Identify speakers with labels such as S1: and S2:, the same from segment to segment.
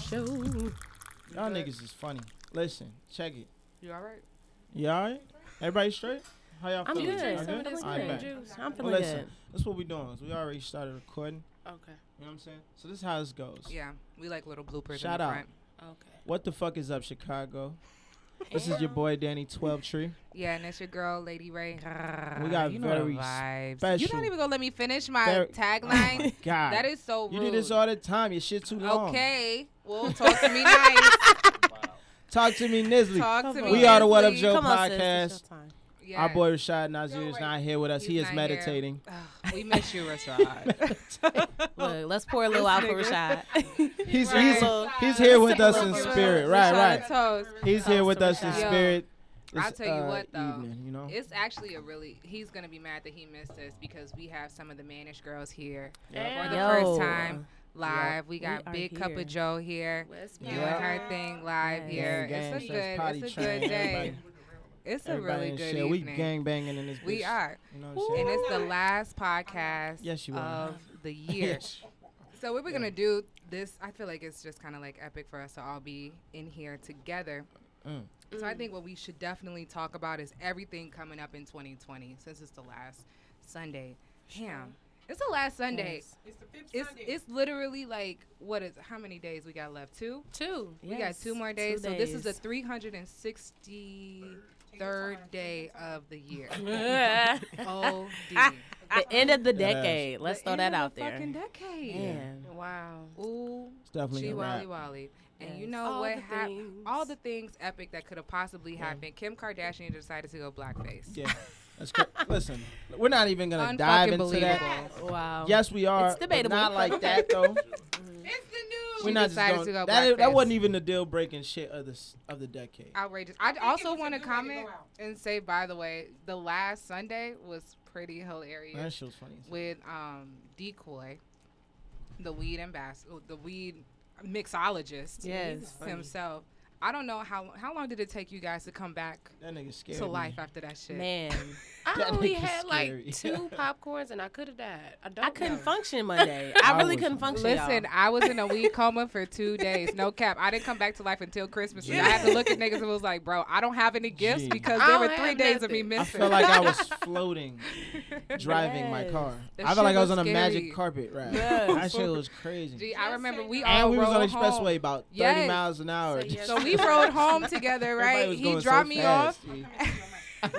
S1: show. Y'all
S2: Y'all
S1: good?
S2: niggas is funny. Listen, check it.
S1: You all right?
S2: You alright? Everybody straight? How y'all
S1: I'm
S2: feeling?
S1: good.
S2: Y'all
S1: Some of this
S2: All right,
S1: green
S2: bet.
S1: juice. I'm
S2: Well,
S1: feeling
S2: listen, that's what we doing. is We already started recording.
S1: good. Okay.
S2: You know what I'm saying? So this is how this goes.
S3: Yeah, we like little bloopers
S2: Shout
S3: in
S2: out.
S3: the front.
S1: Okay.
S2: What the fuck is up, Chicago? This is your boy Danny Twelve Tree.
S3: Yeah, and it's your girl, Lady Ray.
S2: We got
S3: you know
S2: very
S3: the vibes. You're
S2: special-
S3: not even gonna let me finish my
S2: Very-
S3: tagline.
S2: God,
S3: that is so rude.
S2: you do this all the time. Your shit too long.
S3: okay, well, talk to me nice.
S2: Talk to me, Nisley.
S3: talk to
S1: Come
S3: me.
S1: on.
S2: we are the What Up
S3: nicely.
S2: Joe
S1: Come on,
S2: podcast.
S1: sis. It's your time.
S3: Yeah.
S2: Our boy Rashad Nazir is
S3: Right.
S2: not here with us. he
S3: He's
S2: is
S3: not here.
S2: meditating.
S3: Ugh, we miss you, Rashad.
S1: Look, let's pour a little out for Rashad.
S2: He's
S3: Right.
S2: he's, he's here with us in
S1: Rashad.
S2: spirit. Right,
S3: Rashad
S2: right.
S3: Toast.
S2: He's here with us in
S1: Yo,
S2: spirit.
S3: I'll
S2: this,
S3: tell you
S2: uh,
S3: what, though.
S2: Evening, you know.
S3: It's actually a really. He's gonna be mad that he missed us because we have some of the mannish girls here for the
S1: Yo.
S3: first time live. We
S1: We
S3: got
S1: are
S3: Big Cup
S1: here.
S3: of Joe here. doing
S2: Yeah.
S3: her thing live
S1: Yes.
S3: here.
S2: Gang,
S3: it's a
S2: gang, since
S3: good,
S2: potty
S3: it's a
S2: train,
S3: good day.
S2: everybody-
S3: It's a
S2: everybody
S3: really
S2: and
S3: good
S2: shit.
S3: evening.
S2: We gang banging in this. Bitch.
S3: We are,
S2: You know what I'm saying?
S3: and it's the last podcast
S2: Yes, you are.
S3: of the year. So what we're gonna do this, I feel like it's just kind of like epic for us to all be in here together.
S2: Mm.
S3: So I think what we should definitely talk about is everything coming up in 2020, since it's the last Sunday. Damn, it's the last Sunday.
S1: Yes.
S4: It's the fifth
S3: It's
S4: Sunday.
S3: it's literally like what is how many days we got left? Two.
S1: Two.
S3: We got two more days. so this is the
S1: a.
S3: 363rd day of the year.
S1: the
S3: oh,
S1: end of the
S2: Yes.
S1: decade. Let's throw that out there.
S3: Fucking decade.
S1: Man.
S5: Wow.
S3: Ooh,
S2: It's definitely
S3: she
S2: a
S3: wally
S2: wrap.
S3: wally. And you
S1: Yes.
S3: know
S5: All
S3: what
S5: the
S3: happened?
S5: things.
S3: All the things epic that could have possibly happened. Kim Kardashian decided to go blackface.
S2: Yeah. That's cra- Listen, we're not even gonna dive into that.
S3: believable.
S1: Wow.
S2: Yes, we are.
S1: It's
S2: but
S1: debatable.
S2: Not like that though.
S4: It's the news.
S2: we're
S3: She
S2: not
S3: decided
S2: just
S3: to
S2: gonna,
S3: go
S2: that, that
S3: blackface.
S2: wasn't even the deal breaking shit of the s- of the decade.
S3: Outrageous. I
S4: think it
S3: also
S4: was a
S3: want to
S4: good way to
S3: comment
S4: go out.
S3: and say, by the way, the last Sunday was pretty hilarious.
S2: That shit was funny. as hell.
S3: with um decoy the weed ambassador the weed mixologist
S1: Yes.
S3: himself i don't know how how long did it take you guys to come back
S2: That nigga scared
S3: to
S2: me.
S3: life after that shit
S1: Man,
S5: I
S2: That
S5: only
S2: nigga's
S5: had like
S2: scary.
S5: two popcorns and I could have died. I don't
S1: I couldn't
S5: know.
S1: function Monday. I
S2: I
S1: really
S2: was-
S1: couldn't function.
S3: Listen, I was in a weed coma for two days. No cap. I didn't come back to life until Christmas. And I had to look at niggas and was like, bro, I don't have any gifts
S2: Gee.
S3: because
S5: I
S3: there were
S5: don't
S3: three
S5: have
S3: days of me
S2: I
S5: nothing.
S3: missing.
S2: felt like I was floating, driving my
S1: Yes.
S2: car.
S3: That
S2: I felt like
S3: shit
S2: I was
S3: was
S2: on a magic
S3: scary.
S2: carpet ride.
S1: Yes.
S2: That shit was crazy.
S3: Gee, I
S4: Just
S3: remember
S4: say
S3: we
S4: no.
S3: all
S2: and we was on the
S3: rode home.
S2: expressway about 30
S3: Yes.
S2: miles an hour.
S5: So yes.
S3: So we rode home together,
S2: Everybody
S3: right?
S2: was
S3: He
S2: going so
S3: dropped me off.
S2: fast, G.
S3: this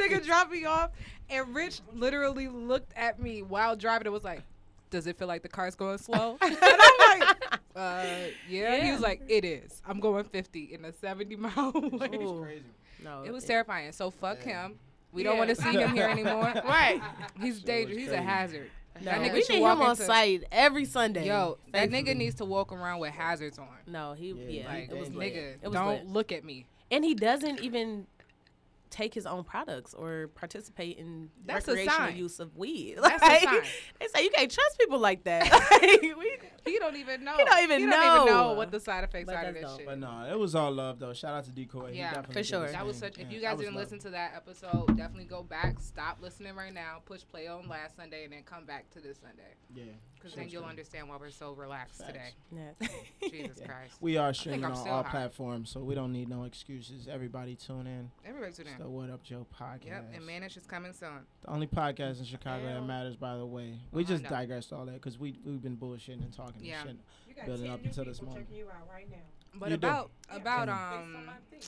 S3: nigga dropped me off, and Rich literally looked at me while driving and was like, "Does it feel like the car's going slow?" and I'm like, uh, yeah. He was like, "It is. I'm going 50 in a 70 mile."
S2: It
S3: way."
S2: was
S1: Ooh.
S2: crazy.
S1: No,
S3: It was terrifying. So fuck
S2: Yeah.
S3: him. We don't
S5: Yeah.
S3: want to see him here anymore.
S5: Right.
S3: He's
S2: That shit was
S3: dangerous. He's a
S2: crazy.
S3: hazard.
S5: No.
S3: That
S1: we
S3: nigga
S1: need
S3: should
S1: him
S3: walk
S1: on
S3: into-
S1: site every Sunday.
S3: Yo, that nigga
S2: Faithfully.
S3: needs to walk around with hazards on.
S1: No, he
S2: Yeah,
S1: yeah,
S2: he
S3: Like,
S1: it was
S2: did.
S3: nigga,
S1: lit. It was
S3: don't
S1: lit.
S3: look at me.
S1: and he doesn't even take his own products or participate in
S3: That's a
S1: recreational
S3: sign.
S1: use of weed.
S3: That's a
S1: Like,
S3: sign.
S1: They say you can't trust people like that. Like, we-
S3: He don't even know.
S1: don't even know.
S3: what the side effects
S1: But
S3: are to
S1: that's
S3: this
S1: dope.
S3: shit.
S2: But no, it was all love though. Shout out to Decoy. He
S3: Yeah,
S2: definitely
S1: for
S2: did
S1: sure.
S2: his
S3: That was
S2: thing.
S3: such. If
S2: Yeah,
S3: you
S2: that
S3: guys
S2: was
S3: didn't
S2: love.
S3: listen to that episode, definitely go back, stop listening right now, push play on last Sunday, and then come back to this Sunday.
S2: yeah,
S3: Because then
S2: Sounds
S3: you'll
S2: good.
S3: understand why we're so relaxed
S2: Facts.
S3: today.
S1: Yeah.
S3: Jesus Christ.
S2: we are streaming
S3: I'm
S2: on
S3: still
S2: all
S3: high.
S2: platforms, so we don't need no excuses. Everybody tune in.
S3: Everybody's doing
S2: It's
S3: that.
S2: the What Up Joe podcast.
S3: Yep, and Manish is coming soon.
S2: the only podcast in Chicago that matters, by the way. We
S3: Well, I
S2: just
S3: know.
S2: digressed all that because we we've been bullshitting and talking
S3: Yeah.
S2: and shit.
S4: You got
S2: Building
S4: 10
S2: up
S4: new
S2: until this
S4: people
S2: moment.
S4: checking you out right now.
S3: But
S2: You do.
S3: about
S4: Yeah,
S3: about
S4: based
S3: um
S4: on my thing.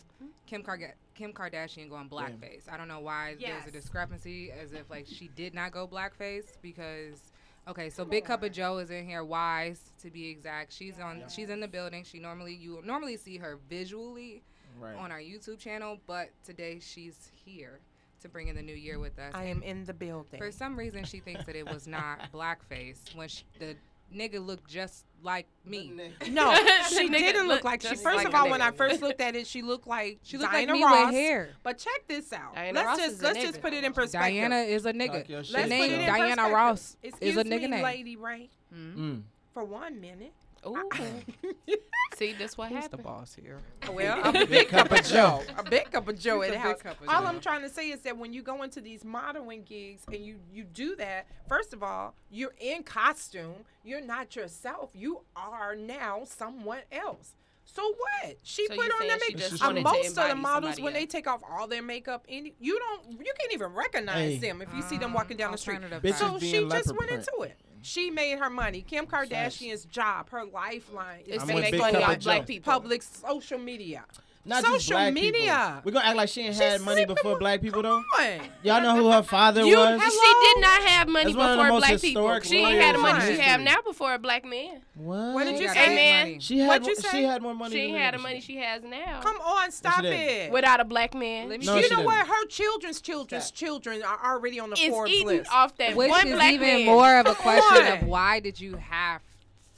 S3: Kim Kar- Kim Kardashian going blackface. I don't know why there's
S4: Yes.
S3: a discrepancy as if like she did not go blackface because okay, so Big Cup of Joe is in here, Wise to be exact. She's on she's in the building. She normally you normally see her visually
S2: Right.
S3: on our YouTube channel, but today she's here to bring in the new year with us. and
S5: in the building.
S3: for some reason she thinks that it was not blackface when she, the nigga looked just like me.
S6: No, she
S5: Nigga
S6: didn't
S5: look
S6: look like she.
S5: just
S6: First
S3: like
S6: of
S3: a
S6: all, when
S3: nigga.
S6: I first looked at it, she looked like
S3: She looked
S6: Diana
S3: like me
S6: Ross.
S3: with hair.
S6: But check this out.
S5: Diana
S6: let's
S5: Ross
S6: just
S5: is a
S6: let's
S5: nigga.
S6: just put it in perspective.
S3: Diana is a
S2: Talk
S3: nigga.
S2: your
S3: The
S2: shit,
S6: let's
S3: name
S6: put it in
S2: Diana
S6: perspective.
S3: Diana Ross
S6: Excuse
S3: is a
S6: me,
S3: nigga name.
S6: Lady Ray,
S2: Mm.
S6: for one minute.
S2: ah.
S5: Ooh. See, that's what
S3: Who's the
S5: happened.
S3: boss here?
S1: Well, I'm a big cup of Joe. A big cup of Joe
S3: He's
S1: in
S3: a
S1: the
S3: big
S1: house.
S3: cup of
S1: All
S3: Joe.
S1: I'm trying to say is that when you go into these modeling gigs and you you do that, first of all, you're in costume. You're not yourself. You are now someone else. So what? She
S5: So
S1: put
S5: you
S1: on the
S5: saying she
S1: makeup.
S5: just
S1: Uh,
S5: wanted to
S1: most of the
S5: embody
S1: models,
S5: somebody
S1: when they
S5: else.
S1: take off all their makeup, any you don't you can't even recognize
S2: Hey.
S1: them if you see them walking down the street.
S3: Alternative
S2: Bitches
S3: facts.
S1: So
S2: Just
S1: she
S2: being
S1: just
S2: leopard
S1: went
S2: print.
S1: into it. She made her money. Kim Kardashian's job, her lifeline, is
S5: It's
S2: I'm
S1: to
S2: with
S1: make
S5: making
S2: Big
S5: fun
S1: money
S5: of
S2: Papa
S1: off
S5: all
S2: Joe.
S5: black people.
S1: public social media.
S2: Not just
S1: Social
S2: black
S1: media.
S2: People. We're gonna act like she ain't had money
S1: sleeping
S2: before
S1: with-
S2: black people though.
S1: Come on.
S2: Y'all know who her father
S1: You
S2: was.
S1: have-
S5: She did not have money
S2: That's one of the
S5: before
S2: most
S5: black people.
S2: historic
S5: She ain't had the
S1: lawyers in
S5: money she have
S2: history.
S5: now before a black man.
S2: what?
S1: What did
S3: She
S1: you
S3: got
S5: say?
S3: big
S5: Amen.
S3: money.
S2: She had.
S1: What'd you
S2: She
S1: say?
S2: had more money.
S5: She
S2: than
S5: ain't
S2: we
S5: had the
S2: did.
S5: money she has now
S1: Come on, stop
S2: didn't.
S1: it.
S5: without a black man.
S3: Let me
S2: No,
S1: you
S2: she
S1: know
S2: didn't.
S1: what? Her children's children's children are already on the
S5: It's
S1: Forbes
S5: eating
S1: list.
S5: off that
S3: Which
S5: one
S3: is
S5: black
S3: even
S5: man.
S3: more of a
S1: Come
S3: question of
S1: on.
S3: why did you have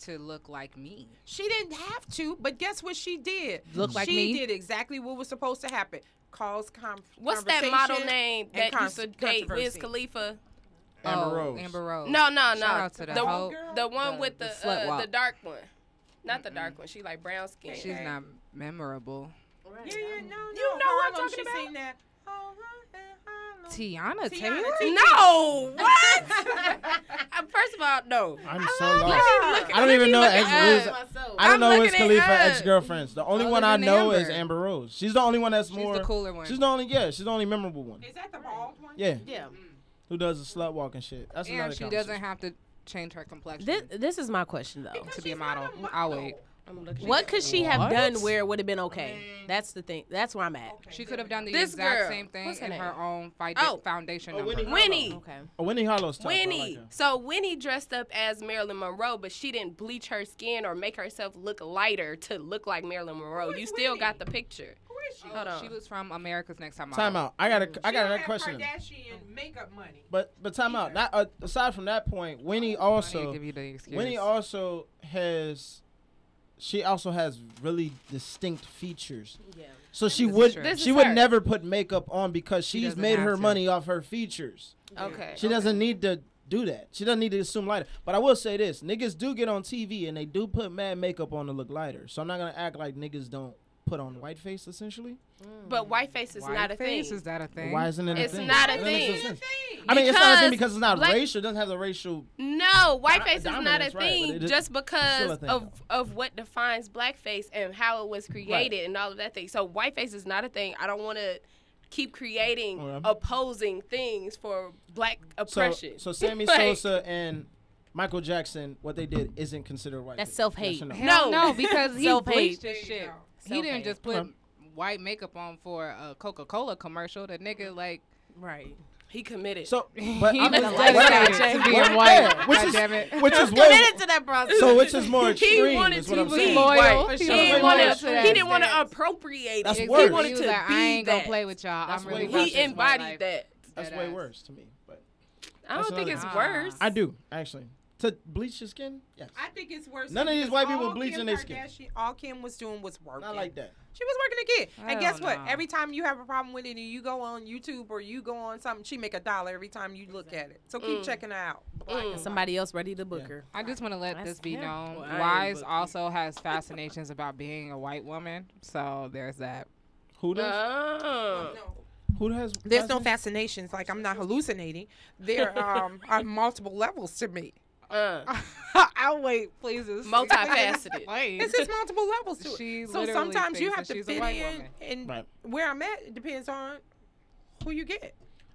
S3: to look like me?
S1: She didn't have to, but guess what she did?
S3: Look like
S1: she
S3: me?
S1: did exactly what was supposed to happen. Cause com-
S5: What's that model
S1: conversation
S5: name
S1: and
S5: that
S1: con-
S5: used to date Wiz
S1: controversy.
S5: Khalifa?
S2: Amber
S3: oh,
S2: Rose.
S3: Amber Rose.
S5: No, no, no.
S3: Shout out to the
S5: the,
S3: whole-
S5: the one
S3: the-
S5: with
S3: the
S5: the
S3: slut
S5: uh,
S3: walk.
S5: the dark one, not the dark one. She like brown skin.
S3: She's not memorable.
S1: Yeah, yeah, no, no.
S5: know who I'm
S1: Harlem,
S5: talking
S1: she
S5: about.
S1: Seen that. Oh, hey, Harlem. Tiana
S3: Tiana, Taylor?
S1: Taylor.
S5: No, what?
S1: Uh-huh,
S5: Uh, First of all, no.
S2: I'm so lost.
S5: Look-
S2: I don't
S5: let
S2: even
S5: me
S2: know
S5: look
S2: ex- Wiz-
S5: it up.
S2: I
S5: I'm
S2: don't know Wiz
S5: looking it
S2: Khalifa
S5: up.
S2: ex girlfriends. The only
S3: Other
S2: one I
S3: than
S2: know is
S3: Amber.
S2: Amber Rose. She's the only one that's
S3: She's
S2: more.
S3: the cooler one.
S2: She's the only yeah. She's the only memorable one.
S1: Is that the bald one?
S2: Yeah,
S7: Yeah.
S2: who does the slut walking shit? That's another
S3: and she
S2: conversation.
S3: doesn't have to change her complexion
S7: This, this is my question though.
S3: to be a model. I'll wait.
S5: I'm looking.
S7: What could she have
S3: What?
S7: done where it would have been okay? That's the thing. That's where I'm at.
S3: She could have done the
S5: This
S3: exact
S5: girl.
S3: same thing
S5: What's her
S3: in
S5: name?
S3: her own fi-
S5: Oh.
S3: foundation
S2: Oh,
S3: number.
S2: Whitney
S5: Winnie.
S7: Okay.
S2: Oh, Winnie Hollow's tough. I like
S5: Winnie.
S2: her.
S5: so Winnie dressed up as Marilyn Monroe, but she didn't bleach her skin or make herself look lighter to look like Marilyn Monroe.
S1: is
S5: You still
S1: Winnie?
S5: got the picture.
S1: Who is she?
S5: Hold on.
S3: She was from America's Next Top Model.
S2: Time out. I got a. I
S1: She don't
S2: got another
S1: have
S2: question.
S1: Kardashian makeup money.
S2: But but time out. Not uh, aside from that point, Winnie
S3: I need to
S2: also
S3: give you the excuse.
S2: Winnie also has. She also has really distinct features.
S7: Yeah.
S2: So she
S3: This is
S2: would
S3: true.
S5: This
S2: she
S5: is
S2: would
S5: her.
S2: never put makeup on because she's
S3: doesn't
S2: made
S3: have
S2: her
S3: to.
S2: money off her features.
S5: Okay.
S2: She doesn't need to do that. She doesn't need to assume lighter. But I will say this: niggas do get on TV and they do put mad makeup on to look lighter. So I'm not gonna act like niggas don't put on white face essentially.
S5: But white face is
S3: White
S5: not a
S3: face,
S5: thing.
S3: Is that a thing?
S2: Why isn't it?
S5: It's
S2: a thing?
S5: not a
S2: That makes no
S5: thing.
S2: sense. I mean, it's not a thing
S5: Because
S2: because it's not
S5: black-
S2: racial. It doesn't have the racial.
S5: No, whiteface is
S2: Di-
S5: not a
S2: dominance, right,
S5: thing
S2: but it is-
S5: just
S2: still
S5: because
S2: a thing,
S5: of of what defines blackface and how it was created and all of that thing. So whiteface is not a thing. I don't want to keep creating
S2: Well, I'm-
S5: opposing things for black
S2: So,
S5: oppression.
S2: so Sammy
S5: Like,
S2: Sosa and Michael Jackson, what they did isn't considered white.
S7: That's
S2: people.
S7: self-hate.
S2: Yes or no?
S3: Hell
S5: No.
S3: no, because he
S7: Self-hate.
S3: bleached this
S1: There you
S3: shit.
S1: go.
S3: He didn't
S7: Self-hate.
S3: just put
S2: Okay.
S3: white makeup on for a Coca Cola commercial. The nigga like
S7: Right.
S5: he committed.
S2: So, but
S3: he
S2: I'm
S3: was
S2: just
S7: like,
S2: what-
S3: dedicated
S7: Jack-
S3: to
S2: what-
S3: being white.
S2: yeah, which
S3: God
S2: is-
S3: damn it.
S2: which is way,
S7: Committed to that process.
S2: so which is more
S5: he
S2: extreme
S5: wanted
S2: is what
S5: to
S2: I'm
S5: be
S2: saying.
S3: loyal.
S5: white.
S3: He
S5: He,
S2: was
S5: didn't
S2: loyal
S5: wanna-
S3: to that
S5: he didn't want to
S3: stance.
S5: appropriate
S2: That's
S5: it.
S2: worse.
S5: He wanted
S3: was
S5: to
S3: like,
S5: be
S3: I ain't
S5: that.
S3: gonna play with y'all.
S2: That's
S3: I'm
S2: way
S3: really
S2: worse.
S3: conscious
S5: He
S3: of my life.
S5: embodied that.
S2: That's
S3: Dead
S2: way
S3: ass.
S2: worse to me. But
S5: I
S2: That's
S5: don't think
S2: another
S5: it's
S3: thing.
S5: worse.
S2: I do actually to bleach your skin. Yes,
S1: I think it's worse.
S2: None of these
S1: because
S2: white people
S1: all
S2: bleaching
S1: Kim
S2: their skin.
S1: Kardashian- All Kim was doing was working.
S2: not like that.
S1: She was working a gig.
S3: I
S1: and guess
S3: don't
S1: what?
S3: know.
S1: Every time you have a problem with it and you go on YouTube or you go on something, she make a dollar every time you look at it. So keep
S5: Mm.
S1: checking her out.
S5: Mm.
S7: Somebody else ready to book
S2: Yeah.
S7: her.
S3: I just want to let
S7: That's
S3: this be
S7: him.
S3: known.
S7: Well, I ain't
S3: Wise
S7: but-
S3: also has fascinations about being a white woman, so there's that.
S2: Who
S5: Mm.
S2: does?
S5: Oh.
S2: who has?
S1: There's no
S2: fascinations?
S1: fascinations. Like I'm not hallucinating. There um, are multiple levels to me.
S5: Uh.
S1: I'll wait, please.
S5: Multifaceted.
S1: It's just multiple levels to
S3: She
S1: it. So
S3: literally
S1: sometimes you have
S3: thinks that
S1: to
S3: she's a
S1: fit
S3: white
S1: in,
S3: woman.
S1: and
S2: Right.
S1: where I'm at it depends on who you get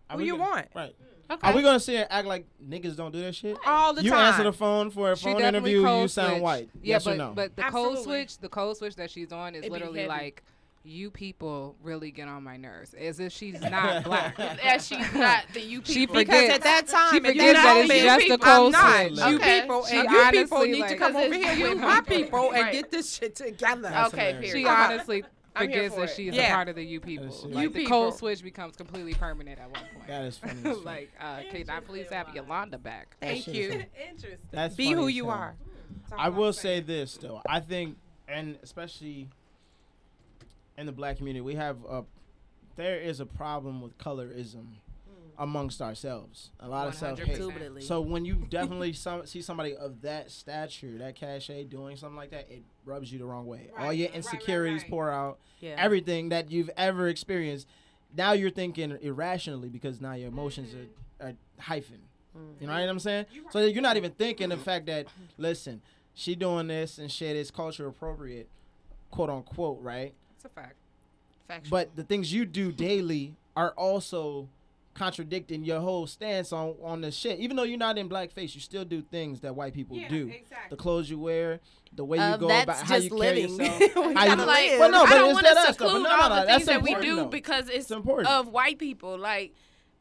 S2: Are
S1: who
S2: we
S1: you
S2: gonna-
S1: want.
S2: Right.
S5: Okay.
S2: Are we gonna sit and act like niggas don't do that shit?
S1: all the
S2: You
S1: time.
S2: answer the phone for a
S3: She
S2: phone
S3: definitely
S2: interview, you
S3: code
S2: sound
S3: switch.
S2: white.
S3: Yeah,
S2: yes
S3: but
S2: or no?
S3: but the
S1: Absolutely.
S3: code switch, the code switch that she's on is
S5: It be
S3: literally
S5: heavy.
S3: like, you people really get on my nerves, as if she's not black.
S5: As she's not the you
S3: She
S5: people.
S1: because
S3: forgets.
S1: at that time,
S3: She
S1: if you don't
S3: forgets that
S1: know
S3: it's
S1: me,
S3: just a
S1: I'm
S3: code
S1: not
S3: switch.
S1: you
S5: Okay.
S1: people,
S3: She
S1: and you people
S3: honestly,
S1: need to
S3: like-
S1: come
S5: Because
S1: over
S5: it's
S1: here with
S5: you
S1: my
S5: people.
S1: people and
S5: Right.
S1: get this shit together.
S5: Okay,
S2: hilarious.
S5: period.
S3: she
S1: Uh,
S3: honestly
S5: Uh-huh. I'm here
S3: forgets
S5: for
S3: that
S5: it.
S3: she's
S1: Yeah.
S3: a part of the you people.
S2: see.
S3: Like
S5: You
S3: the
S5: people.
S3: code switch becomes completely permanent at one point.
S2: that is funny. as fuck.
S3: like, uh, can I please have Yolanda back?
S1: Thank
S2: shit
S1: you.
S2: is
S1: Interesting.
S2: That's
S1: Be
S2: funny
S1: who
S2: as
S1: you
S2: hell.
S1: are. That's all
S2: I
S1: I'm
S2: will say
S1: saying.
S2: this though. I think, and especially in the black community, we have a there is a problem with colorism amongst ourselves. A lot of self hate.
S3: 100%.
S1: Indubitably.
S2: So when you definitely some, see somebody of that stature, that cachet, doing something like that, it rubs you the wrong way. All
S4: Right,
S2: your
S4: right, right,
S2: insecurities
S4: right.
S2: pour out.
S1: yeah.
S2: Everything that you've ever experienced, now you're thinking irrationally because now your emotions are, are hyphen. You know what I'm saying? So you're not even thinking the fact that listen, she doing this and shit is culture appropriate, quote unquote, right?
S3: It's a fact.
S5: Factual.
S2: But the things you do daily are also contradicting your whole stance on on this shit. Even though you're not in blackface, you still do things that white people
S4: Yeah,
S2: do. The
S4: exactly.
S2: clothes you wear, the way you
S1: Um,
S2: go
S1: that's
S2: about how
S1: just
S2: you carry
S1: living.
S2: yourself.
S1: We
S2: How you-
S5: I'm
S1: gotta
S5: like,
S1: live.
S2: Well, no,
S5: I
S2: but
S5: don't
S2: it's
S5: want to
S2: that us, though, but
S5: seclude
S2: no, no,
S5: all
S2: no,
S5: the
S2: that's
S5: things that we
S2: important,
S5: do
S2: though.
S5: because it's,
S2: It's important.
S5: of white people. Like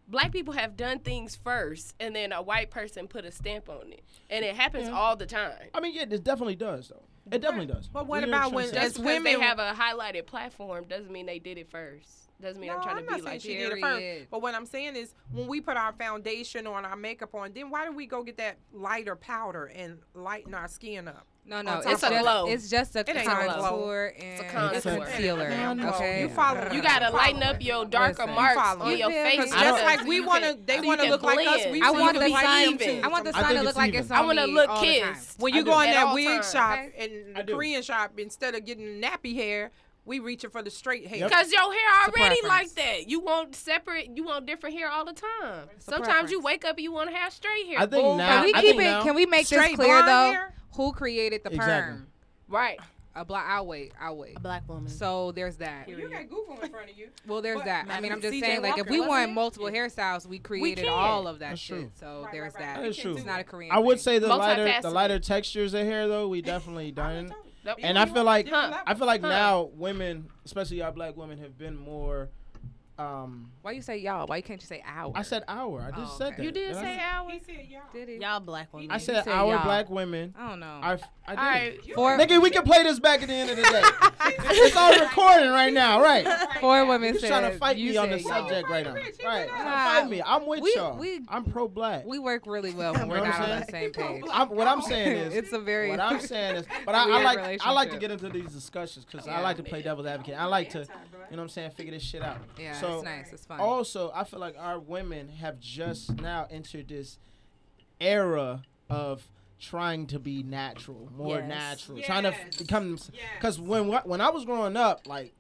S5: black people have done things first, and then a white person put a stamp on it, and it happens
S2: Mm.
S5: all the time.
S2: I mean, yeah, it definitely does though. It definitely does.
S6: but what
S2: We are
S6: about
S2: trans-
S6: when-
S5: Just
S6: As
S5: because they
S6: women-
S5: have a highlighted platform doesn't mean they did it first. Doesn't mean I'm trying to
S6: not
S5: be
S6: saying
S5: like
S6: she
S5: that.
S6: did it first.
S3: Period.
S6: But what I'm saying is, when we put our foundation on, our makeup on, then why do we go get that lighter powder and lighten our skin up?
S3: No, no,
S6: top
S3: it's
S5: of
S3: just,
S5: it. glow.
S3: It's just a
S6: ain't a glow.
S3: contour and
S5: a
S2: contour.
S3: concealer.
S6: Damn, well,
S3: Okay,
S6: you follow-
S5: You gotta
S6: Follow
S5: lighten
S6: it.
S5: up your darker
S3: Listen.
S5: marks
S6: Follow
S5: on
S6: it.
S5: your
S3: Yeah,
S5: face.
S3: 'cause
S5: because
S6: just like we
S5: you
S6: wanna-
S5: can-
S6: they
S5: so you
S6: wanna
S5: can
S6: look like us,
S5: blend.
S6: we
S5: So
S3: I
S5: you
S3: want
S5: can
S3: the
S5: be
S3: sun.
S5: even.
S3: I want the
S2: I
S3: sun
S2: think
S3: to look
S2: it's
S3: like
S2: even.
S3: it's on
S5: I want to
S3: me
S5: look
S3: all the time.
S5: kissed.
S6: When
S5: I
S6: you
S5: do.
S6: go in
S5: At
S6: that
S5: all
S6: wig
S5: times.
S6: shop
S2: I
S6: and the
S2: do.
S6: Korean shop, instead of getting nappy hair, we reaching for the straight hair.
S2: Yep.
S5: Cause your hair
S3: It's a
S5: already like
S3: preference.
S5: that. You want separate. You want different hair all the time. Sometimes you
S3: preference.
S5: wake up and you want to have straight hair.
S2: I think
S5: Boom,
S2: now-
S3: Can we
S2: I
S3: keep
S2: think
S3: it?
S2: now-
S3: Can we make
S6: Straight
S3: this clear
S6: blonde
S3: though?
S6: hair?
S3: Who created the perm?
S2: Exactly.
S5: right.
S3: A black. I'll wait. I'll wait.
S1: a black woman.
S3: So there's that.
S6: You got Google in front of you.
S3: Well, there's
S6: But-
S3: that. I mean, I'm just saying, like, if
S5: Walker,
S3: we
S5: wasn't
S3: want
S5: it?
S3: multiple hairstyles, we created
S5: can.
S3: all of that
S2: That's
S3: shit.
S2: true.
S3: So
S6: Right,
S3: there's
S6: right, right.
S3: that.
S2: That is true.
S3: It's not a Korean.
S2: I would
S3: thing.
S2: say the lighter the
S5: Multifaceted.
S2: lighter textures of hair though, we definitely done.
S5: Nope.
S2: And I feel like
S5: Huh.
S2: I feel like
S5: Huh.
S2: now women, especially our black women, have been more. Um,
S3: Why you say y'all? Why can't you say our?
S2: I said our. I just
S3: Oh,
S2: said
S3: okay.
S2: that.
S5: You did
S2: I,
S5: say hours.
S4: He said, y'all.
S3: Did he?
S1: y'all black women.
S2: I said,
S3: said
S2: our
S3: y'all. Oh.
S2: black women.
S3: I don't know.
S2: I, f- I did.
S5: All right.
S3: Four
S2: Nigga, we can play this back at the end of the day. it's all recording right now, right?
S3: four women
S2: You're
S3: said
S2: trying to fight
S3: you
S2: me on
S3: said
S2: this
S3: y'all.
S2: subject right now,
S4: Rich, you
S2: right?
S4: know.
S3: Nah,
S2: Fight me. I'm with
S3: we-
S2: y'all.
S3: we-
S2: I'm pro black.
S3: We work really well when
S2: You
S3: we're
S2: know what
S3: not
S2: I'm
S3: on the
S2: saying?
S3: same page.
S2: I'm, what I'm saying is,
S3: It's a very.
S2: What I'm saying is, but I, I
S3: Weird
S2: like I like to
S3: relationship.
S2: get into these discussions because
S3: Yeah.
S2: I like to play devil's advocate. I like to, you know, what I'm saying, figure this shit out.
S3: yeah,
S2: so
S3: it's nice. It's fun.
S2: also, I feel like our women have just now entered this era of trying to be natural, more
S1: Yes.
S2: natural, trying to f-
S4: Yes.
S2: become.
S4: Yes.
S2: Because when wa- when I was growing up, like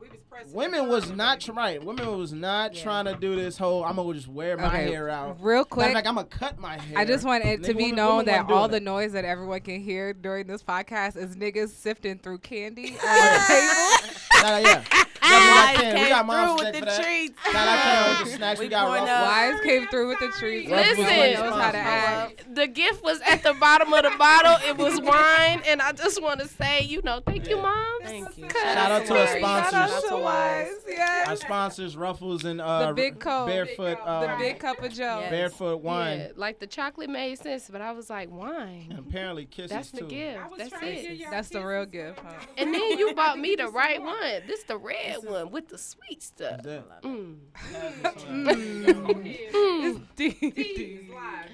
S4: We was pressing
S2: women
S4: the
S2: was
S4: button.
S2: not tr- right. Women was not
S1: Yeah.
S2: trying to do this whole. I'm gonna just wear my
S3: Okay,
S2: hair out.
S3: Real
S2: Matter of
S3: quick,
S2: fact, I'm gonna cut my hair.
S3: I just want it to
S2: Nigga,
S3: be
S2: women-
S3: known
S2: women wasn't
S3: that
S2: doing
S3: all
S2: it.
S3: the noise that everyone can hear during this podcast is niggas sifting through candy on the table.
S2: Nah, yeah.
S1: Ah,
S2: yeah, we got Ken. We got mom's
S1: through
S2: snack
S1: with
S2: for
S1: the
S2: that.
S1: treats.
S2: Shout out Ken with the snacks. We,
S1: We
S2: got
S1: pouring
S2: Ruffles.
S1: up.
S3: Wise
S4: sorry,
S3: came
S4: I'm
S3: through with
S4: sorry.
S3: the trees.
S2: Ruffles
S5: Listen.
S2: wasn't
S3: knows how to act.
S5: The gift was at the bottom of the bottle. It was wine, and I just want to say, you know, thank you,
S2: Yeah.
S5: mom.
S1: Thank you.
S5: Shout
S2: Shout out to our sponsors.
S1: Shout out to Wise.
S2: Our
S3: Yes.
S2: sponsors, Ruffles and uh,
S3: The Big Coke.
S2: Barefoot,
S4: Big Coke.
S2: uh,
S3: The big cup of Joe.
S1: Yes.
S2: barefoot wine.
S5: Yeah, like the chocolate made sense, but I was like, wine.
S2: And apparently kisses
S5: That's the
S2: too.
S4: I
S5: gift.
S4: was
S5: That's
S4: trying to give
S5: it.
S4: y'all
S3: That's the real
S4: kisses,
S3: gift,
S4: but
S3: huh?
S4: I'm
S5: And
S4: not-
S5: then you
S4: I
S5: bought
S4: think
S5: me
S4: you
S5: the
S4: some
S5: right
S4: more.
S5: one. This the red one with the sweet stuff.
S2: That's it.
S5: Mm.
S4: Yeah.
S3: It's
S4: These
S3: D.
S4: live,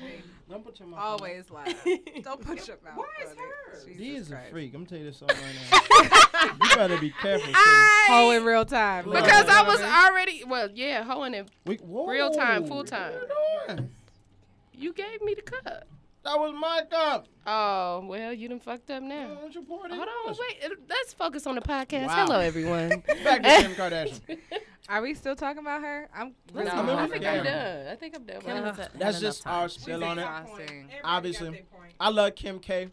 S4: baby.
S2: Don't put your mouth.
S3: Always lie. Don't put your mouth.
S4: Why is
S3: on it.
S4: hers?
S3: Jesus
S2: D is a
S3: Christ.
S2: freak. I'm telling you this all right now. you better be careful. sis.
S3: Hoe in real time.
S2: Because
S5: Because I
S2: Love.
S5: was already well, yeah, hoeing it.
S2: We, whoa,
S5: Real time, full time.
S2: what you doing?
S5: You gave me the cup.
S2: That was my cup.
S5: Oh well, you done fucked up
S2: Why
S5: now.
S2: don't you pour it in
S5: Hold on,
S2: yours?
S5: wait. uh, Let's focus on the podcast.
S2: Wow.
S5: Hello, everyone.
S2: Back to Kim Kardashian.
S3: Are we still talking about her? I'm really
S5: No,
S2: I mean,
S5: I
S2: we
S5: think
S2: can.
S5: I'm done. I think I'm done.
S1: Kim
S5: with
S1: has had enough
S2: That's just
S1: time.
S2: our
S4: We
S2: spill
S4: did
S2: on it.
S4: our point.
S3: Exhausting.
S4: Everybody got
S2: Obviously.
S4: their point.
S2: I love Kim K.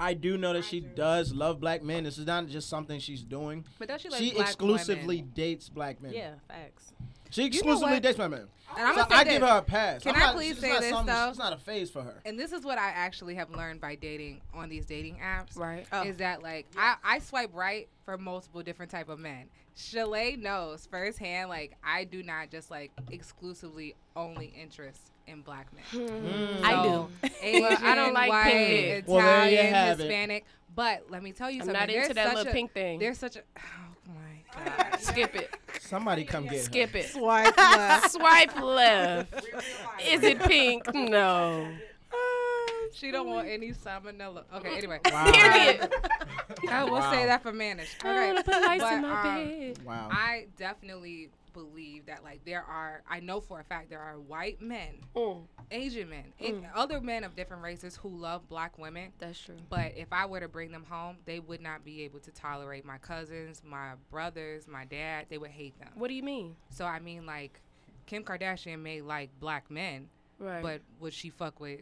S2: I do know that she does love black men. This is not just something she's doing.
S3: But don't you like
S2: She
S3: black
S2: exclusively
S3: women?
S2: dates black men.
S1: Yeah, facts.
S2: She
S3: know
S2: exclusively
S3: what?
S2: dates black men.
S3: And I'm
S2: So
S3: gonna say
S2: I
S3: this.
S2: give her a pass.
S3: Can
S2: I'm
S3: I
S2: not-
S3: please
S2: it's
S3: say
S2: not
S3: this,
S2: something-
S3: though?
S2: It's not a phase for her.
S3: And this is what I actually have learned by dating on these dating apps.
S5: Right.
S1: Oh.
S3: Is that like I, I swipe right for multiple different type of men. Chalet knows firsthand, like I do not just like exclusively only interest in black men.
S1: I
S3: So,
S1: do.
S3: Asian,
S5: Well, I don't like
S3: white,
S5: pink dick.
S3: Italian,
S2: Well, there you have it.
S3: Hispanic. But let me tell you
S5: I'm
S3: something.
S5: not
S3: there's
S5: into that
S3: such
S5: little
S3: a,
S5: pink thing.
S3: There's such a oh my god.
S5: Skip it.
S2: Somebody come get her.
S5: Skip it.
S3: Swipe left.
S5: Swipe left.
S4: We realize
S5: Is it pink? No.
S3: She don't want any salmonella. Okay, anyway.
S5: Period.
S3: I will
S2: Wow.
S3: say that for managed. Okay. But, um,
S2: Wow.
S3: I definitely believe that like there are I know for a fact there are white men, Asian men,
S5: Hmm.
S3: and other men of different races who love black women.
S5: That's true.
S3: But if I were to bring them home, they would not be able to tolerate my cousins, my brothers, my dad. They would hate them.
S5: What do you mean?
S3: So I mean like Kim Kardashian may like black men,
S5: Right.
S3: but would she fuck with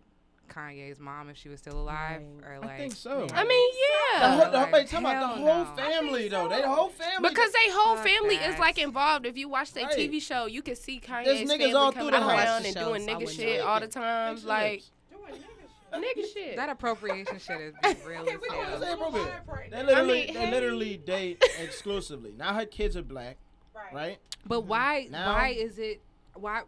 S3: Kanye's mom if she was still alive? Or like
S2: I think so.
S5: I mean,
S2: The
S5: yeah.
S2: whole, the whole,
S3: Like,
S2: talking about the whole
S3: hell no.
S2: family though. They the whole family.
S5: Because they whole
S3: Fuck
S5: family
S3: that.
S5: is like involved. If you watch their
S2: Right.
S5: TV show, you can see
S2: There's niggas
S5: Kanye's family
S2: all through
S5: coming
S2: the house.
S5: around and
S1: Shows,
S5: doing
S1: I
S5: nigga
S1: wouldn't
S5: shit
S1: know.
S5: all the time.
S2: Big
S5: Like
S2: lips.
S5: nigga shit.
S3: that appropriation shit is being real as
S6: we
S2: Yeah,
S6: gonna
S2: it's
S3: hell.
S6: say-
S2: inappropriate.
S6: Live right
S2: They
S6: now.
S2: literally,
S5: I mean,
S2: they
S5: hey.
S2: literally date exclusively. Now her kids are black, right?
S3: But
S5: Mm-hmm.
S3: why
S2: Now-
S3: why is it why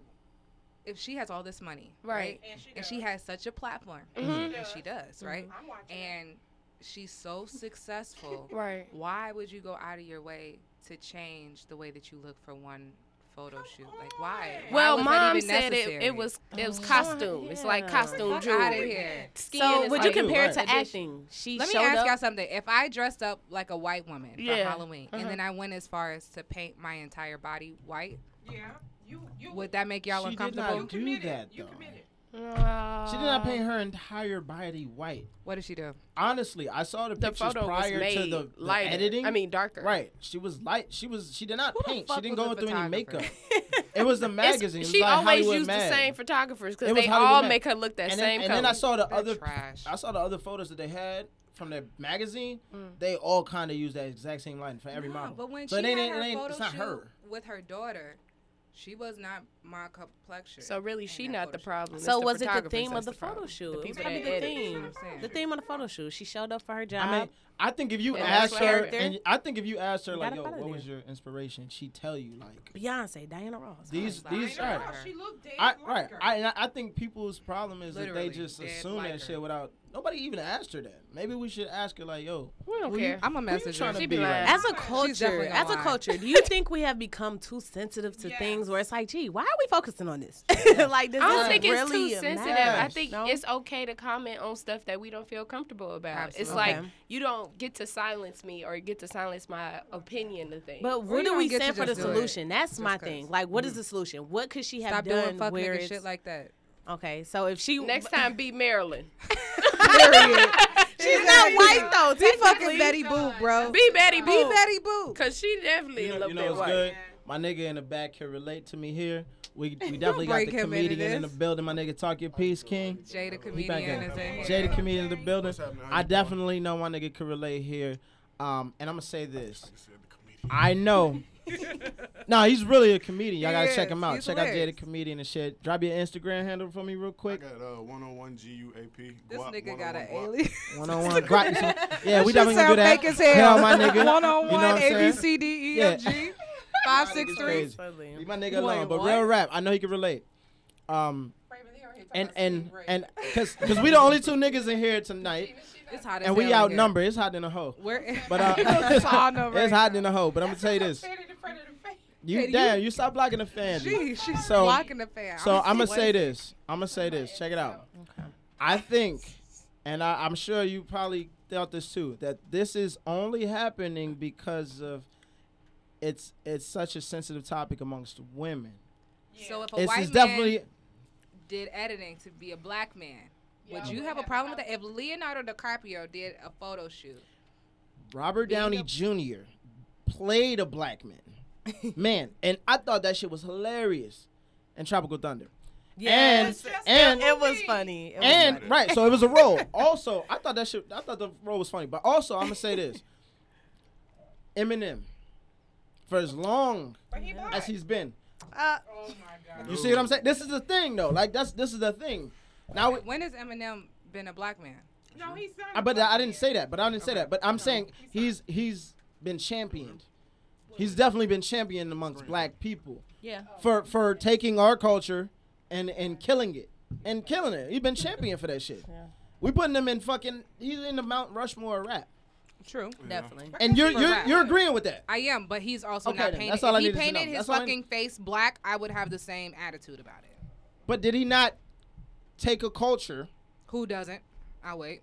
S3: if she has all this money,
S5: Right.
S6: And she,
S3: and she
S6: does.
S3: has such a platform
S5: Mhm.
S3: and she does right
S6: I'm watching. it.
S3: and she's so successful
S5: Right.
S3: why would you go out of your way to change the way that you look for one photo shoot like why Why
S5: Well,
S3: was that
S5: mom
S3: even
S5: said it,
S3: necessary?
S5: it was it was
S1: Oh,
S5: costume. It's like
S1: yeah.
S5: costume
S3: Fuck out of
S5: jewelry.
S3: here
S5: Skin
S1: So
S5: is
S1: would you
S5: like-
S2: you,
S1: compare it
S2: right.
S1: to acting? She
S3: let me
S1: showed
S3: ask
S1: up.
S3: y'all something. If I dressed up like a white woman for
S5: Yeah.
S3: Halloween and then I went as far as to paint my entire body white,
S6: Yeah. You, you,
S3: would that make y'all
S2: She did not
S3: uncomfortable?
S2: do that,
S6: You
S2: though.
S6: committed.
S2: She did not paint her entire body white.
S3: What did she do?
S2: Honestly, I saw the,
S5: the
S2: pictures
S5: photo was
S2: prior
S5: made
S2: to the, the
S5: lighter.
S2: editing.
S5: I mean darker.
S2: right? She was light. She was. She did not
S3: Who the
S2: paint. She
S3: fuck
S2: didn't
S3: was
S2: go
S3: the
S2: through any makeup.
S3: photographer?
S2: It was the
S5: It's-
S2: magazine. It was
S5: she
S2: like
S5: always
S2: Hollywood
S5: used
S2: Mag.
S5: the same photographers
S2: It
S5: because
S2: was
S5: they
S2: Hollywood
S5: all
S2: Mag.
S5: make her look
S2: and
S5: that
S2: then,
S5: same color.
S2: and then I saw the
S3: They're
S2: other
S3: trash.
S2: I saw the other photos that they had from their magazine. They all kind of used that exact same lighting for every
S3: Mm. Nah,
S2: model.
S3: But when
S2: So
S3: she
S2: it ain't-
S3: had
S2: it
S3: her
S2: ain't-
S3: photo
S2: it's not
S3: shoot
S2: her.
S3: with her daughter, she was not my complexion.
S5: so really,
S3: in
S5: she
S3: that
S5: not
S3: photo
S5: the
S3: shoot.
S5: problem.
S1: So
S5: it's
S1: was it the
S5: photographers
S1: theme of
S5: that's
S1: the photo
S5: problem.
S1: shoot?
S5: The
S1: It was
S5: people
S1: probably
S5: that
S1: the
S5: edit.
S3: You know
S1: theme.
S3: what I'm saying?
S1: The theme of the photo shoot. She showed up for her job.
S2: I mean, I think if you
S5: And
S2: ask
S5: that's
S2: her
S5: character.
S2: and I think if you asked her
S1: You
S2: like,
S1: gotta
S2: yo,
S1: follow
S2: what
S1: them.
S2: was your inspiration? She tell you like
S1: Beyonce, Diana Ross.
S2: these
S3: like,
S2: these
S6: I know,
S2: right.
S3: right.
S6: She looked dead
S2: I,
S6: like
S2: right.
S6: her.
S2: I, and I I think people's problem is
S3: Literally,
S2: that they just
S3: dead
S2: assume
S3: like her.
S2: that shit without nobody even asked her that. Maybe we should ask her like, yo,
S5: We don't
S2: who you-
S5: care.
S3: I'm a
S2: who you
S3: message.
S2: tryna
S5: She
S2: be
S5: be
S2: right
S5: lying.
S2: now?
S1: As a
S3: She's definitely
S1: culture,
S3: gonna
S1: as a
S3: lie.
S1: culture, do you think we have become too sensitive to
S6: Yes.
S1: things where it's like, gee, why are we focusing on this? like, does
S5: I don't
S1: this
S5: think it's
S1: really
S5: too sensitive.
S1: matter?
S5: I think
S1: No?
S5: it's okay to comment on stuff that we don't feel comfortable about. It's
S3: Absolutely.
S5: like
S1: Okay.
S5: you don't get to silence me or get to silence my opinion of things.
S1: But
S3: you
S1: what do
S3: don't
S1: we
S3: get to
S1: stand for the
S3: just do it,
S1: solution? That's my
S3: 'cause.
S1: thing. Like, what is the solution? What could she have
S3: Stop
S1: done?
S3: doing fuck
S1: where
S3: nigga
S1: it's-
S3: shit like that.
S1: okay, so if she
S5: next time, be Marilyn.
S1: she's not white though.
S3: Be
S1: technically.
S3: fucking Betty Boo, bro.
S5: Be Betty
S3: Be
S1: oh.
S5: Boo.
S3: Betty Boo.
S5: Cause she definitely
S2: You know,
S5: looked
S2: you know
S5: that
S2: what's
S5: way.
S2: good? My nigga in the back can relate to me here. We we definitely got the
S3: break him into
S2: comedian in the
S3: this.
S2: building. My nigga, talk your piece, King.
S3: Jay the
S2: He back
S3: comedian is in
S2: in.
S3: here.
S2: Jay the comedian in the building.
S8: What's happening? How
S2: I
S8: you doing?
S2: definitely know my nigga can relate here. Um, and I'm gonna say this.
S8: You said the comedian.
S2: I know. no, he's really a comedian. Y'all
S3: He
S2: gotta check
S3: is.
S2: him out.
S3: He's
S2: check out Jay the
S3: hilarious.
S2: comedian and shit. Drop your Instagram handle for me real
S8: I
S2: quick.
S8: got uh, 101 GUAP.
S3: This
S8: Guap,
S3: nigga got
S8: 101
S3: an
S8: guap.
S3: alien.
S2: One on one. Yeah, we definitely
S3: That shit
S2: gonna do
S3: sound
S2: that.
S3: fake as hell.
S2: Hell, my nigga.
S3: One
S2: You
S3: on
S2: know what
S3: one,
S2: I'm
S3: A B
S2: saying?
S3: C D E F
S2: Yeah.
S3: G. Five six
S2: It's
S3: three.
S2: crazy. Leave my nigga alone. But
S3: what?
S2: real rap, I know he can relate. Um,
S6: Raven, they already
S2: and
S6: talking about
S2: and
S6: Steve Ray.
S2: and cause cause we the only two niggas in here tonight,
S3: It's hot as
S2: and we
S3: hell in here.
S2: outnumbered. It's hot than a hoe.
S3: We're
S2: But uh,
S3: it's hot in
S2: it's hot than a hoe. But I'm gonna tell you this:
S6: Stand in front of the face.
S2: you
S3: Katie, you-
S2: damn, you stop blocking the fan.
S3: Gee, she's
S2: So-
S3: blocking the fan.
S2: So I'm
S3: I'ma
S2: gonna
S3: see
S2: say
S3: what-
S2: this. I'm gonna say this. Check it out. I think, and I, I'm sure you probably felt this too, that this is only happening because of it's it's such a sensitive topic amongst women.
S3: So if a
S2: It's,
S3: white
S2: it's
S3: man
S2: definitely
S3: did editing to be a black man, would you have a problem with that? If Leonardo DiCaprio did a photo shoot,
S2: Robert Downey Jr. played a black man, man, and I thought that shit was hilarious in Tropical Thunder.
S1: Yes.
S2: And and
S1: it was funny. It was
S2: And
S1: funny.
S2: right, so it was a role. Also, I thought that shit. I thought the role was funny, but also I'm gonna say this: Eminem, for as long
S6: But he black.
S2: as he's been,
S1: Uh,
S6: Oh my God.
S2: you see what I'm saying? This is the thing, though. Like that's this is the thing. Now, we-
S3: when has Eminem been a black man?
S6: No, he's not.
S2: I-
S6: a
S2: but
S6: black
S2: I didn't
S6: man.
S2: say that. But I didn't say that. But I'm saying he's he's been championed. He's definitely been championed amongst black people
S5: Yeah.
S2: for for taking our culture and and killing it and killing it. He's been champion for that shit. We putting him in fucking. He's in the Mount Rushmore of rap.
S3: True.
S5: Definitely.
S2: And you're
S3: Super
S2: you're,
S3: rap.
S2: you're agreeing with that.
S3: I am, but he's also
S2: Okay,
S3: not
S2: then.
S3: painted.
S2: That's all I
S3: if he
S2: needed to know.
S3: painted his
S2: That's all I
S3: fucking face black, I would have the same attitude about it.
S2: But did he not take a culture
S3: Who doesn't? I wait.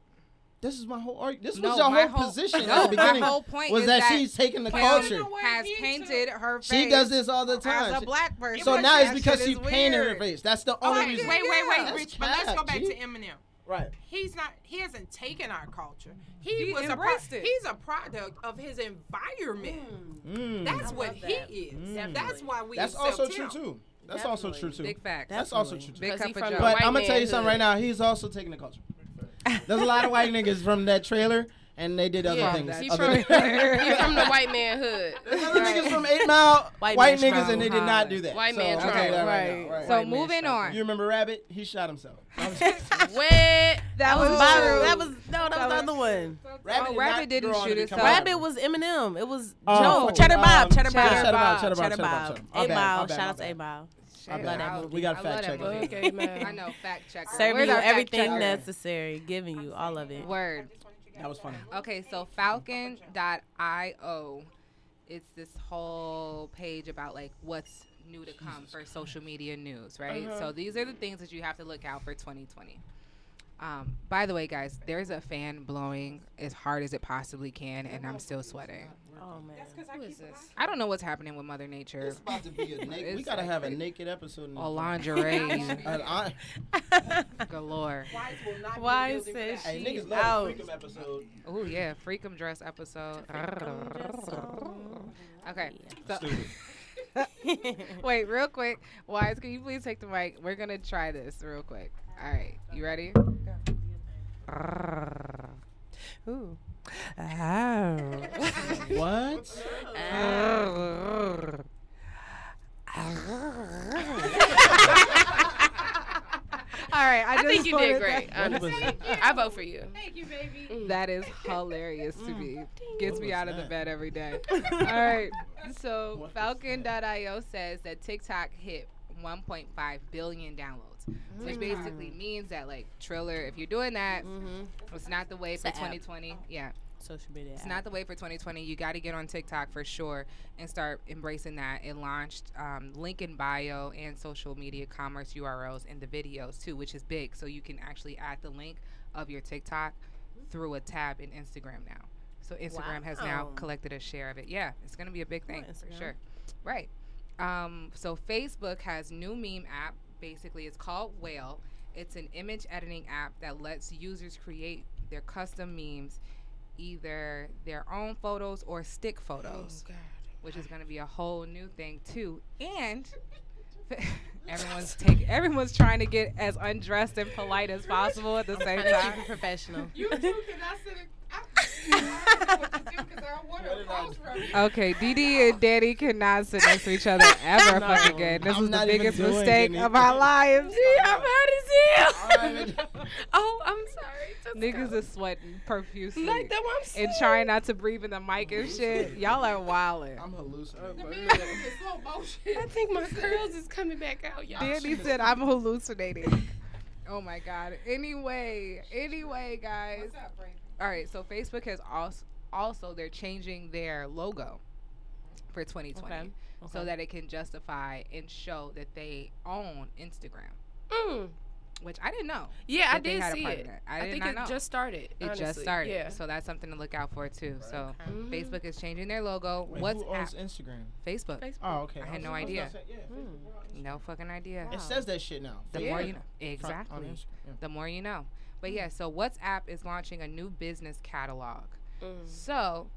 S2: This is my whole argument. This
S3: No,
S2: was your
S3: my
S2: whole,
S3: whole-
S2: position
S3: no,
S2: at the
S3: my
S2: beginning.
S3: whole point
S2: was
S3: is
S2: that,
S3: that
S2: she's taking the
S3: Karen
S2: culture.
S3: Has painted her face.
S2: She does this all the time.
S3: as
S2: She-
S3: a black person.
S2: so
S6: but
S2: now it's
S6: that
S2: because
S3: shit
S2: she
S3: is
S2: painted her
S3: weird. Oh,
S2: face. That's the only
S6: Wait,
S2: reason.
S6: wait, wait, wait,
S2: That's
S6: Rich. But let's
S2: cap,
S6: go back
S2: G.
S6: to Eminem.
S2: Right.
S6: He's not. He hasn't taken our culture. He,
S3: He
S6: was a. Pro-
S3: embraced it.
S6: he's a product of his environment.
S2: Mm.
S6: That's
S5: I
S6: what
S5: love
S6: he
S5: that.
S6: is.
S2: Mm.
S6: That's why we.
S2: That's
S6: accept
S2: also true
S6: him.
S2: too. That's also true too.
S3: Big fact.
S2: That's also
S1: Definitely.
S2: true too.
S3: Big
S5: Because
S3: cup
S5: he
S3: of
S5: from
S3: joe.
S5: the
S2: But
S5: white
S2: I'm gonna tell you
S5: man
S2: something
S5: hood.
S2: right now. He's also taking the culture. There's a lot of white niggas from that trailer, and they did other
S5: Yeah,
S2: things.
S5: he
S2: Other
S5: from-
S2: niggas-
S5: He from the white man hood.
S2: There's other niggas from Eight Mile, white,
S1: White man
S2: niggas, and they did not do that.
S5: White
S2: so,
S5: man
S2: I'll tell you that right now, right.
S3: So
S1: White man
S3: moving
S1: struggle.
S3: on.
S2: you remember Rabbit? He shot himself.
S5: What?
S1: That was
S3: Oh.
S1: Byron. That was no, that was the other one.
S2: Rabbit, did
S3: Rabbit
S2: not
S3: didn't
S2: grow on
S3: shoot
S2: to
S3: itself.
S2: become
S3: Rabbit
S1: Rabbit was Eminem. It was
S2: Oh,
S1: Joe.
S2: fuck.
S1: Cheddar Bob.
S2: Um,
S1: Cheddar
S2: Cheddar
S1: Bob.
S2: Bob, Cheddar Bob, Cheddar Bob, Cheddar Bob.
S1: Eight
S2: My bad, my
S1: Mile.
S2: bad,
S1: Shout
S2: my
S1: out to
S2: bad.
S1: Eight Mile.
S2: I
S3: Shout
S2: love that
S3: out.
S2: movie. We gotta
S3: I love
S2: fact
S3: that
S2: check
S3: movie.
S2: it.
S5: Okay, man.
S3: I know fact check.
S1: Serving you everything
S3: that's
S1: necessary, giving you all of it.
S3: Word.
S2: That was funny.
S3: Okay, so falcon.io, it's this whole page about like what's new to come for social media news, right? So these are the things that you have to look out for 2020. Um, by the way, guys, there's a fan blowing as hard as it possibly can, and I'm still sweating.
S1: Oh man.
S3: I don't know what's happening with Mother Nature.
S2: It's about to be a naked. we
S3: It's
S2: gotta
S3: like
S2: have a
S3: crazy.
S2: naked episode. In
S3: A
S2: this
S3: lingerie
S2: thing. And I,
S1: Oh,
S3: galore.
S1: Why says
S2: hey,
S1: she
S2: niggas love
S1: out?
S2: the freakum episode.
S3: Oh yeah, freakum dress episode. Okay. So, wait, real quick. Wise, can you please take the mic? We're gonna try this real quick. All right, you ready? Mm.
S4: Ooh.
S2: What?
S3: All right, I,
S5: I
S3: just
S5: think you
S3: wanted
S5: did great.
S3: that-
S2: What was
S5: Honestly,
S2: it?
S5: I vote for you.
S3: That is hilarious to me. Gets
S2: What
S3: me
S2: was
S3: out of the
S2: that?
S3: bed every day. All right. So
S2: What was
S3: Falcon.io says that TikTok hit 1.5 billion downloads, which basically means that like Triller, if you're doing that, Mm-hmm. it's not the way for
S1: an app.
S3: 2020. Yeah.
S1: Social media.
S3: It's not the way for 2020. You got to get on TikTok for sure and start embracing that. It launched um, link in bio and social media commerce URLs in the videos too, which is big. So you can actually add the link of your TikTok through a tab in Instagram now. So Instagram has now
S1: Wow.
S3: collected a share of it. Yeah, it's going to be a big thing for
S1: Instagram.
S3: sure. Right. Um, so Facebook has new meme app. Basically, it's called Whale. It's an image editing app that lets users create their custom memes, either their own photos or stick
S2: Oh,
S3: photos, which is going to be a whole new thing too. And everyone's take everyone's trying to get as undressed and polite as possible at the same time.
S1: professional.
S6: You too cannot sit. in- I, I don't know what to do because I want
S2: What
S6: to
S2: did I
S6: approach
S2: do?
S6: from you.
S3: Okay, DD and Daddy could not sit next to each other ever
S1: No.
S3: fucking again. This
S2: I'm
S3: is the
S2: not even
S3: biggest
S2: doing
S3: mistake of
S2: anything.
S3: our lives.
S5: I'm hot
S2: All
S5: as
S2: right.
S5: hell. oh, I'm sorry. Just
S3: Niggas
S5: go.
S3: is sweating profusely
S5: like that. What I'm
S3: and
S5: saying.
S3: trying not to breathe in the mic and shit. Y'all are wildin'.
S2: I'm hallucinating.
S6: Slow motion.
S5: I think my curls is coming back out, y'all.
S3: Danny said I'm hallucinating. Oh my god. Anyway, anyway, guys. All right, so Facebook has also also they're changing their logo for 2020
S1: Okay,
S3: so
S1: okay.
S3: that it can justify and show that they own Instagram,
S5: Mm.
S3: which I didn't know.
S5: Yeah, I
S3: that they
S5: did
S3: had a
S5: see
S3: part in
S5: it.
S3: that. I
S5: I,
S3: did
S5: think
S3: not
S5: it
S3: know.
S5: just started.
S3: It just
S5: honestly.
S3: started.
S5: Yeah.
S3: So that's something to look out for too. So
S5: Mhm.
S3: Facebook is changing their logo.
S2: Mm-hmm. Wait,
S3: What's
S2: who owns
S3: app-
S2: Instagram?
S3: Facebook?
S5: Facebook.
S2: Oh, okay.
S3: I had
S2: was-
S3: no
S2: was
S3: idea.
S2: gonna say, yeah,
S3: No fucking idea.
S2: It says that shit now.
S3: The
S2: Yeah.
S3: more you know.
S2: From- on
S3: Exactly.
S2: Instagram, yeah.
S3: the more you know. But yeah, so WhatsApp is launching a new business catalog.
S5: Mm.
S3: So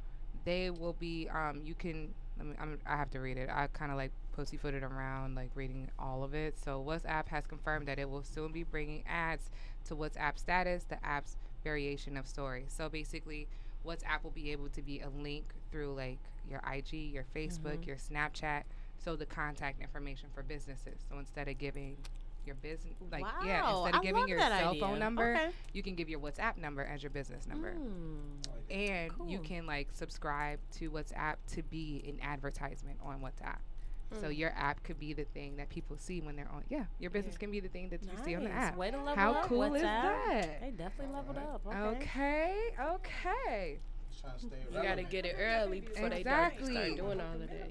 S3: they will be. Um, you can. Let me, I'm, I have to read it. I kind of like pussyfooted around, like reading all of it. So WhatsApp has confirmed that it will soon be bringing ads to WhatsApp status, the app's variation of story. So basically, WhatsApp will be able to be a link through like your IG, your Facebook,
S1: Mm-hmm.
S3: your Snapchat. So the contact information for businesses. So instead of giving your business, like yeah,
S1: Wow,
S3: instead
S1: I
S3: of giving
S1: love
S3: your
S1: that
S3: cell
S1: idea.
S3: phone number,
S1: Okay.
S3: you can give your WhatsApp number as your business number. And
S1: Mm, Cool.
S3: you can like subscribe to WhatsApp to be an advertisement on WhatsApp. So
S1: Mm.
S3: your app could be the thing that people see when they're on. Yeah, your business can be the thing that you see on the
S1: Nice.
S3: app.
S1: Way to level
S3: How
S1: up,
S3: cool is
S1: WhatsApp.
S3: that?
S1: They definitely leveled up. Okay.
S3: Okay, okay.
S2: Just trying to stay
S5: You gotta
S2: relevant.
S5: get it early before they don't
S3: Exactly.
S5: start doing all of that.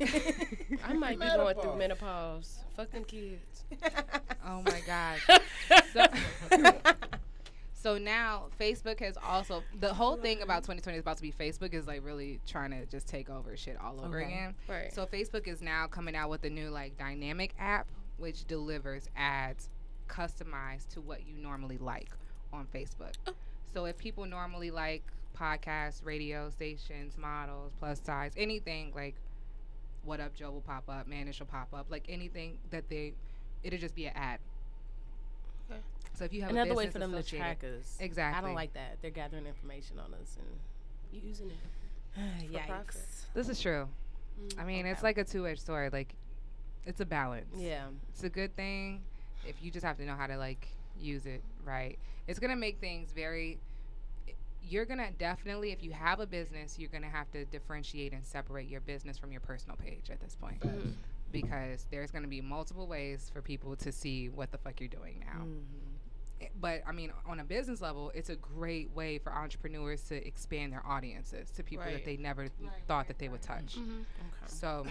S5: Yeah. I might be going through menopause. Fuck them kids.
S3: Oh my god. So,
S5: That's
S3: so So now Facebook has also the whole thing about 2020 is about to be Facebook is like really trying to just take over shit all over
S1: Okay.
S3: again.
S5: Right.
S3: So Facebook is now coming out with a new like dynamic app which delivers ads customized to what you normally like on Facebook. So if people normally like podcasts, radio stations, models, plus size, anything like what up Joe will pop up, Manish will pop up, like anything that they it'll just be an ad.
S5: Okay.
S3: So if you have
S1: Another
S3: a
S1: way
S3: business
S1: for them to
S3: associated-
S1: track us. I
S3: Exactly.
S1: don't like that. They're gathering information on us and
S5: Using it. profit.
S1: yikes.
S3: This is true. I mean, it's
S1: Okay.
S3: like a two-edged sword. Like, it's a balance.
S1: Yeah.
S3: It's a good thing if you just have to know how to like use it right. It's gonna make things very. You're gonna definitely, if you have a business, you're gonna have to differentiate and separate your business from your personal page at this point, because there's gonna be multiple ways for people to see what the fuck you're doing now it- but I mean, on a business level, it's a great way for entrepreneurs to expand their audiences to people that
S5: Right.
S3: they never thought that they would touch.
S5: Mhm.
S3: So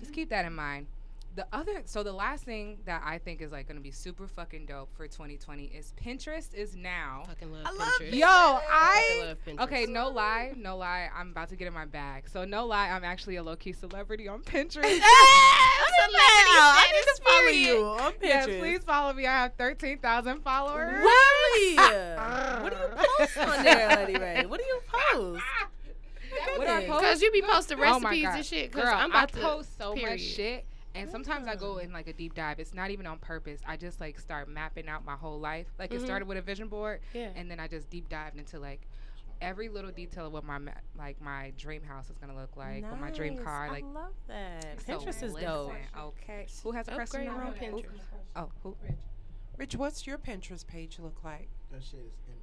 S3: just keep that in mind. The other, so the last thing that I think is like going to be super fucking dope for 2020 is Pinterest is now.
S5: Fucking love I Pinterest.
S3: Yo,
S5: I
S3: I.
S5: love Pinterest.
S3: Okay, no lie, no lie. I'm about to get in my bag. So no lie, I'm actually a low key celebrity on Pinterest.
S1: I need to follow
S5: period.
S1: you on
S3: yes,
S1: Pinterest.
S3: please follow me. I have 13,000 followers.
S1: Really? what do you post on there, Lady Ray? What do you post?
S3: What do I
S1: Goodness.
S3: post?
S5: Because you be posting
S3: Oh my
S5: recipes
S3: God.
S5: and shit. Because
S3: Girl,
S5: I'm about
S3: I
S5: to
S3: post so
S5: period.
S3: much shit, and sometimes I go in like a deep dive. It's not even on purpose. I just like start mapping out my whole life. Like it
S5: Mhm.
S3: started with a vision board,
S5: Yeah.
S3: and then I just deep dived into like every little detail of what my ma- like my dream house is gonna look like, or my dream
S1: Nice.
S3: car. Like
S1: I love that.
S3: so
S1: Pinterest is
S3: listen, Oh.
S1: dope.
S3: Okay, who has a question?
S5: Upgrade
S3: in the
S5: on
S3: room? Who-
S5: Pinterest.
S3: Oh, who?
S6: Rich, what's your Pinterest page look like?
S2: That shit is empty.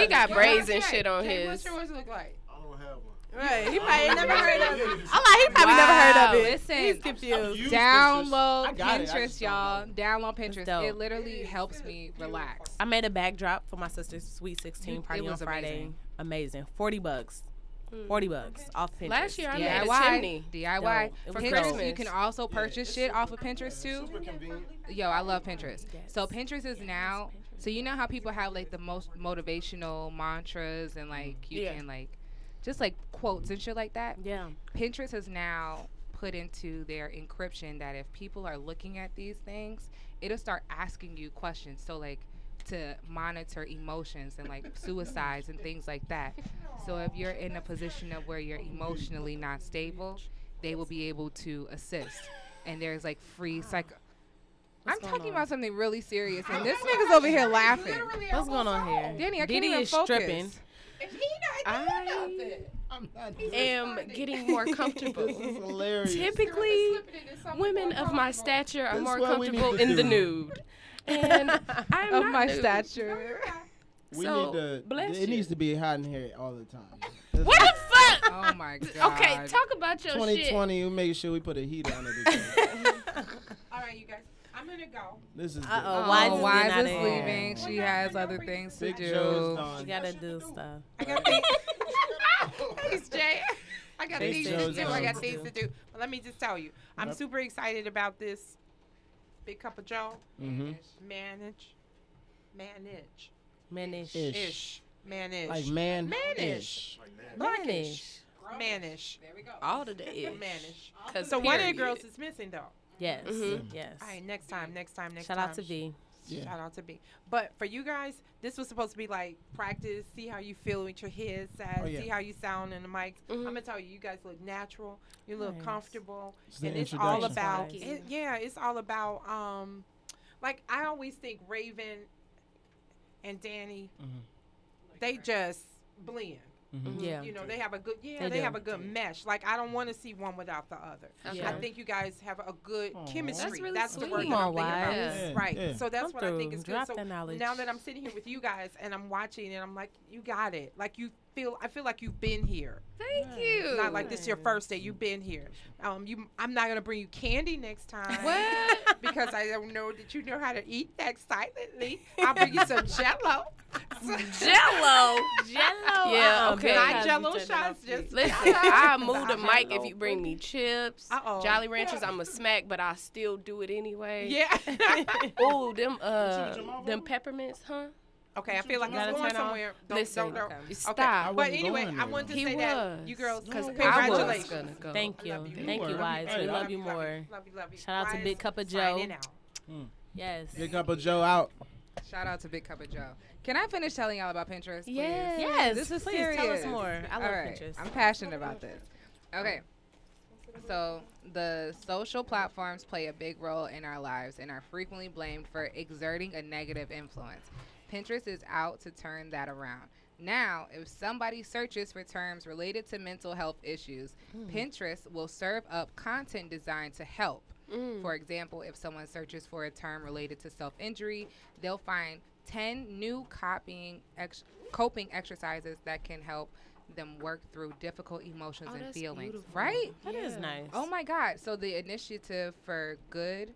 S5: He got braids and
S6: Jay,
S5: shit on
S6: Jay,
S5: his.
S6: What's yours look like?
S8: I don't have one.
S1: Right. He
S8: I
S1: probably ain't
S8: don't
S1: never
S8: know.
S1: heard of it.
S8: I
S1: I'm like, he probably never heard of
S3: Wow,
S1: it.
S3: listen.
S1: He's confused.
S8: use
S3: Download
S2: I got it. I
S3: Pinterest,
S2: just
S3: y'all.
S2: downloaded
S3: Download Pinterest.
S1: dope.
S3: It literally helps me relax.
S1: I made a backdrop for my sister's sweet 16
S3: You-
S1: party
S3: it
S1: on
S3: was
S1: Friday.
S3: amazing. Mm.
S1: Amazing. 40 bucks. 40 bucks off Pinterest.
S5: Last year I made a
S3: DIY,
S5: chimney.
S3: DIY.
S1: Dope. It was
S3: Pinterest,
S1: dope.
S3: you can also purchase
S8: it's
S3: shit
S8: super
S3: off of Pinterest too.
S8: Super convenient.
S3: Yo, I love Pinterest. So Pinterest is now. So you know how people have like the most motivational mantras and like you
S5: Yeah.
S3: can like just like quotes and shit like that.
S1: Yeah.
S3: Pinterest has now put into their encryption that if people are looking at these things, it'll start asking you questions. So like to monitor emotions and like suicides and things like that. So if you're in a position of where you're emotionally not stable, they will be able to assist. And there's like free psych. I'm talking about something really serious, and this nigga's over here laughing.
S1: What's going on here?
S3: Danny, I
S1: Diddy
S3: can't even
S1: is
S3: focus.
S1: stripping.
S5: I
S2: I'm not.
S5: am getting more comfortable.
S2: It's hilarious.
S5: Typically, women of my stature are
S2: That's
S5: more
S2: what we need
S5: comfortable
S2: to
S5: in the
S2: do.
S5: nude. And I'm
S3: Of
S5: not
S3: my
S5: nude.
S3: stature.
S2: we
S5: so,
S2: need to.
S5: bless
S2: it
S5: you.
S2: needs to be hot in here all the time. That's
S5: What the fuck?
S3: Oh my god.
S5: Okay, talk about your shit.
S2: 2020. We making sure we put a heat on it.
S6: All right, you guys. I'm gonna go.
S2: this is.
S1: Uh-oh.
S2: good.
S3: Oh,
S1: Why is this
S3: why
S1: getting
S3: is
S1: out
S3: this
S1: of hand?
S3: leaving? She has other things to
S2: Big Joe is
S3: do.
S1: You
S2: done.
S1: gotta do stuff.
S6: I got things. Thanks, Jay. I got
S2: Thanks,
S6: things to
S2: Joe's
S6: do. I
S2: on.
S6: got things to do. But let me just tell you, I'm
S2: Yep.
S6: super excited about this big cup of Joe.
S2: Mhm.
S6: Manage, manage,
S1: Manish.
S2: Ish.
S6: ish, manage,
S2: Like man.
S6: Manish.
S8: Like that.
S6: blackish,
S1: Manish.
S6: manish,
S5: All of the ish.
S6: manish.
S5: 'Cause
S6: So one of the
S5: period.
S6: girls is missing though.
S1: Yes.
S3: Mm-hmm.
S5: Mhm.
S1: Yes.
S6: All right, next time, next time, next
S1: Shout
S6: time.
S1: out to V.
S2: Yeah.
S6: Shout out to B. But for you guys, this was supposed to be like practice, see how you feel with your headset,
S2: Oh, yeah.
S6: see how you sound in the mics. I'm
S1: Mm-hmm.
S5: Mhm.
S6: gonna tell you, you guys look natural. You look
S1: Nice.
S6: comfortable,
S2: It's the
S6: and it's all
S2: introduction.
S6: about
S5: Thank
S6: it, yeah, it's all about um, like I always think Raven and Danny,
S2: Mhm.
S6: they just blend.
S2: Mm-hmm.
S3: Mm-hmm.
S1: Yeah.
S6: You know, they have a good yeah,
S1: They
S6: they,
S1: do.
S6: have a good mesh. Like I don't want to see one without the other.
S5: Okay.
S1: Yeah.
S6: I think you guys have a good
S2: Aw.
S6: chemistry.
S5: That's really
S6: That's the
S5: sweet.
S6: word
S1: Come
S6: that I'm
S1: on,
S6: thinking about.
S5: wives.
S2: Yeah,
S6: Right.
S2: yeah.
S6: So that's
S1: Come
S6: what I think
S1: through.
S6: is good.
S1: Drop
S6: So
S1: the knowledge.
S6: now that I'm sitting here with you guys and I'm watching and I'm like, you got it. Like you feel, I feel like you've been here.
S5: Thank you.
S6: It's not like this is your first day. You've been here. Um, you, I'm not gonna bring you candy next time.
S5: What?
S6: Because I don't know that you know how to eat that silently. I'll bring you some Jello, shots.
S5: Jello.
S3: Oh,
S1: Jello.
S5: Yeah,
S1: uh-uh,
S5: okay.
S1: baby.
S6: Not Jello shots. Just
S5: Listen, I move the mic if you bring me chips.
S6: Uh-oh.
S5: Jolly Ranchers, I'm a smack, but I still do it anyway.
S6: yeah.
S5: Ooh, them uh,
S8: Jim Oliver?
S5: them peppermints, huh?
S6: okay, I feel like
S1: Gotta
S6: I'm going
S1: turn off.
S6: somewhere. Don't,
S5: Listen,
S6: don't, don't.
S5: stop.
S2: I
S6: But
S2: wasn't
S6: anyway,
S2: going
S6: I
S2: there,
S6: want to
S5: He
S6: say that you
S5: was.
S6: girls,
S5: No, I was
S6: congratulations.
S5: gonna go.
S1: Thank you.
S6: love you.
S1: Thank you,
S2: You were.
S1: Wise.
S2: Hey,
S1: We
S2: I
S1: love you
S6: Love
S1: more.
S6: Love you, love you.
S1: Shout out to
S6: Wise
S1: Big Cup of
S6: signing
S1: Joe.
S6: out.
S1: Yes.
S2: Big Cup of Joe out.
S3: Shout out to Big Cup of Joe. Can I finish telling y'all about Pinterest? please?
S5: Yes.
S1: Yes.
S3: This is
S1: please tell us
S3: serious.
S1: more. I
S3: All
S1: love
S3: right,
S1: Pinterest.
S3: I'm passionate about this. Okay. So the social platforms play a big role in our lives and are frequently blamed for exerting a negative influence. Pinterest is out to turn that around. Now, if somebody searches for terms related to mental health issues,
S5: Hmm.
S3: Pinterest will serve up content designed to help.
S5: Hmm.
S3: For example, if someone searches for a term related to self injury, they'll find 10 new copying ex- coping exercises that can help them work through difficult emotions
S5: Oh,
S3: and
S5: that's
S3: feelings.
S5: beautiful.
S3: Right?
S1: That is nice.
S3: Oh my God! So the initiative for good,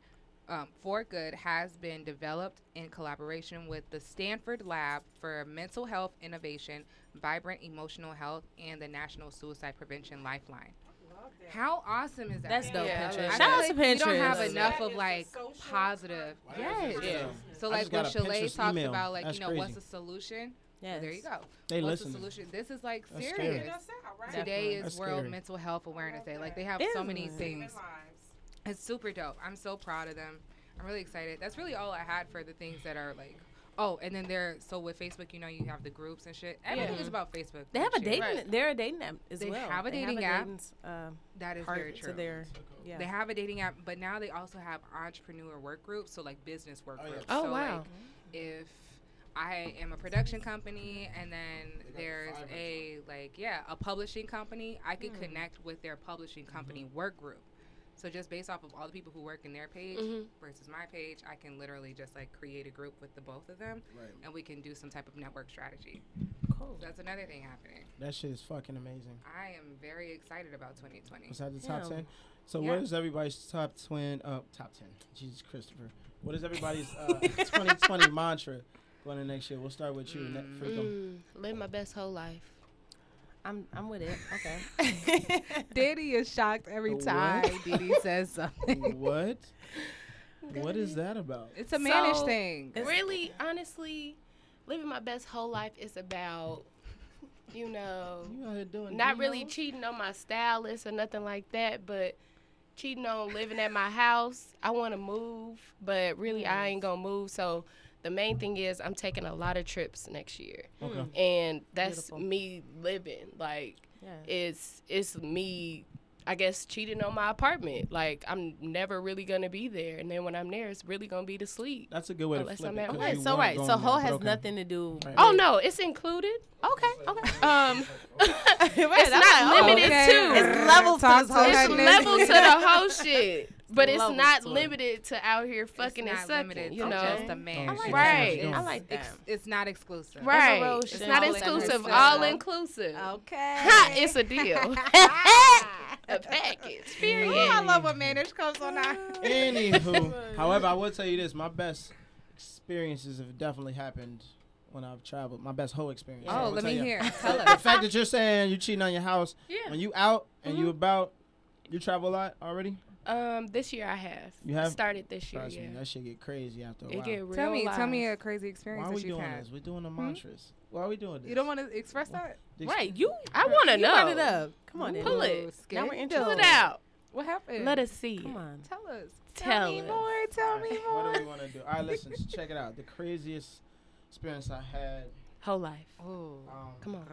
S3: um, for good, has been developed in collaboration with the Stanford Lab for Mental Health Innovation, Vibrant Emotional Health, and the National Suicide Prevention Lifeline. How awesome is that?
S1: That's dope,
S5: Yeah, I love
S1: Pinterest.
S5: it.
S3: I
S1: Shout
S3: feel
S1: out to
S3: like
S1: Pinterest.
S3: We don't have
S5: That
S3: enough of
S6: is a
S3: like
S6: social
S3: positive. Yes.
S1: Yeah.
S3: So
S2: I
S3: like
S2: just
S3: when
S2: got a
S3: Chalet
S2: Pinterest
S3: talks
S2: email.
S3: about like
S2: That's
S3: you know what's
S2: crazy.
S3: the solution?
S1: Yes.
S3: There you go.
S2: They
S3: what's
S2: listening.
S3: the solution? This is like
S2: That's scary.
S3: serious.
S6: And that's out, right?
S3: Today
S1: Definitely.
S3: is
S2: That's
S3: World
S2: scary.
S3: Mental Health Awareness Day. Like they have so many
S1: Isn't it?
S3: things.
S6: Lives.
S3: It's super dope. I'm so proud of them. I'm really excited. That's really all I had for the things that are like. Oh, and then they're so with Facebook, you know, you have the groups and shit. Everything is about Facebook.
S1: They have a
S3: and shit.
S1: dating.
S5: Right.
S1: They're a dating app as
S3: They
S1: well.
S3: have a dating app.
S1: dating, um,
S3: That is very
S1: part
S3: true.
S1: to their. Yeah.
S3: They have a dating app, but now they also have entrepreneur work groups, so like business work
S2: Oh, yeah.
S3: groups.
S5: Oh,
S3: so,
S5: wow.
S3: Like, if I am a production company and then there's a like yeah a publishing company, I could connect with their publishing company
S2: Mm-hmm.
S3: work group. So just based off of all the people who work in their page
S5: Mhm.
S3: versus my page, I can literally just like create a group with the both of them,
S2: Right.
S3: and we can do some type of network strategy.
S1: Cool.
S3: So that's another thing happening.
S2: That shit is fucking amazing.
S3: I am very excited about 2020.
S2: Was that the top
S1: Yeah.
S2: ten? So
S3: Yeah.
S2: what is everybody's top twin? Uh, top ten. Jesus Christopher. What is everybody's uh, 2020 mantra going into next year? We'll start with you. Ne- Freakum.
S5: Mm, live my best whole life.
S1: I'm. I'm with it. Okay.
S3: Diddy is shocked every
S2: What?
S3: time Diddy says something.
S2: what? What is that about?
S3: It's a mannish
S5: So-
S3: thing.
S5: really, honestly, living my best whole life is about, you know,
S2: You out here doing?
S5: not really
S2: demos?
S5: cheating on my stylist or nothing like that, but cheating on living at my house. I want to move, but really I ain't gonna move. So the main thing is I'm taking a lot of trips next year,
S2: Okay.
S5: and that's
S1: Beautiful.
S5: me living. Like
S1: yeah.
S5: it's it's me. I guess cheating on my apartment. Like I'm never really gonna be there, and then when I'm there, it's really gonna be to sleep.
S2: That's a good way to
S5: Unless
S2: flip
S5: I'm
S2: it.
S5: at
S2: 'cause
S1: Wait,
S2: you
S1: so
S2: weren't
S1: right,
S2: going
S1: so
S2: there,
S1: whole
S2: but
S1: has
S2: okay.
S1: nothing to do.
S2: Right.
S5: Oh no, it's included. Okay, okay. Um,
S1: Right,
S5: it's
S1: I'm
S5: not
S1: like, oh,
S5: limited
S1: okay.
S5: to.
S1: It's level to
S3: Talk
S1: this
S3: to
S1: whole
S3: her
S5: it's
S1: shit.
S3: next
S5: level to the whole shit, but it's
S1: levels
S5: not
S1: to it.
S5: limited to out here fucking and
S3: it's not limited
S5: sucking. You
S3: to
S5: know,
S3: just a man.
S2: I like
S5: right?
S2: that.
S5: I like that.
S3: It's, it's not exclusive.
S5: Right?
S1: road
S5: It's
S1: shit.
S5: not
S1: All
S5: exclusive.
S1: inclusive.
S5: All inclusive.
S3: Okay.
S5: Ha, it's a deal. a package. Period.
S3: Ooh, I love when mannish comes on our.
S2: Anywho, however, I will tell you this: my best experiences have definitely happened when I've traveled. My best whole experience. I
S3: Oh,
S2: will
S3: let
S2: tell
S3: me
S2: you.
S3: hear. Tell
S2: The
S3: us.
S2: fact that you're saying you cheating on your house
S5: Yeah.
S2: when you out and you about, you travel a lot already.
S5: Um, this year I have.
S2: You have?
S5: started this year.
S2: Trust
S5: Yeah.
S2: me, that shit get crazy after a
S5: It
S2: while.
S5: get real.
S3: Tell me, tell me a
S5: live.
S3: crazy
S2: Why
S3: experience
S2: are we
S3: that you've
S2: doing
S3: had.
S2: this? We're doing the mantras. Why are we doing this?
S3: You don't want to express that?
S2: This-
S1: Right, you.
S5: I want to
S1: You brought it
S5: know.
S1: up. Come on,
S5: Pull
S1: now.
S5: it.
S1: Now we're
S5: Pull
S1: interested.
S5: it out.
S3: What happened?
S5: Let us see.
S1: Come on.
S3: Tell us.
S5: Tell
S3: me
S5: us.
S3: more. Tell me
S2: Alright,
S3: more.
S2: What do we want to do? All right, listen, s- check it out. The craziest experience I had.
S5: Whole life.
S2: Um,
S5: Come on.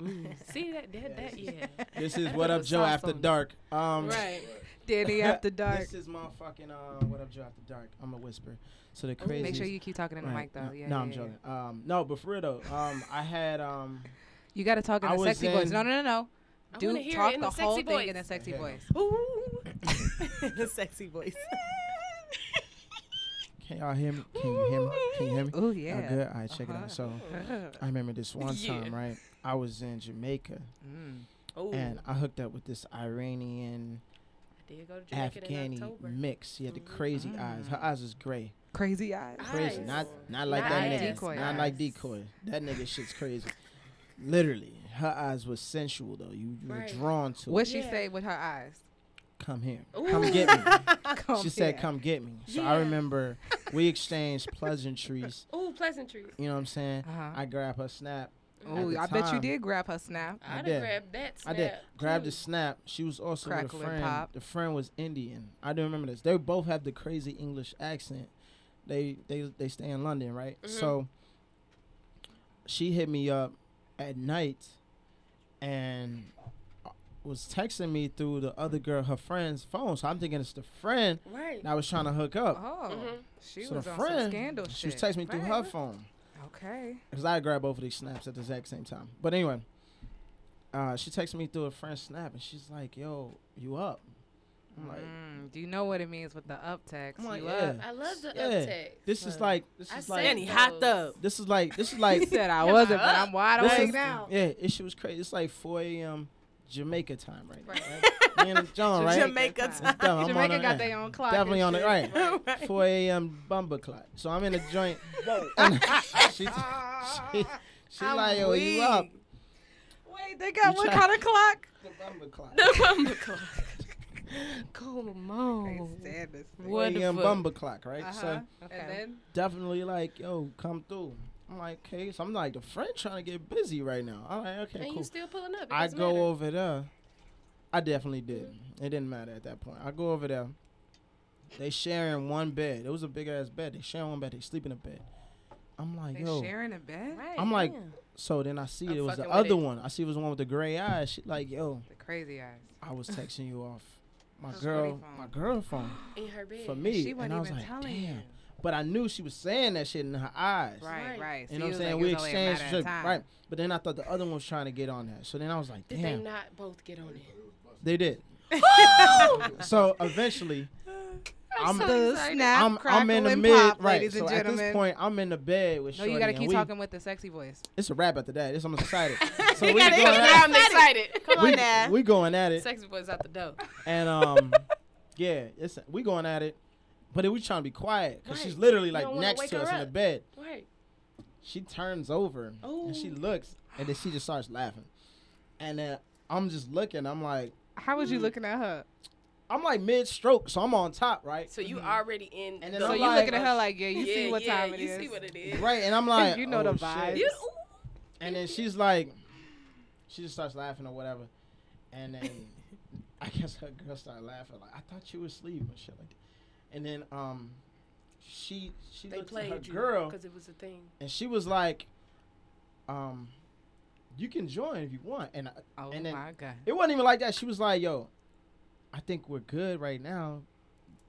S5: Mm. see that? That? That? Yeah.
S2: This is what up,
S5: The
S2: Joe.
S5: sauce
S2: After
S5: on.
S2: dark. Um,
S1: Right.
S3: Danny after dark.
S2: This is motherfucking uh, what up, Joe? After dark. I'm a whisper. So the craziest.
S3: Make sure you keep talking in the
S2: Right.
S3: mic though.
S2: No,
S3: Yeah.
S2: no
S3: yeah,
S2: I'm
S3: yeah.
S2: joking. Um, no, but for real though, um, I had um,
S3: You got to talk in
S2: I
S3: a
S2: was
S3: sexy voice.
S2: in-
S3: No, no, no, no.
S5: I
S3: Do
S5: wanna hear
S3: talk
S5: it in
S3: the
S5: a sexy
S3: whole thing
S5: voice.
S3: in a sexy
S2: Okay.
S3: voice.
S1: Ooh. the sexy voice.
S2: can y'all hear me? Can you hear me? Can you hear me?
S3: Oh
S2: Oh,
S3: yeah.
S2: good. All right, check it
S3: Uh-huh.
S2: out. So I remember this one
S5: Yeah.
S2: time, right? I was in Jamaica
S3: Mm.
S1: Ooh.
S2: and I hooked up with this Iranian
S5: Did go to Jamaica in
S2: Afghani
S5: October.
S2: mix. She had
S3: Mm-hmm.
S2: the crazy eyes. Her eyes was gray.
S3: Crazy eyes.
S2: Crazy.
S5: Eyes.
S2: Not not like
S5: Not
S2: that
S5: like
S2: nigga.
S5: decoy
S2: not like
S5: eyes.
S2: decoy. That nigga shit's crazy. Literally, her eyes was sensual though. You, you
S5: Right.
S2: were drawn to
S3: What
S2: it.
S3: she
S5: Yeah.
S3: say with her eyes?
S2: Come here. Come get me. she said,
S3: here.
S2: "Come get me." So I
S5: Yeah.
S2: remember we exchanged pleasantries.
S5: Ooh, pleasantries.
S2: You know what I'm saying?
S3: Uh-huh.
S2: I grab her snap. at
S3: Ooh,
S2: the
S3: I bet you
S2: time.
S3: did grab her snap.
S5: I'd
S2: did.
S5: have grabbed that
S2: I
S5: snap.
S2: did. Grabbed the
S5: too.
S2: snap. She was also
S3: Mm. Crackle
S2: with
S3: and
S2: a friend.
S3: pop.
S2: The friend was Indian. I do remember this. They both have the crazy English accent. They they they stay in London, right?
S3: Mm-hmm.
S2: So she hit me up at night and was texting me through the other girl, her friend's phone. So I'm thinking it's the friend
S5: Right.
S2: that I was trying to hook up.
S3: Oh,
S5: Mm-hmm.
S3: she
S2: so
S3: was
S2: the
S3: on
S2: friend,
S3: some scandal
S2: she was
S3: shit.
S2: texting me through her
S6: Right.
S2: phone.
S3: Okay.
S2: Because I grabbed both of these snaps at the exact same time. But anyway, uh, she texted me through a friend's snap and she's like, yo, you up? I'm like,
S3: Mm, do you know what it means with the up text?
S2: I'm like
S3: You
S2: yeah.
S3: up?
S5: I love the
S2: yeah.
S5: uptake.
S2: This is like, this
S5: I
S2: is
S5: said
S1: And
S2: like,
S1: he
S5: those.
S1: hopped up.
S2: this is like, this is
S3: He
S2: like,
S3: said I wasn't, but I'm wide
S2: This
S3: awake
S2: is-
S3: now.
S2: yeah, it shit was crazy. It's like 4 a.m. Jamaica time right now.
S5: Right.
S2: Right? Me and John, right?
S6: Jamaica
S3: That's
S6: time.
S2: It's dumb. I'm on
S3: Jamaica
S2: the-
S3: got their own clock.
S2: Definitely on
S3: and
S2: the
S3: shit.
S2: right. 4 a.m. bumper clock. So I'm in a joint. she, she, she
S3: I'm
S2: like, yo, you up?
S3: weak. Wait, they got
S2: You
S3: what
S2: try-
S3: kind of clock?
S2: The bumper clock.
S5: Oh Come on.
S3: Stand this thing.
S5: What the
S2: a.m.
S5: fuck?
S2: bumper clock, right?
S3: Uh-huh.
S2: So
S3: And then
S2: definitely like, yo, come through. I'm like, okay. So I'm like, the friend trying to get busy right now. I'm like, okay,
S5: And
S2: cool.
S5: you still pulling up. It
S2: I
S5: doesn't
S2: go
S5: matter.
S2: over there. I definitely did. It didn't matter at that point. I go over there. They sharing one bed. It was a big ass bed. They sharing one bed. They sleep in a bed. I'm like,
S3: they
S2: yo.
S3: sharing a bed.
S5: Right,
S2: I'm like,
S1: damn.
S2: so then I see
S5: I'm
S2: it was the
S5: fucking with
S2: other
S5: it.
S2: one. I see it was the one with the gray eyes. She like, yo,
S3: The crazy eyes.
S2: I was texting you off my
S3: Her
S2: girl,
S3: phone.
S2: my girl phone
S5: in her bed.
S2: for me,
S3: she wasn't
S2: and I was
S3: even
S2: like,
S3: telling
S2: damn.
S3: you.
S2: But I knew she was saying that shit in her eyes.
S3: Right,
S5: Right.
S3: right.
S2: You know what I'm
S3: So you
S2: saying?
S3: was
S2: we
S3: like, it was only a
S2: exchanged
S3: matter of
S2: shit,
S3: time.
S2: right? But then I thought the other one was trying to get on that. So then I was like,
S5: Did
S2: damn,
S5: they not both get on it?
S2: they did. so eventually, I'm
S3: The snap,
S2: I'm, I'm in the
S3: crackle, and
S2: mid,
S3: pop,
S2: right?
S3: ladies
S2: So
S3: and
S2: at this
S3: gentlemen.
S2: point, I'm in the bed with.
S3: No, you
S2: Shorty,
S3: gotta
S2: and
S3: keep
S2: we-
S3: talking with the sexy voice.
S2: It's a wrap after that. It's I'm excited. so we
S5: Now
S2: going at,
S5: I'm excited. Come
S2: we, we going at it,
S5: Sexy boys out the door.
S2: and um, yeah, it's we going at it, but we trying to be quiet because she's
S5: Right.
S2: literally
S5: You
S2: like
S5: don't wanna
S2: next
S5: wake
S2: to
S5: her
S2: us in the
S5: up.
S2: bed.
S5: Right.
S2: she turns over and she
S5: Ooh.
S2: looks and then she just starts laughing and then i'm just looking i'm like
S3: How was you
S2: Mm.
S3: looking at her?
S2: i'm like mid-stroke so i'm on top right
S5: So you already in.
S2: And
S5: the-
S2: then
S3: So
S2: I'm
S3: you
S2: like-
S3: looking at her like, yeah, you
S5: yeah,
S3: see what
S5: yeah,
S3: time it
S5: you
S3: is.
S5: see what it is.
S2: right and i'm like
S3: You know the
S2: oh,
S3: vibes.
S2: shit.
S5: You,
S2: and then she's like she just starts laughing or whatever and then i guess her girl started laughing like i thought you were asleep or shit like that and then um she she
S5: they
S2: looked at her
S5: played you
S2: girl
S5: because it was a thing.
S2: and she was like um you can join if you want and I,
S3: Oh
S2: And then-
S3: my god.
S2: It wasn't even like that. She was like, "Yo, I think we're good right now,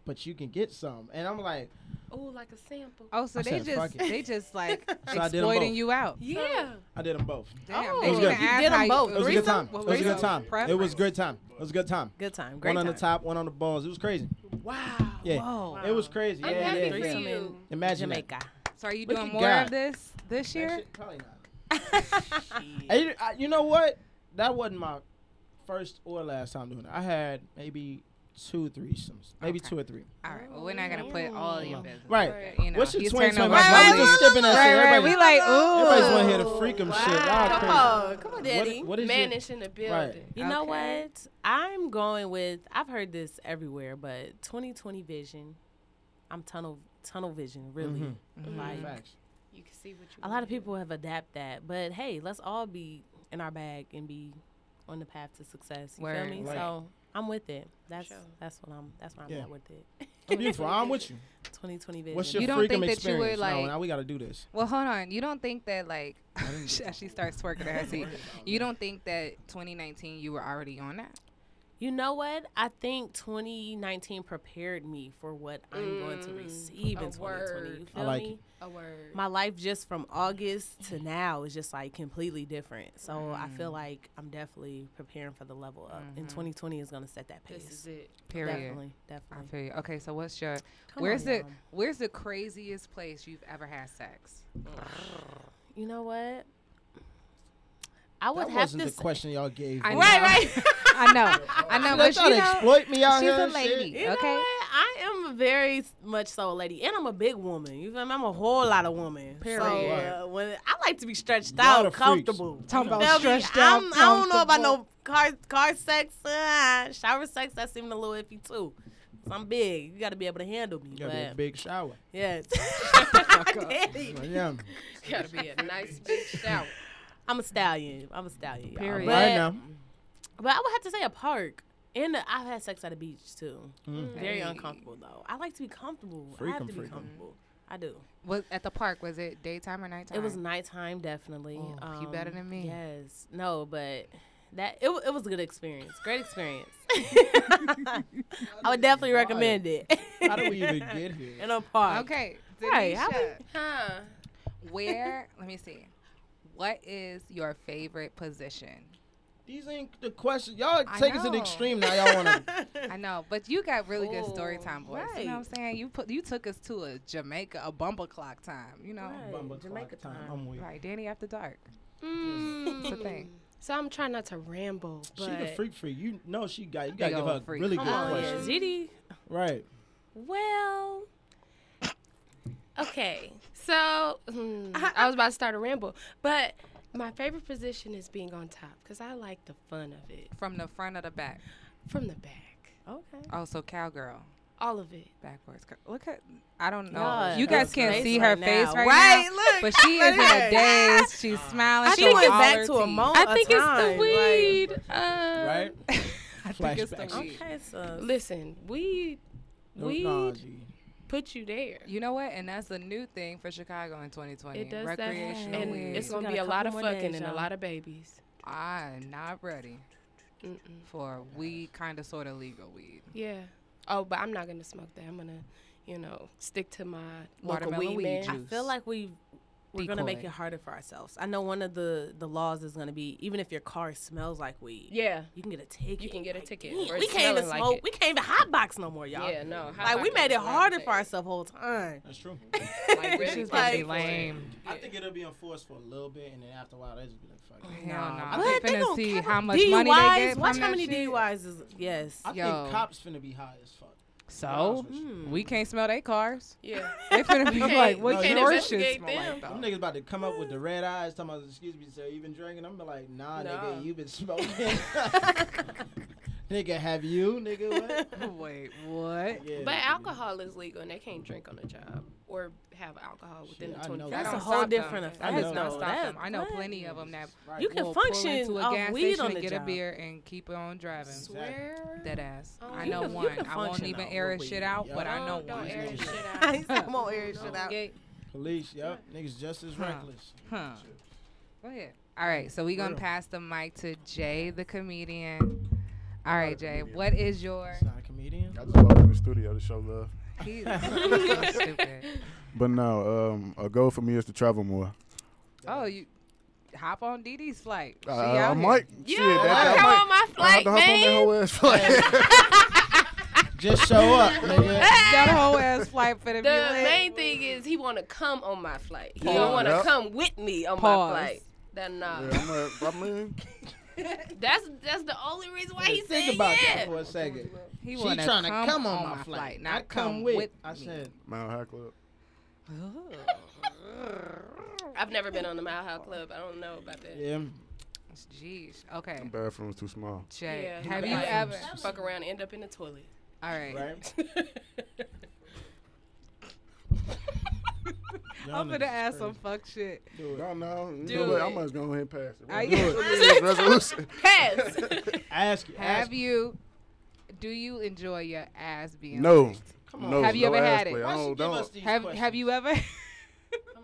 S2: but you can get some." And I'm like,
S5: Oh, like a sample.
S3: Oh, so
S2: I
S3: they
S2: said, "Fuck
S3: just
S2: it."
S3: they just like
S2: So I did 'em
S3: exploiting
S2: both.
S3: you out.
S5: Yeah.
S2: "I did them both.
S3: Damn,
S1: Oh,
S3: they
S2: It was
S3: even
S2: good. You
S3: asked
S1: did 'em
S3: how
S1: both.
S2: It was a good time. It
S3: What
S2: was a good
S3: threesome?
S2: time. It was
S3: Preference.
S2: a good time. It was a good time.
S1: Good time. Great
S2: One on the
S1: time.
S2: top, one on the balls. It was crazy.
S5: Wow.
S2: Yeah,
S3: Whoa.
S2: it was crazy.
S5: I'm
S2: yeah,
S5: happy
S2: yeah.
S5: for
S1: Threesome
S5: you.
S2: Imagine that.
S1: Jamaica.
S3: So are you
S2: Look
S3: doing
S2: at
S3: more
S2: God.
S3: of this this
S2: That
S3: year?
S2: shit, probably not. And you, I- you know what? That wasn't my first or last time doing it. I had maybe two threesomes, maybe
S3: Okay.
S2: two or three.
S3: All right. Well, we're not gonna put all your
S2: Right.
S3: business.
S2: Right.
S3: out there, You know,
S2: What's your
S3: you
S2: twin?
S3: turn
S2: talking
S3: over
S2: about?
S3: my
S2: Why we
S3: leaves.
S2: just skipping that shit?
S3: Right, right.
S2: Everybody-
S3: We like, ooh.
S2: Everybody's want to hear the freakum shit. Y'all
S1: Wow.
S2: crazy.
S1: Come on, come on,
S2: What-
S1: Daddy.
S2: what is your-
S5: Manish in the building.
S1: You know
S3: Okay.
S1: what? I'm going with. I've heard this everywhere, but 2020 vision. I'm tunnel tunnel vision, really.
S2: Mhm.
S1: Like
S2: Facts.
S5: You can see what you.
S1: a lot
S5: wanna
S1: of
S5: do.
S1: people have adapted that, but hey, let's all be in our bag and be on the path to success. You feel
S3: Word.
S1: me?
S2: Right.
S1: So I'm with it. That's
S5: Sure.
S1: that's what I'm. That's where I'm
S2: Yeah.
S1: at with it.
S2: Beautiful. I'm with you.
S1: 2020 vision.
S2: What's your
S3: You don't
S2: freaking
S3: think that you
S2: experience?
S3: would,
S2: no,
S3: like-
S2: now we got to do this.
S3: Well, hold on. You don't think that like she, she starts twerking at her seat. You don't think that 2019 you were already on that?
S1: You know what? I think 2019 prepared me for what I'm going to
S5: Mm,
S1: receive
S5: a
S1: in 2020. You
S5: word.
S1: feel
S2: I like
S1: me?
S2: it.
S5: A word.
S1: My life just from August to now is just like completely different. So I feel like I'm definitely preparing for the level up. And 2020 is going to set that pace.
S5: this is it.
S3: Period.
S1: Definitely,
S3: I
S1: definitely.
S3: feel you. Okay, so what's your
S1: Come
S3: where's
S1: on,
S3: the
S1: y'all.
S3: where's the craziest place you've ever had sex?
S1: You know what? I would Oh,
S2: That
S1: have
S2: wasn't
S1: to
S2: the
S1: say-
S2: question y'all gave.
S3: I
S2: me.
S3: know.
S5: Right, right.
S3: I know. I know.
S2: Y'all
S3: But
S2: trying
S3: you
S2: to
S3: know,
S2: exploit me out
S4: She's
S2: here.
S4: a
S2: and shit?
S4: lady,
S1: You know
S4: okay?
S1: what? I am very much so a lady, and I'm a big woman. You feel me? I'm a whole lot of woman.
S4: Period.
S1: So uh, when I like to be stretched
S2: Lot
S1: out,
S2: of freaks.
S1: comfortable.
S4: Talking
S1: You
S4: about
S1: feel me?
S4: stretched out,
S1: I'm, I don't know about
S4: comfortable.
S1: no car car sex, uh, shower sex. That's even a little iffy too. 'Cause I'm big. You got to be able to handle me.
S2: You gotta be a
S1: but
S2: big shower.
S1: yes,
S2: Like, yeah.
S5: Gotta be a nice big shower.
S1: I'm a stallion. I'm a stallion. Y'all.
S4: Period.
S1: But,
S2: Right now.
S1: but I would have to say a park. And the- I've had sex at a beach too.
S2: Mm.
S1: Very
S3: Hey.
S1: uncomfortable though. I like to be comfortable. I
S2: Freakum,
S1: have to be
S2: freakum.
S1: comfortable. I do.
S3: was at the park. Was it daytime or nighttime?
S1: It was nighttime, definitely. Um,
S3: Oh, you better than me.
S1: Yes. No, but that it, wa- it was a good experience. Great experience. I would definitely recommend it.
S2: How do we even get here?
S1: In a park.
S3: Okay.
S1: Right, how
S3: Denisha,
S5: Huh.
S3: where? Let me see. What is your favorite position?
S2: These ain't the questions. Y'all
S3: I
S2: take it to the
S3: know.
S2: extreme now. Y'all wanna
S3: I know, but you got really good story
S1: Oh,
S3: time voice. You know what I'm
S1: right.
S3: saying? You put you took us to a Jamaica, a bumper clock time. You know,
S1: Right.
S2: Bumble clock
S1: Jamaica time.
S2: I'm weak.
S3: right? Danny after dark.
S5: Mm.
S3: It's a thing.
S5: So I'm trying not to ramble,
S2: She
S5: but
S2: the freak freak. You know she got you
S3: Big
S2: gotta give
S3: ol'
S2: her
S3: freak.
S2: really
S3: Come
S2: good
S3: on,
S1: Oh, yeah.
S2: questions.
S1: ZD.
S2: Right.
S5: Well, okay. So hmm, I was about to start a ramble, but my favorite position is being on top because I like the fun of it
S3: From the front of the back.
S5: from the back,
S1: Okay.
S3: Also cowgirl.
S5: all of it.
S3: Backwards. cow- Look at. I don't know.
S1: God,
S3: you guys
S1: her
S3: can't
S1: face
S3: see her
S1: right
S3: face
S1: now.
S3: right,
S1: Right,
S3: now.
S1: look, Ah.
S3: But she is in a daze. She's smiling.
S1: She
S3: showing
S1: went
S3: all
S1: back
S3: her
S1: to a
S3: teeth.
S1: moment.
S5: I
S1: a
S5: think
S1: time,
S5: it's
S1: like-
S5: the weed. uh,
S2: Right?
S3: I think it's the
S2: Flashbacks.
S3: weed.
S1: Okay,
S5: Um,
S1: so
S5: Listen, weed,
S2: No-
S5: weed
S2: nah, G.
S5: put you there.
S3: You know what? And that's the new thing for Chicago in 2020.
S5: It does that,
S3: Recreational
S5: and
S3: weed.
S5: it's
S1: We
S5: gonna
S1: got
S5: be
S1: a
S5: a lot of
S1: couple more
S5: fucking
S1: days,
S5: and a
S1: y'all.
S5: lot of babies.
S3: I'm not ready
S5: Mm-mm.
S3: for weed, kind of, sort of legal weed.
S5: Yeah. Oh, but I'm not gonna smoke that. I'm gonna, you know, stick to my local
S3: Watermelon
S5: weed,
S3: weed
S5: man.
S3: juice.
S1: I feel like we we're gonna make
S3: Decoy.
S1: it harder for ourselves. I know one of the the laws is gonna be even if your car smells like weed,
S5: Yeah.
S1: you can get a ticket.
S5: You can get a ticket.
S1: Damn,
S5: or
S1: we
S5: it's
S1: can't even
S5: smelling like
S1: smoke.
S5: it.
S1: we can't even hotbox no more, y'all.
S5: Yeah, no. how
S1: Like we
S5: about
S1: made
S5: that?
S1: it
S5: Why
S1: harder
S5: would
S1: for
S5: they?
S1: ourselves whole time.
S2: That's true.
S5: Like,
S1: This
S5: really
S1: is gonna be
S5: like-
S3: lame.
S2: I think it'll be enforced for a little bit and then after a while they just be like, fuck it.
S3: Hell no.
S2: I
S3: I'm
S1: What? They
S3: finna
S1: gonna
S3: see
S1: cap
S3: how
S1: it.
S3: much money they
S1: DUIs?
S3: get
S1: Watch
S3: from
S1: how
S3: that
S1: many
S3: shit.
S1: DUIs is yes.
S2: I
S3: Yo.
S2: think cops finna be high as fuck.
S3: So we can't smell their cars.
S5: Yeah.
S3: They finna be
S5: can't-
S3: like,
S5: we
S3: "What
S2: can't
S3: your shit
S5: investigate
S3: smell like?"
S2: Them
S3: Though.
S2: niggas about to come up with the red eyes, talking about, excuse me, sir, you been drinking? I'm like, nah,
S5: Nah.
S2: nigga, you been smoking. nigga, have you, nigga? What?
S3: Wait, what?
S2: Yeah,
S5: But
S2: nigga.
S5: alcohol is legal and they can't drink on the job or have alcohol within
S2: Shit,
S5: the
S2: I know that.
S5: 20
S1: That's a
S3: don't
S1: whole
S3: stop them.
S1: different
S3: That
S1: effect.
S2: does
S1: though.
S2: not
S3: stop
S1: That-
S3: them. I know
S1: what?
S3: plenty of them that
S2: Right.
S1: You can
S3: will
S1: function
S3: pull into a
S1: off
S3: gas
S1: weed
S3: station
S1: on
S3: and
S1: the
S3: get a
S1: job.
S3: beer and keep on driving.
S5: Swear.
S3: Dead ass.
S5: Oh,
S3: I
S5: you
S3: know
S5: can- you
S3: one.
S1: can
S3: I won't
S1: function
S3: even
S1: though
S3: air
S1: with
S3: his shit
S1: weed.
S3: out,
S2: Yeah.
S3: but I know
S5: Oh,
S3: one.
S5: Don't, don't air
S2: He's
S5: shit
S2: just-
S5: out.
S1: I'm gonna air shit out.
S3: Okay.
S2: Police, yep. Niggas just as
S3: Huh.
S2: reckless.
S3: Huh. Go ahead. All right, so we're gonna
S2: Real.
S3: pass the mic to Jay, the comedian. All right, Jay,
S8: comedian.
S3: what is your?
S2: It's not a comedian.
S8: I just walked in the studio to show love.
S3: He's so stupid.
S8: But no, um, a goal for me is to travel more.
S3: Oh, you hop on Dee Dee's flight. She
S8: Uh, I
S3: out here.
S8: might. Shit, that,
S5: come
S8: I might.
S5: on my
S8: I have
S5: flight,
S8: to hop on that
S5: man.
S8: whole ass flight.
S2: Just show up, nigga.
S3: That whole ass flight for the,
S5: The main thing is he want to come on my flight. He
S8: Pause.
S5: don't want to
S8: Yep.
S5: come with me on
S3: Pause.
S5: my flight. That nah.
S8: yeah, I'm a, I mean,
S5: That's that's the only reason why he said
S2: Think about
S5: yeah.
S2: that for a second.
S3: He
S2: She
S3: want
S2: trying to come on my flight,
S3: not
S2: not come with. I
S3: me.
S2: said,
S8: Mount High Club.
S3: Ugh.
S5: I've never been on the Mile High Club. I don't know about that.
S2: yeah.
S3: Jeez. Okay.
S8: Bathroom's too small.
S3: Jay,
S5: Yeah.
S3: have you
S2: Bathrooms.
S3: ever?
S5: Fuck around, end up in the toilet.
S3: All right.
S2: Right?
S3: I'm
S2: Y'all
S3: gonna
S2: niggas crazy.
S3: ask some fuck shit.
S8: No, no, you
S5: Do
S8: know
S5: it.
S8: what? I must go ahead and pass it.
S3: Are
S8: Right?
S3: you-
S8: It's resolution.
S5: Pass.
S2: Ask you.
S3: Have
S2: Ask
S3: you? Do you enjoy your ass being?
S8: No.
S2: Come on.
S8: No,
S3: Have you
S8: no
S3: ever
S8: ass
S3: had it?
S8: play. I
S2: Why she
S8: don't,
S2: give
S8: don't.
S2: us these
S3: Have
S2: questions?
S3: Have you ever?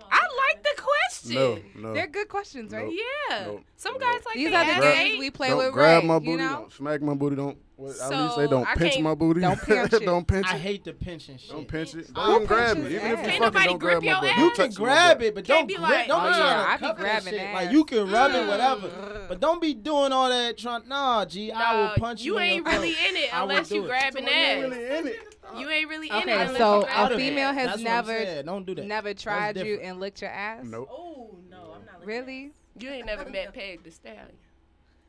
S5: I like the question.
S8: No, no.
S3: They're good questions, right?
S8: Nope.
S5: Yeah.
S8: Nope.
S5: Some
S8: Nope.
S5: guys like
S3: These
S5: they
S3: are the
S5: act
S8: Grab-
S3: games
S5: gay.
S3: we play
S8: don't
S3: with
S8: grab
S3: Ray.
S8: my booty.
S3: you know,
S8: Don't smack my booty. Don't. What, I least
S5: So,
S8: say don't
S5: I
S8: pinch
S5: can't-
S8: my booty.
S3: Don't pinch it.
S8: don't pinch
S2: I
S8: it.
S2: hate the pinching shit.
S8: Don't pinch it.
S2: Who
S8: Don't grab
S3: pinches
S8: it. Even if
S3: ass?
S8: you fucking
S5: Can't
S8: don't
S5: nobody
S8: grab my
S5: grip your
S8: booty.
S5: ass?
S2: You
S8: touch
S2: can
S8: my
S2: grab
S8: butt.
S2: it, but
S5: Can't
S2: don't
S5: be
S2: grip.
S5: like-
S2: don't
S3: Oh,
S2: be
S3: yeah,
S2: trying to
S3: I be
S2: cover
S3: grabbing
S2: shit.
S3: ass.
S2: Like you can rub it, whatever. But don't be doing all that. Trying, nah, G, I will
S5: Nah,
S2: punch you.
S5: you
S2: in your
S5: ain't really
S2: throat.
S5: in it
S2: I would
S5: unless
S2: do
S5: you
S2: it.
S5: grab an
S8: You ain't
S5: ass.
S8: really in it.
S5: You ain't really in it
S3: Okay,
S5: unless
S3: so
S5: you grab
S3: a
S5: an
S3: female
S5: ass.
S3: has
S2: That's what I'm
S3: never-
S2: saying. Don't do that.
S3: Never
S2: That's
S3: tried you
S2: different.
S3: and licked your ass.
S8: Nope.
S1: Oh no, I'm not.
S3: Really?
S5: You ain't never met Peg the Stallion.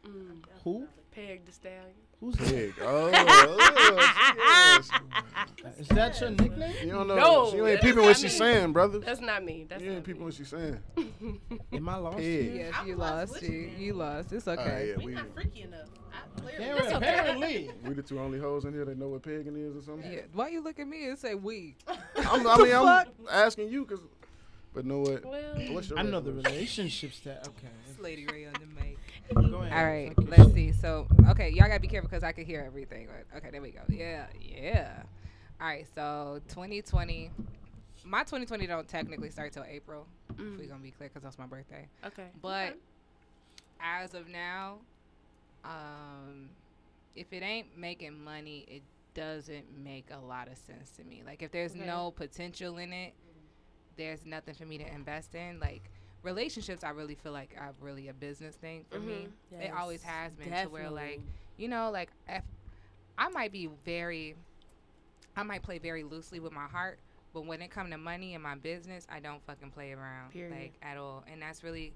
S5: Mm,
S2: Who?
S5: Peg the Stallion.
S2: Who's that?
S8: Pig. Oh, oh, she-
S2: Is that your nickname?
S8: you don't know.
S5: No,
S8: she
S5: that
S8: ain't
S5: does
S8: peeping
S5: not
S8: what she's
S5: mean-
S8: saying, brother.
S5: That's not me. That's
S8: You ain't
S5: not me.
S8: peeping what she's saying.
S2: Am I lost?
S8: Pig.
S3: Yes,
S6: I'm
S3: you
S6: lost
S3: lost.
S6: with you,
S3: You,
S6: man.
S3: you lost. It's
S8: Oh,
S3: okay.
S8: yeah, we,
S6: Not freaky enough. I,
S2: Yeah,
S6: clearly.
S2: apparently.
S8: we the two only hoes in here that know what pegging is or something.
S3: yeah. Why you look at me and say we?
S8: I'm, I mean, I'm asking you because, but know what?
S5: Well,
S8: What's your
S2: I know the
S8: resolution?
S2: relationship stat. Okay.
S3: Lady Ray on the mic.
S2: Go ahead.
S3: All right,
S2: Okay.
S3: let's see. So, okay, y'all gotta be careful because I could hear everything. But okay, there we go. Yeah, yeah. All right, so 2020. My 2020 don't technically start till April. If we're gonna be clear, because that's my birthday.
S5: okay.
S3: But as of now, um, if it ain't making money, it doesn't make a lot of sense to me. Like if there's
S5: Okay.
S3: no potential in it, there's nothing for me to invest in. Like relationships, I really feel like are really a business thing for me. It always
S1: Yes,
S3: has been to where like
S1: definitely.
S3: you know like if I might be very, I might play very loosely with my heart, but when it come to money and my business, I don't fucking play around
S5: Period.
S3: like at all. And that's really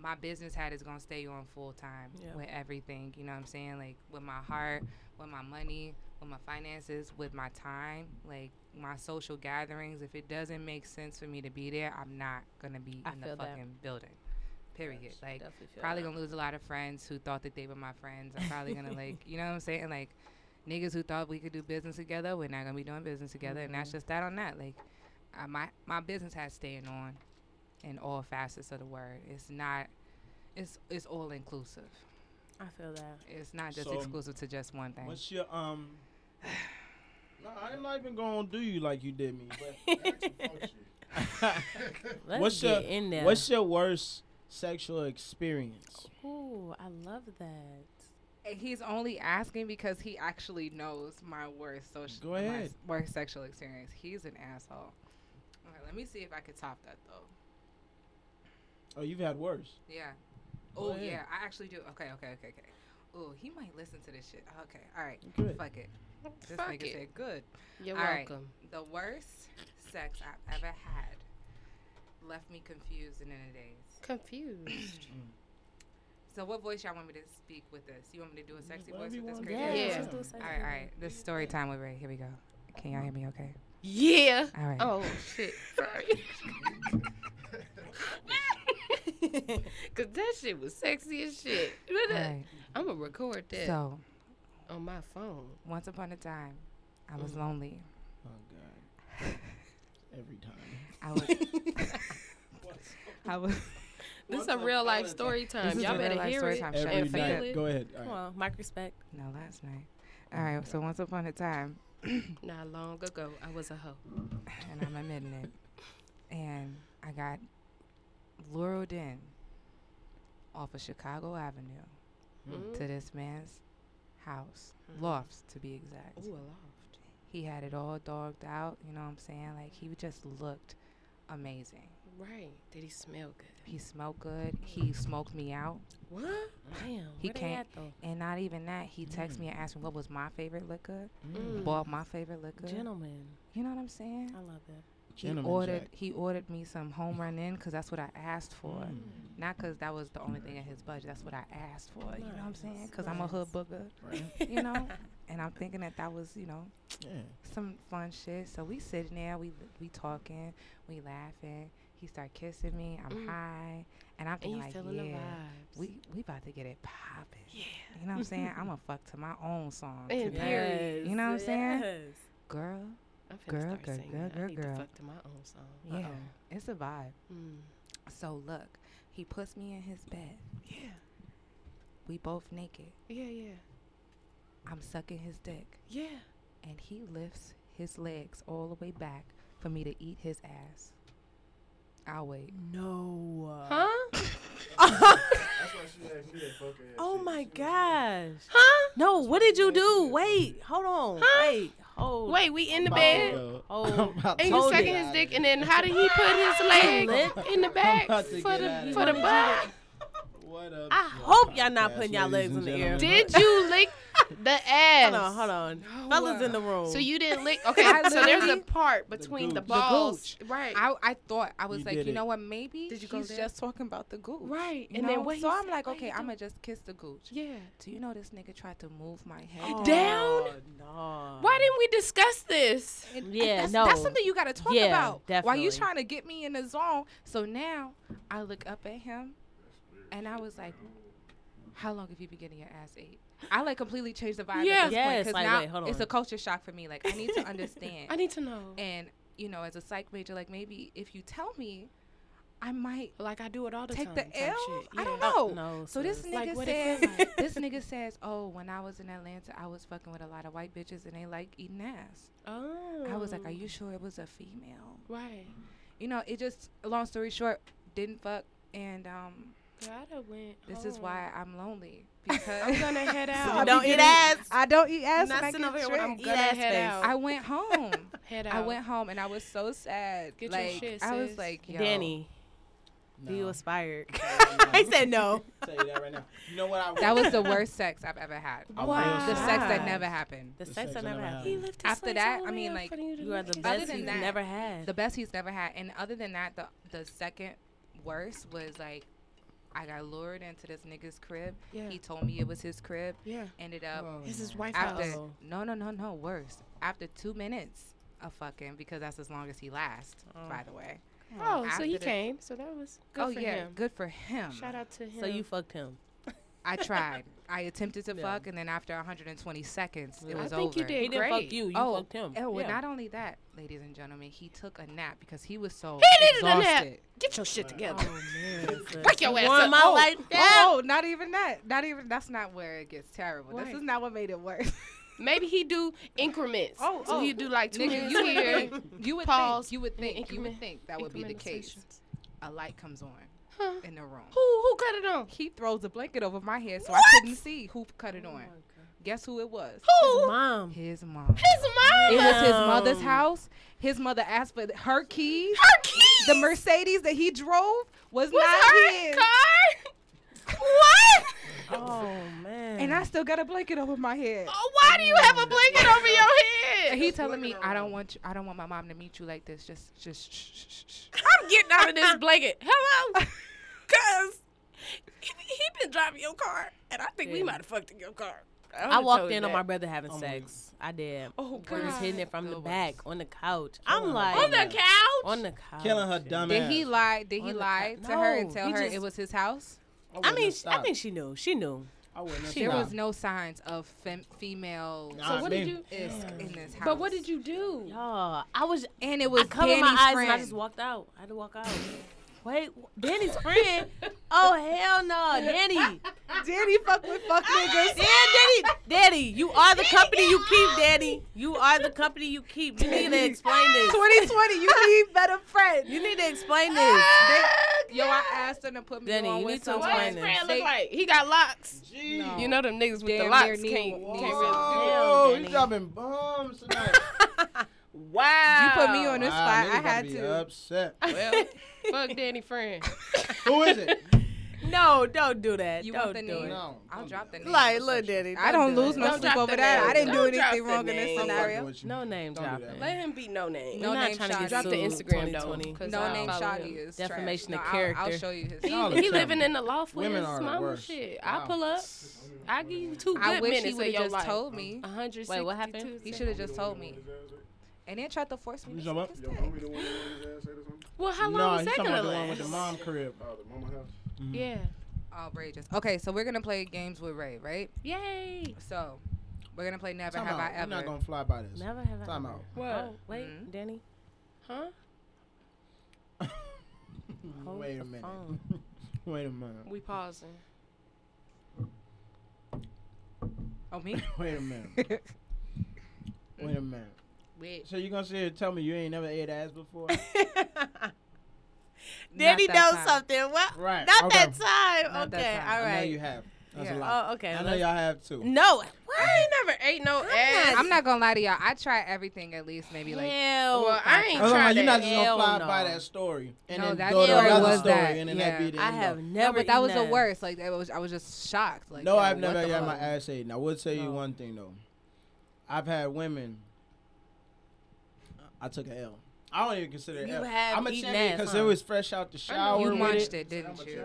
S3: my business hat is gonna stay on full time
S1: Yeah.
S3: with everything. You know what I'm saying? Like with my heart, with my money, with my finances, with my time, like my social gatherings. If it doesn't make sense for me to be there, I'm not gonna be
S1: I
S3: in the
S1: feel that.
S3: fucking building. Period. Like
S1: Definitely feel
S3: probably
S1: that.
S3: gonna lose a lot of friends who thought that they were my friends. I'm probably gonna like, you know what I'm saying? Like niggas who thought we could do business together, we're not gonna be doing business together, and that's just that on that. Like, I, my my business has staying on in all facets of the word. It's not. It's it's all inclusive.
S1: I feel that.
S3: It's not just
S2: So,
S3: exclusive to just one thing.
S2: What's your um? No, I'm not even gonna do you like you did me. But
S1: Let's
S2: What's
S1: get
S2: your-
S1: in there.
S2: what's your worst sexual experience?
S1: Ooh, I love that.
S3: And he's only asking because he actually knows my worst social,
S2: Go
S3: my
S2: ahead.
S3: s- worst sexual experience. He's an asshole. Okay, let me see if I could top that though.
S2: Oh, you've had worse.
S3: Yeah.
S2: Go
S3: Oh
S2: ahead.
S3: yeah, I actually do. Okay, okay, okay, okay. Oh, he might listen to this shit. Okay, all right.
S2: Good.
S3: Fuck it. This
S5: Fuck
S3: nigga
S5: it.
S3: said good.
S5: You're
S3: All right.
S5: welcome.
S3: The worst sex I've ever had left me confused and in a daze.
S5: Confused.
S3: So what voice y'all want me to speak with this? You want me to do a sexy voice with this?
S2: Everyone-
S3: Crazy?
S5: Yeah.
S3: voice?
S5: Yeah.
S1: let's do a second
S3: All right, all
S1: one.
S3: right. This is story time with Ray. Here we go. Can y'all hear me? Okay.
S5: yeah.
S3: All right.
S5: Oh shit. Sorry. Cause that shit was sexy as shit.
S3: All right.
S5: I'm gonna record that
S3: So
S5: on my phone.
S3: once upon a time, I was lonely.
S2: Oh God. Every time.
S3: I was. I was.
S5: This is a real life story
S3: This
S5: time.
S3: is
S5: Y'all
S3: a real
S5: better
S3: life
S5: hear
S3: story
S5: it
S3: time. Shut
S5: and
S2: Every
S3: up.
S5: feel
S2: night.
S5: it.
S2: Go ahead. All
S1: Come
S2: right.
S1: on, mic respect.
S3: No, last night. All right. So once upon a time,
S5: Not long ago, I was a hoe.
S3: and I'm admitting it. And I got lured in off of Chicago Avenue
S1: Hmm.
S3: to this man's house, lofts to be exact.
S5: Ooh, a lot.
S3: He had it all dogged out, you know what I'm saying? Like he just looked amazing.
S5: Right. Did he smell good?
S3: He smelled good. He smoked me out.
S5: What?
S1: Damn,
S3: He
S1: where they
S3: can't-
S1: at though?
S3: And not even that, he texted me and asked me what was my favorite liquor,
S1: Hmm.
S5: Mm.
S3: bought my favorite liquor.
S1: Gentlemen,
S3: You know what I'm saying?
S1: I love that.
S3: He
S2: Gentleman
S3: ordered.
S2: Jack.
S3: He ordered me some home run in because that's what I asked for.
S5: Mm.
S3: Not because that was the only thing in his budget. That's what I asked for. You know what I'm saying? Because I'm a hood booger. You know. and I'm thinking that that was you know
S2: Yeah.
S3: some fun shit. So we sitting there, we we talking, we laughing. He start kissing me. I'm high, and I'm
S5: Mm. And
S3: thinking
S5: you
S3: like,
S5: feeling
S3: yeah,
S5: the vibes.
S3: we we about to get it popping. Yeah. You know what I'm saying? I'm a fuck to my own song.
S5: And
S3: tonight.
S5: period.
S3: You know what I'm saying?
S1: Yes.
S3: Girl,
S5: I'm finna
S3: Girl,
S5: start
S3: girl,
S5: singing.
S3: girl, girl,
S5: I need to
S3: girl.
S5: fuck to my own song.
S3: yeah,
S5: Uh-oh.
S3: it's a vibe.
S5: Mm.
S3: So look, he puts me in his bed.
S5: Yeah.
S3: We both naked.
S5: Yeah, yeah.
S3: I'm sucking his dick,
S5: Yeah.
S3: and he lifts his legs all the way back for me to eat his ass. I'll wait.
S1: No.
S5: Huh?
S8: That's why she asked me that fucking ass
S1: Oh
S8: shit.
S1: my
S8: She was-
S1: gosh.
S5: Huh?
S1: No, what did you do? Wait, hold on. Wait, hold.
S5: Wait, we in the
S2: About
S5: bed.
S2: to go.
S1: Oh,
S2: I'm about
S5: And
S2: to
S5: you
S1: Told
S2: get
S5: sucking
S2: out
S5: his
S2: of
S5: dick,
S2: here.
S5: and then how did he put his leg in the back
S2: about to
S5: for
S2: get out
S5: the
S2: of
S5: for
S2: here.
S5: the back?
S2: What up?
S1: I hope y'all not putting y'all legs in the air.
S5: Did you lick? the ass.
S1: Hold on, hold on. Fellas in the room.
S5: So you didn't lick. Okay,
S3: I
S5: so there's a
S3: literally-
S5: part between the,
S2: gooch. The
S5: balls.
S6: Right.
S3: I, I thought I was
S2: You
S3: like,
S2: did
S3: you
S2: it.
S3: know what? Maybe
S6: Did you go
S3: he's
S6: there?
S3: just talking about the gooch,
S5: Right,
S3: You
S5: and
S3: know?
S5: then what he
S3: so I'm
S5: said-
S3: like,
S5: what he
S3: okay, I'm
S5: do-
S3: gonna just kiss the gooch. Oh.
S5: Yeah.
S3: Do you know this nigga tried to move my head?
S5: Oh, Down?
S1: No.
S5: Why didn't we discuss this?
S3: And
S1: Yeah,
S3: that's, that's
S1: no.
S3: something you gotta talk
S1: Yeah,
S3: about. Why
S1: definitely.
S3: you trying to get me in the zone? So now I look up at him, and I was like, "How long have you been getting your ass ate?" I like completely changed the vibe.
S5: Yeah.
S3: at this
S1: Yes,
S3: because
S1: like,
S3: now
S1: wait, hold
S3: it's
S1: on.
S3: a culture shock for me. Like I need to understand,
S5: I need to know.
S3: and you know, as a psych major, like maybe if you tell me, I might
S5: Like I do it all the
S3: take
S5: time.
S3: the
S5: type
S3: L.
S5: shit.
S3: I don't
S5: Yeah.
S3: know.
S1: No.
S3: So this
S1: sis.
S5: Like,
S3: nigga
S5: what it
S3: says,
S5: feel like?
S3: this nigga says, oh, when I was in Atlanta, I was fucking with a lot of white bitches and they like eating ass.
S5: Oh.
S3: I was like, are you sure it was a female?
S5: right?
S3: You know, it just long story short, didn't fuck, and um,
S5: Gotta went.
S3: this is
S5: home.
S3: why I'm lonely because
S5: Oh. I'm gonna head out.
S3: I be
S1: Don't eat
S3: getting-
S1: ass.
S3: I don't eat ass.
S1: I'm not
S3: and I
S1: sitting
S3: get
S1: over here with I'm
S3: drunk.
S1: gonna head out.
S3: I went home.
S5: head out.
S3: I went home and I was so sad.
S5: Get your
S3: like
S5: shit,
S3: I was
S5: sis.
S3: like, yo,
S1: Danny,
S2: No.
S1: do you aspire?
S2: I
S1: I said no.
S2: tell you that right now. You know what I
S3: that was the worst sex I've ever had.
S2: I will
S5: Wow.
S2: say-
S3: The sex that
S1: Wow.
S3: never happened.
S1: The
S2: The
S1: sex
S2: sex
S1: I
S2: that
S1: never
S2: never
S1: had.
S2: happened. He
S5: lifted
S3: After slice that, all the I way mean, up like, for
S5: you,
S1: You are the
S3: Other
S1: best
S3: than
S1: you've
S3: that,
S1: never had.
S3: the best he's never had. And other than that, the the second worst was like I got lured into this nigga's crib.
S5: Yeah.
S3: He told me it was his crib.
S6: Yeah.
S3: Ended up
S5: This is wife
S3: after
S5: house.
S3: no no no no worse. After two minutes of fucking because that's as long as he lasts. By the way.
S5: Oh, so
S3: After
S5: he
S3: the-
S5: came. So that was good
S3: oh
S5: for
S3: yeah,
S5: him.
S3: good for him.
S5: Shout out to him.
S1: so you fucked him.
S3: I tried. I attempted to
S1: Yeah.
S3: fuck, and then after 120 seconds, it
S5: I
S3: was
S5: think
S3: over.
S5: you did.
S1: He didn't
S5: Great.
S1: fuck you. You
S3: oh,
S1: fucked him.
S3: Oh, well,
S1: Yeah.
S3: not only that, ladies and gentlemen, he took a nap because he was so
S5: He needed a
S3: exhausted.
S5: nap. Get your shit together.
S1: Fuck
S5: Wake your ass
S1: Want
S5: up.
S1: my
S5: Oh,
S1: life
S3: Oh, oh, not even that. Not even that's not where it gets terrible.
S5: Right.
S3: This is not what made it worse.
S5: Maybe he do increments.
S3: Oh,
S5: so
S3: oh.
S5: he do like two
S3: Nigga,
S5: minutes
S3: you would
S5: here.
S3: think, you would
S5: Pause,
S3: think, you would
S5: and then
S3: think, you would
S5: increment-
S3: think that would be the
S5: incremental
S3: case.
S5: sessions.
S3: A light comes on
S5: Huh?
S3: in the room.
S5: Who who cut it on?
S3: He throws a blanket over my head so I
S5: What?
S3: couldn't see who cut it on. Guess who it was?
S5: Who?
S1: Mom.
S3: His mom.
S5: His mom.
S3: It was his mother's
S1: Mom.
S3: house. His mother asked for her keys.
S5: Her keys.
S3: The Mercedes that he drove was,
S5: was
S3: not
S5: her
S3: his.
S5: car. What?
S1: Oh man.
S3: And I still got a blanket over my head.
S5: Oh, why do you have a blanket over your head?
S3: And he telling me, I don't want you, I don't want my mom to meet you like this. Just, just. Shh, shh, shh, shh.
S5: I'm getting out of this blanket. Hello, cause he, he been driving your car, and I think we
S1: Yeah.
S5: might have fucked in your car.
S1: I
S5: would've told
S1: walked
S5: you
S1: in on
S5: that.
S1: my brother having sex. I did.
S5: Oh
S1: We was
S5: God.
S1: hitting it from the
S3: The
S1: back
S3: worst.
S1: on the couch.
S2: Killing
S1: I'm
S2: her.
S1: like
S5: on the couch.
S1: on the couch.
S2: Killing her dumb
S3: Did
S2: ass.
S3: he lie? Did
S1: On
S3: he
S1: the
S3: lie
S1: co-
S3: to her and
S1: No,
S3: tell
S1: he
S3: her it
S1: just-
S3: was his house?
S1: I mean, she, I mean, she knew. She knew.
S2: I wouldn't have
S3: There
S2: stopped.
S3: was no signs of fem- female
S2: Nah,
S5: so what did
S2: me.
S5: you?
S3: isk in this house.
S5: But what did you do?
S1: Y'all, I was.
S3: And it
S1: I
S3: was
S1: covered
S3: Danny's
S1: my eyes
S3: friend.
S1: and I just walked out. I had to walk out. Wait, Danny's friend? Oh hell no, Danny! Damn,
S3: Danny fuck with fuck
S1: Ah,
S3: niggas.
S1: Danny, Danny, you are the company you keep, Danny. You are the company you keep. You need to explain this.
S3: 2020, you need better friends.
S1: You need to explain this. Ah,
S3: Yo, I asked him to put me
S1: Danny,
S3: on
S1: you
S3: with
S1: need to
S3: someone.
S5: What
S1: explain
S5: his
S1: this.
S5: friend
S3: They-
S5: look like? He got locks.
S2: Gee.
S3: No.
S5: You know them niggas with the
S3: Damn near
S5: locks
S3: knee-
S5: can't,
S3: knee-
S5: can't really
S1: Wow.
S2: Yo,
S1: Danny.
S2: you dropping bombs tonight.
S5: Wow.
S3: You put me on the
S2: Wow,
S3: spot.
S2: niggas
S3: I
S2: about
S3: had
S2: be
S3: to.
S2: Upset.
S5: Well, fuck Danny friend.
S2: Who is it?
S1: No, don't do that.
S3: You
S1: don't
S3: want the
S1: do
S3: name?
S1: it.
S2: No,
S3: I'll
S2: don't
S3: drop
S2: do
S3: the name.
S1: Like, look, Danny.
S3: I don't
S1: do
S3: lose
S1: it.
S3: no
S5: Don't
S3: sleep
S5: drop
S3: over
S5: the
S3: that.
S5: name.
S3: I didn't do
S5: Don't drop
S3: anything
S5: the
S3: wrong in
S5: name.
S3: this
S2: I'm fucking
S3: scenario.
S2: with you.
S1: No name
S2: Don't do that.
S1: dropping.
S5: Let him be no name.
S1: We're
S3: No
S1: not
S3: name
S1: trying to get
S3: Shawty.
S5: Drop the
S1: sued in
S5: Instagram though.
S1: 2020.
S5: 'cause
S3: No
S5: I'll
S3: name
S5: follow
S3: Shawty
S5: him.
S3: is
S1: Defamation
S3: trash.
S1: of
S3: No, I'll- I'll,
S1: character.
S3: show you his.
S2: Y'all
S5: He, he
S2: are
S5: living
S2: terrible.
S5: in the loft with
S2: Women
S5: his
S2: are the
S5: mama.
S2: worst.
S5: Shit,
S2: Wow.
S5: I'll pull up. I give you two good
S3: I wish
S5: minutes
S3: he would have
S5: of your
S3: just
S5: life.
S3: told me.
S5: 162.
S1: Wait, what happened?
S3: He should have just told me. And then tried to force me.
S2: You
S3: to
S2: know what?
S3: suck his
S8: Yo,
S3: dick.
S8: homie the one that his ass ate or something?
S5: Well, how long
S2: no,
S5: is
S2: you
S5: that
S2: talking
S5: gonna
S2: about the one
S5: last?
S2: with the mom crib.
S8: Oh, the mama house.
S5: Yeah.
S3: Outrageous. Okay, so we're gonna play games with Ray, right?
S5: Yay.
S3: So we're gonna play Never
S2: Time
S3: Have
S2: out.
S3: I
S2: We're not
S3: Ever.
S2: gonna fly by this.
S1: Never have I.
S2: Time
S1: ever.
S2: out.
S1: Oh,
S5: What?
S1: wait,
S3: Mhm.
S1: Danny.
S5: Huh?
S1: Hold
S2: Wait a
S1: the
S2: minute.
S1: phone.
S2: Wait a minute.
S5: We pausing.
S3: Oh me?
S2: Wait a minute. Wait a minute.
S5: Wait.
S2: So you gonna sit here and tell me you ain't never ate ass before?
S1: Danny
S3: Not
S1: knows
S3: that time.
S1: something. Well,
S2: Right.
S1: not
S2: okay.
S1: that time.
S3: Not that
S1: okay,
S3: time.
S1: all
S2: I know
S1: right.
S2: you have. I That's a
S6: Yeah.
S2: lot.
S1: Oh, okay.
S2: I know
S1: let's-
S2: y'all have too.
S1: No.
S6: I ain't never ate no ass.
S1: not-
S3: I'm not gonna lie to y'all. I try everything at least maybe like
S1: Hell.
S6: Well, I ain't
S2: I'm like,
S6: trying
S2: you're not
S6: to.
S2: just gonna
S1: Hell
S2: fly
S1: no.
S2: by that story and
S3: No,
S2: then
S3: that
S2: go to
S1: story
S2: another
S1: was
S2: story
S3: that.
S2: and then that
S3: Yeah.
S2: be the
S1: I
S2: end of-
S1: have
S3: No,
S1: never.
S3: but that was
S1: eaten
S3: the
S1: ass.
S3: worst. Like I was, I was just shocked. Like
S2: No,
S3: yo,
S2: I've
S3: what
S2: never
S3: the
S2: had
S3: fuck?
S2: my ass eaten. I will tell you
S3: No.
S2: one thing though. I've had women. I took an L. I don't even consider it
S1: You
S2: L.
S1: have
S2: I'm a
S1: eaten
S2: champion
S1: ass,
S2: because
S1: huh?
S2: it was fresh out the shower.
S3: You
S2: with
S3: munched
S2: it.
S3: it, didn't you?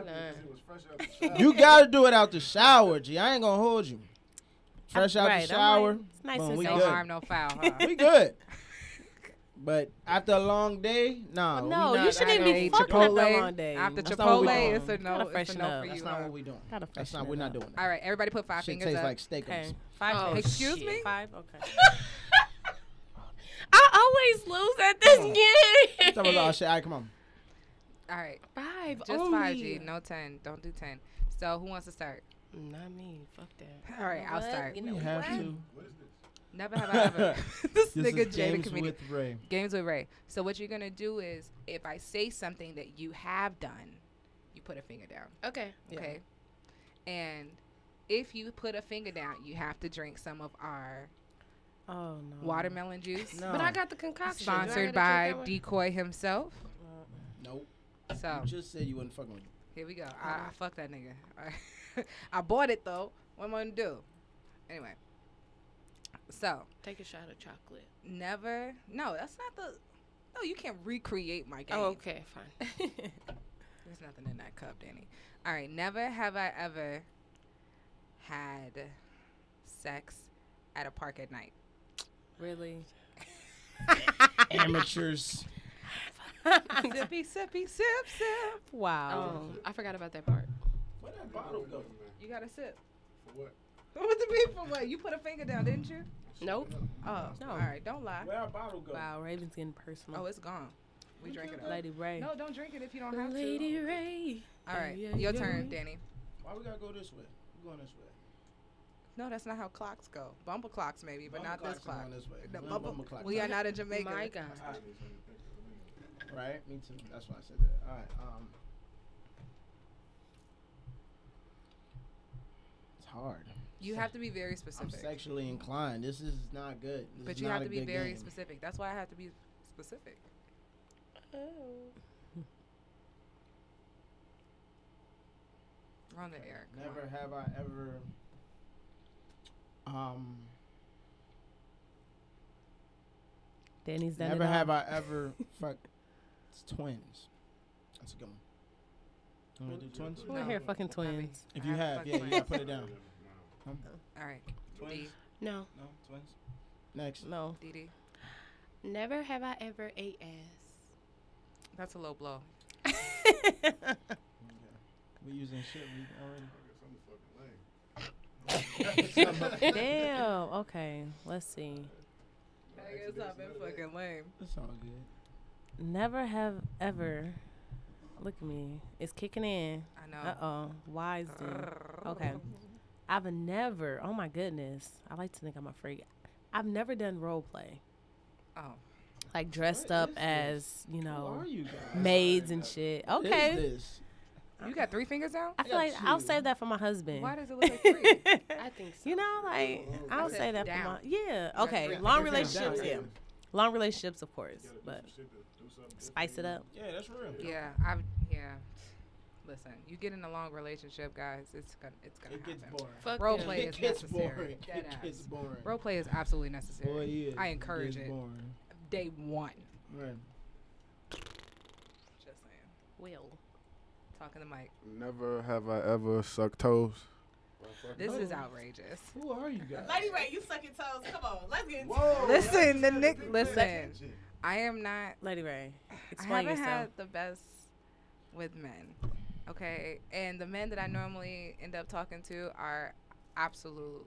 S2: You gotta do it out the shower, G. I ain't gonna hold you. Fresh out
S1: Right,
S2: the
S1: I'm like,
S2: shower.
S1: it's nice
S2: boom,
S1: and
S2: we
S3: No
S1: good.
S3: harm, no foul. Huh?
S2: we good. But after a long day, nah. we
S1: No, you
S2: not-
S1: shouldn't
S2: I
S1: even
S2: don't-
S1: be
S3: eat
S1: fucking after a
S3: Chipotle
S1: long day.
S3: After
S2: That's not what we
S3: Chipotle,
S2: doing.
S3: it's a no.
S1: Gotta
S3: it's a
S1: freshen
S3: no
S1: up.
S3: for you.
S2: That's not
S3: huh?
S2: what we doing.
S1: Gotta
S2: That's
S1: freshen
S2: not.
S1: it
S2: We're not
S1: up.
S2: doing that.
S3: All right, everybody put five
S2: Shit
S3: fingers
S2: tastes
S3: up.
S2: like steak. on
S1: Okay.
S2: this.
S1: Five.
S5: Oh,
S1: minutes.
S3: excuse
S1: Shit,
S3: me?
S1: Five. Okay.
S5: I always lose at this
S2: Some of
S5: game.
S2: our shit. All right, come on.
S3: All right,
S5: Five.
S3: just five G, no ten. Don't do ten. So who wants to start?
S5: Not me. Fuck that.
S3: All right, I'll
S1: What?
S3: start.
S1: You
S2: We
S1: know
S2: have
S1: what?
S2: to.
S3: Never have I ever. this
S2: This
S3: nigga
S2: is
S3: Jada
S2: James
S3: comedian.
S2: with Ray.
S3: Games with Ray. So what you're gonna do is, if I say something that you have done, you put a finger down.
S5: Okay.
S3: Okay. And if you put a finger down, you have to drink some of our
S1: Oh no.
S3: watermelon juice.
S2: No.
S5: But I got the concoction. Do I
S3: Sponsored
S5: gotta
S3: by
S5: drink that one?
S3: Decoy himself.
S2: Nope.
S3: So
S2: You just said you wasn't fucking with me.
S3: here we go. I, I fuck that nigga. Alright. I bought it though. What am I gonna do? Anyway. So
S5: Take a shot of chocolate.
S3: never. No, that's not the. No, you can't recreate my game.
S5: Oh, okay, fine.
S3: There's nothing in that cup, Danny. All right, never have I ever had sex at a park at night.
S1: Really?
S2: Amateurs.
S3: sippy, sippy, sip, sip.
S1: Wow.
S5: Um, I forgot about that part.
S2: Where that bottle go?
S3: Oh, You gotta sip.
S8: For what?
S3: What the people? What you put a finger down, didn't you?
S5: Nope.
S3: Oh
S1: No.
S3: All right, don't lie.
S2: Where our bottle go?
S1: Wow. Raven's getting
S3: Oh,
S1: personal.
S3: it's gone. We drink it up.
S1: Lady Ray.
S3: No, don't drink it if you don't have
S5: Lady
S3: to.
S5: Ray.
S3: All right,
S5: Yeah,
S3: your
S5: yeah,
S3: turn,
S5: yeah.
S3: Danny.
S2: Why we gotta go this way? We going this way.
S3: No, that's not how clocks go. Bumble clocks maybe, but
S2: Bumble
S3: not this
S2: clocks are
S3: clock.
S2: going this way.
S3: The
S2: We're on
S3: bumble-
S2: bumble clock.
S3: we are not in Jamaica.
S5: My God.
S2: Right? Me too. That's why I said that. All right. Um, it's hard.
S3: You have to be very
S2: I'm
S3: specific.
S2: sexually inclined. This is not good. This
S3: But
S2: is
S3: you
S2: not
S3: have
S2: a
S3: to be
S2: good
S3: very
S2: game.
S3: specific. That's why I have to be specific.
S5: Oh.
S3: We're on the air. come on.
S2: Never have I ever. Um.
S1: Danny's done
S2: never
S1: it. all.
S2: have I ever fucked twins. That's a good one. You wanna do twins?
S1: Who in
S3: No.
S1: here fucking
S3: I mean,
S1: twins?
S2: If
S3: I
S2: you have,
S3: haven't
S2: yeah,
S3: fucked
S2: you
S3: twins.
S2: gotta put it down.
S3: All right. D,
S5: No.
S2: No twins. Next.
S1: No.
S3: D, D.
S5: Never have I ever ate ass.
S3: That's a low blow.
S2: We using shit we already.
S1: Damn. Okay. Let's see.
S3: It's not been fucking lame.
S2: It's all good.
S1: Never have ever. Look at me. It's kicking in.
S3: I
S1: Uh
S3: know.
S1: oh. Wise dude. Okay. I've never. Oh my goodness. I like to think I'm a freak. I've never done role play,
S3: Oh.
S1: like dressed
S2: What
S1: up
S2: is this?
S1: as you
S2: Who
S1: know
S2: are you guys?
S1: maids and shit.
S2: What is
S1: Okay.
S2: this?
S3: You got three fingers down?
S1: I feel like I'll
S2: two.
S1: save that for my husband.
S3: Why does it look like three?
S5: I think so.
S1: You know, like I'll
S3: Okay.
S1: say that for my
S3: Down.
S1: yeah.
S3: got
S1: Okay,
S3: three
S1: long
S2: fingers down.
S1: relationships, yeah.
S2: Yeah.
S1: Long relationships, of course, but spice it up.
S2: Yeah, that's real.
S3: Yeah, I've yeah. Listen, you get in a long relationship, guys. It's gonna it's gonna
S2: It
S3: happen.
S2: gets boring.
S5: Fuck
S3: Role
S5: them.
S3: play
S2: It
S3: is
S2: gets
S3: necessary.
S2: boring.
S3: Dead
S2: It
S3: ass.
S2: gets boring.
S3: Role play is absolutely
S2: Boy,
S3: necessary.
S2: yeah.
S3: I encourage
S2: gets
S3: it.
S2: boring.
S3: Day one.
S2: Right.
S3: Just saying.
S5: Will.
S3: Talking to Mike.
S8: Never have I ever sucked toes.
S3: This is
S2: Oh.
S3: outrageous.
S2: Who are you guys?
S6: Ray, you sucking toes. Come on, let's get into
S8: Whoa.
S3: Listen, the Nick. Listen, I am not.
S1: Lady Ray,
S3: I
S1: explain
S3: haven't
S1: yourself.
S3: had the best with men. Okay, and the men that I normally end up talking to are absolute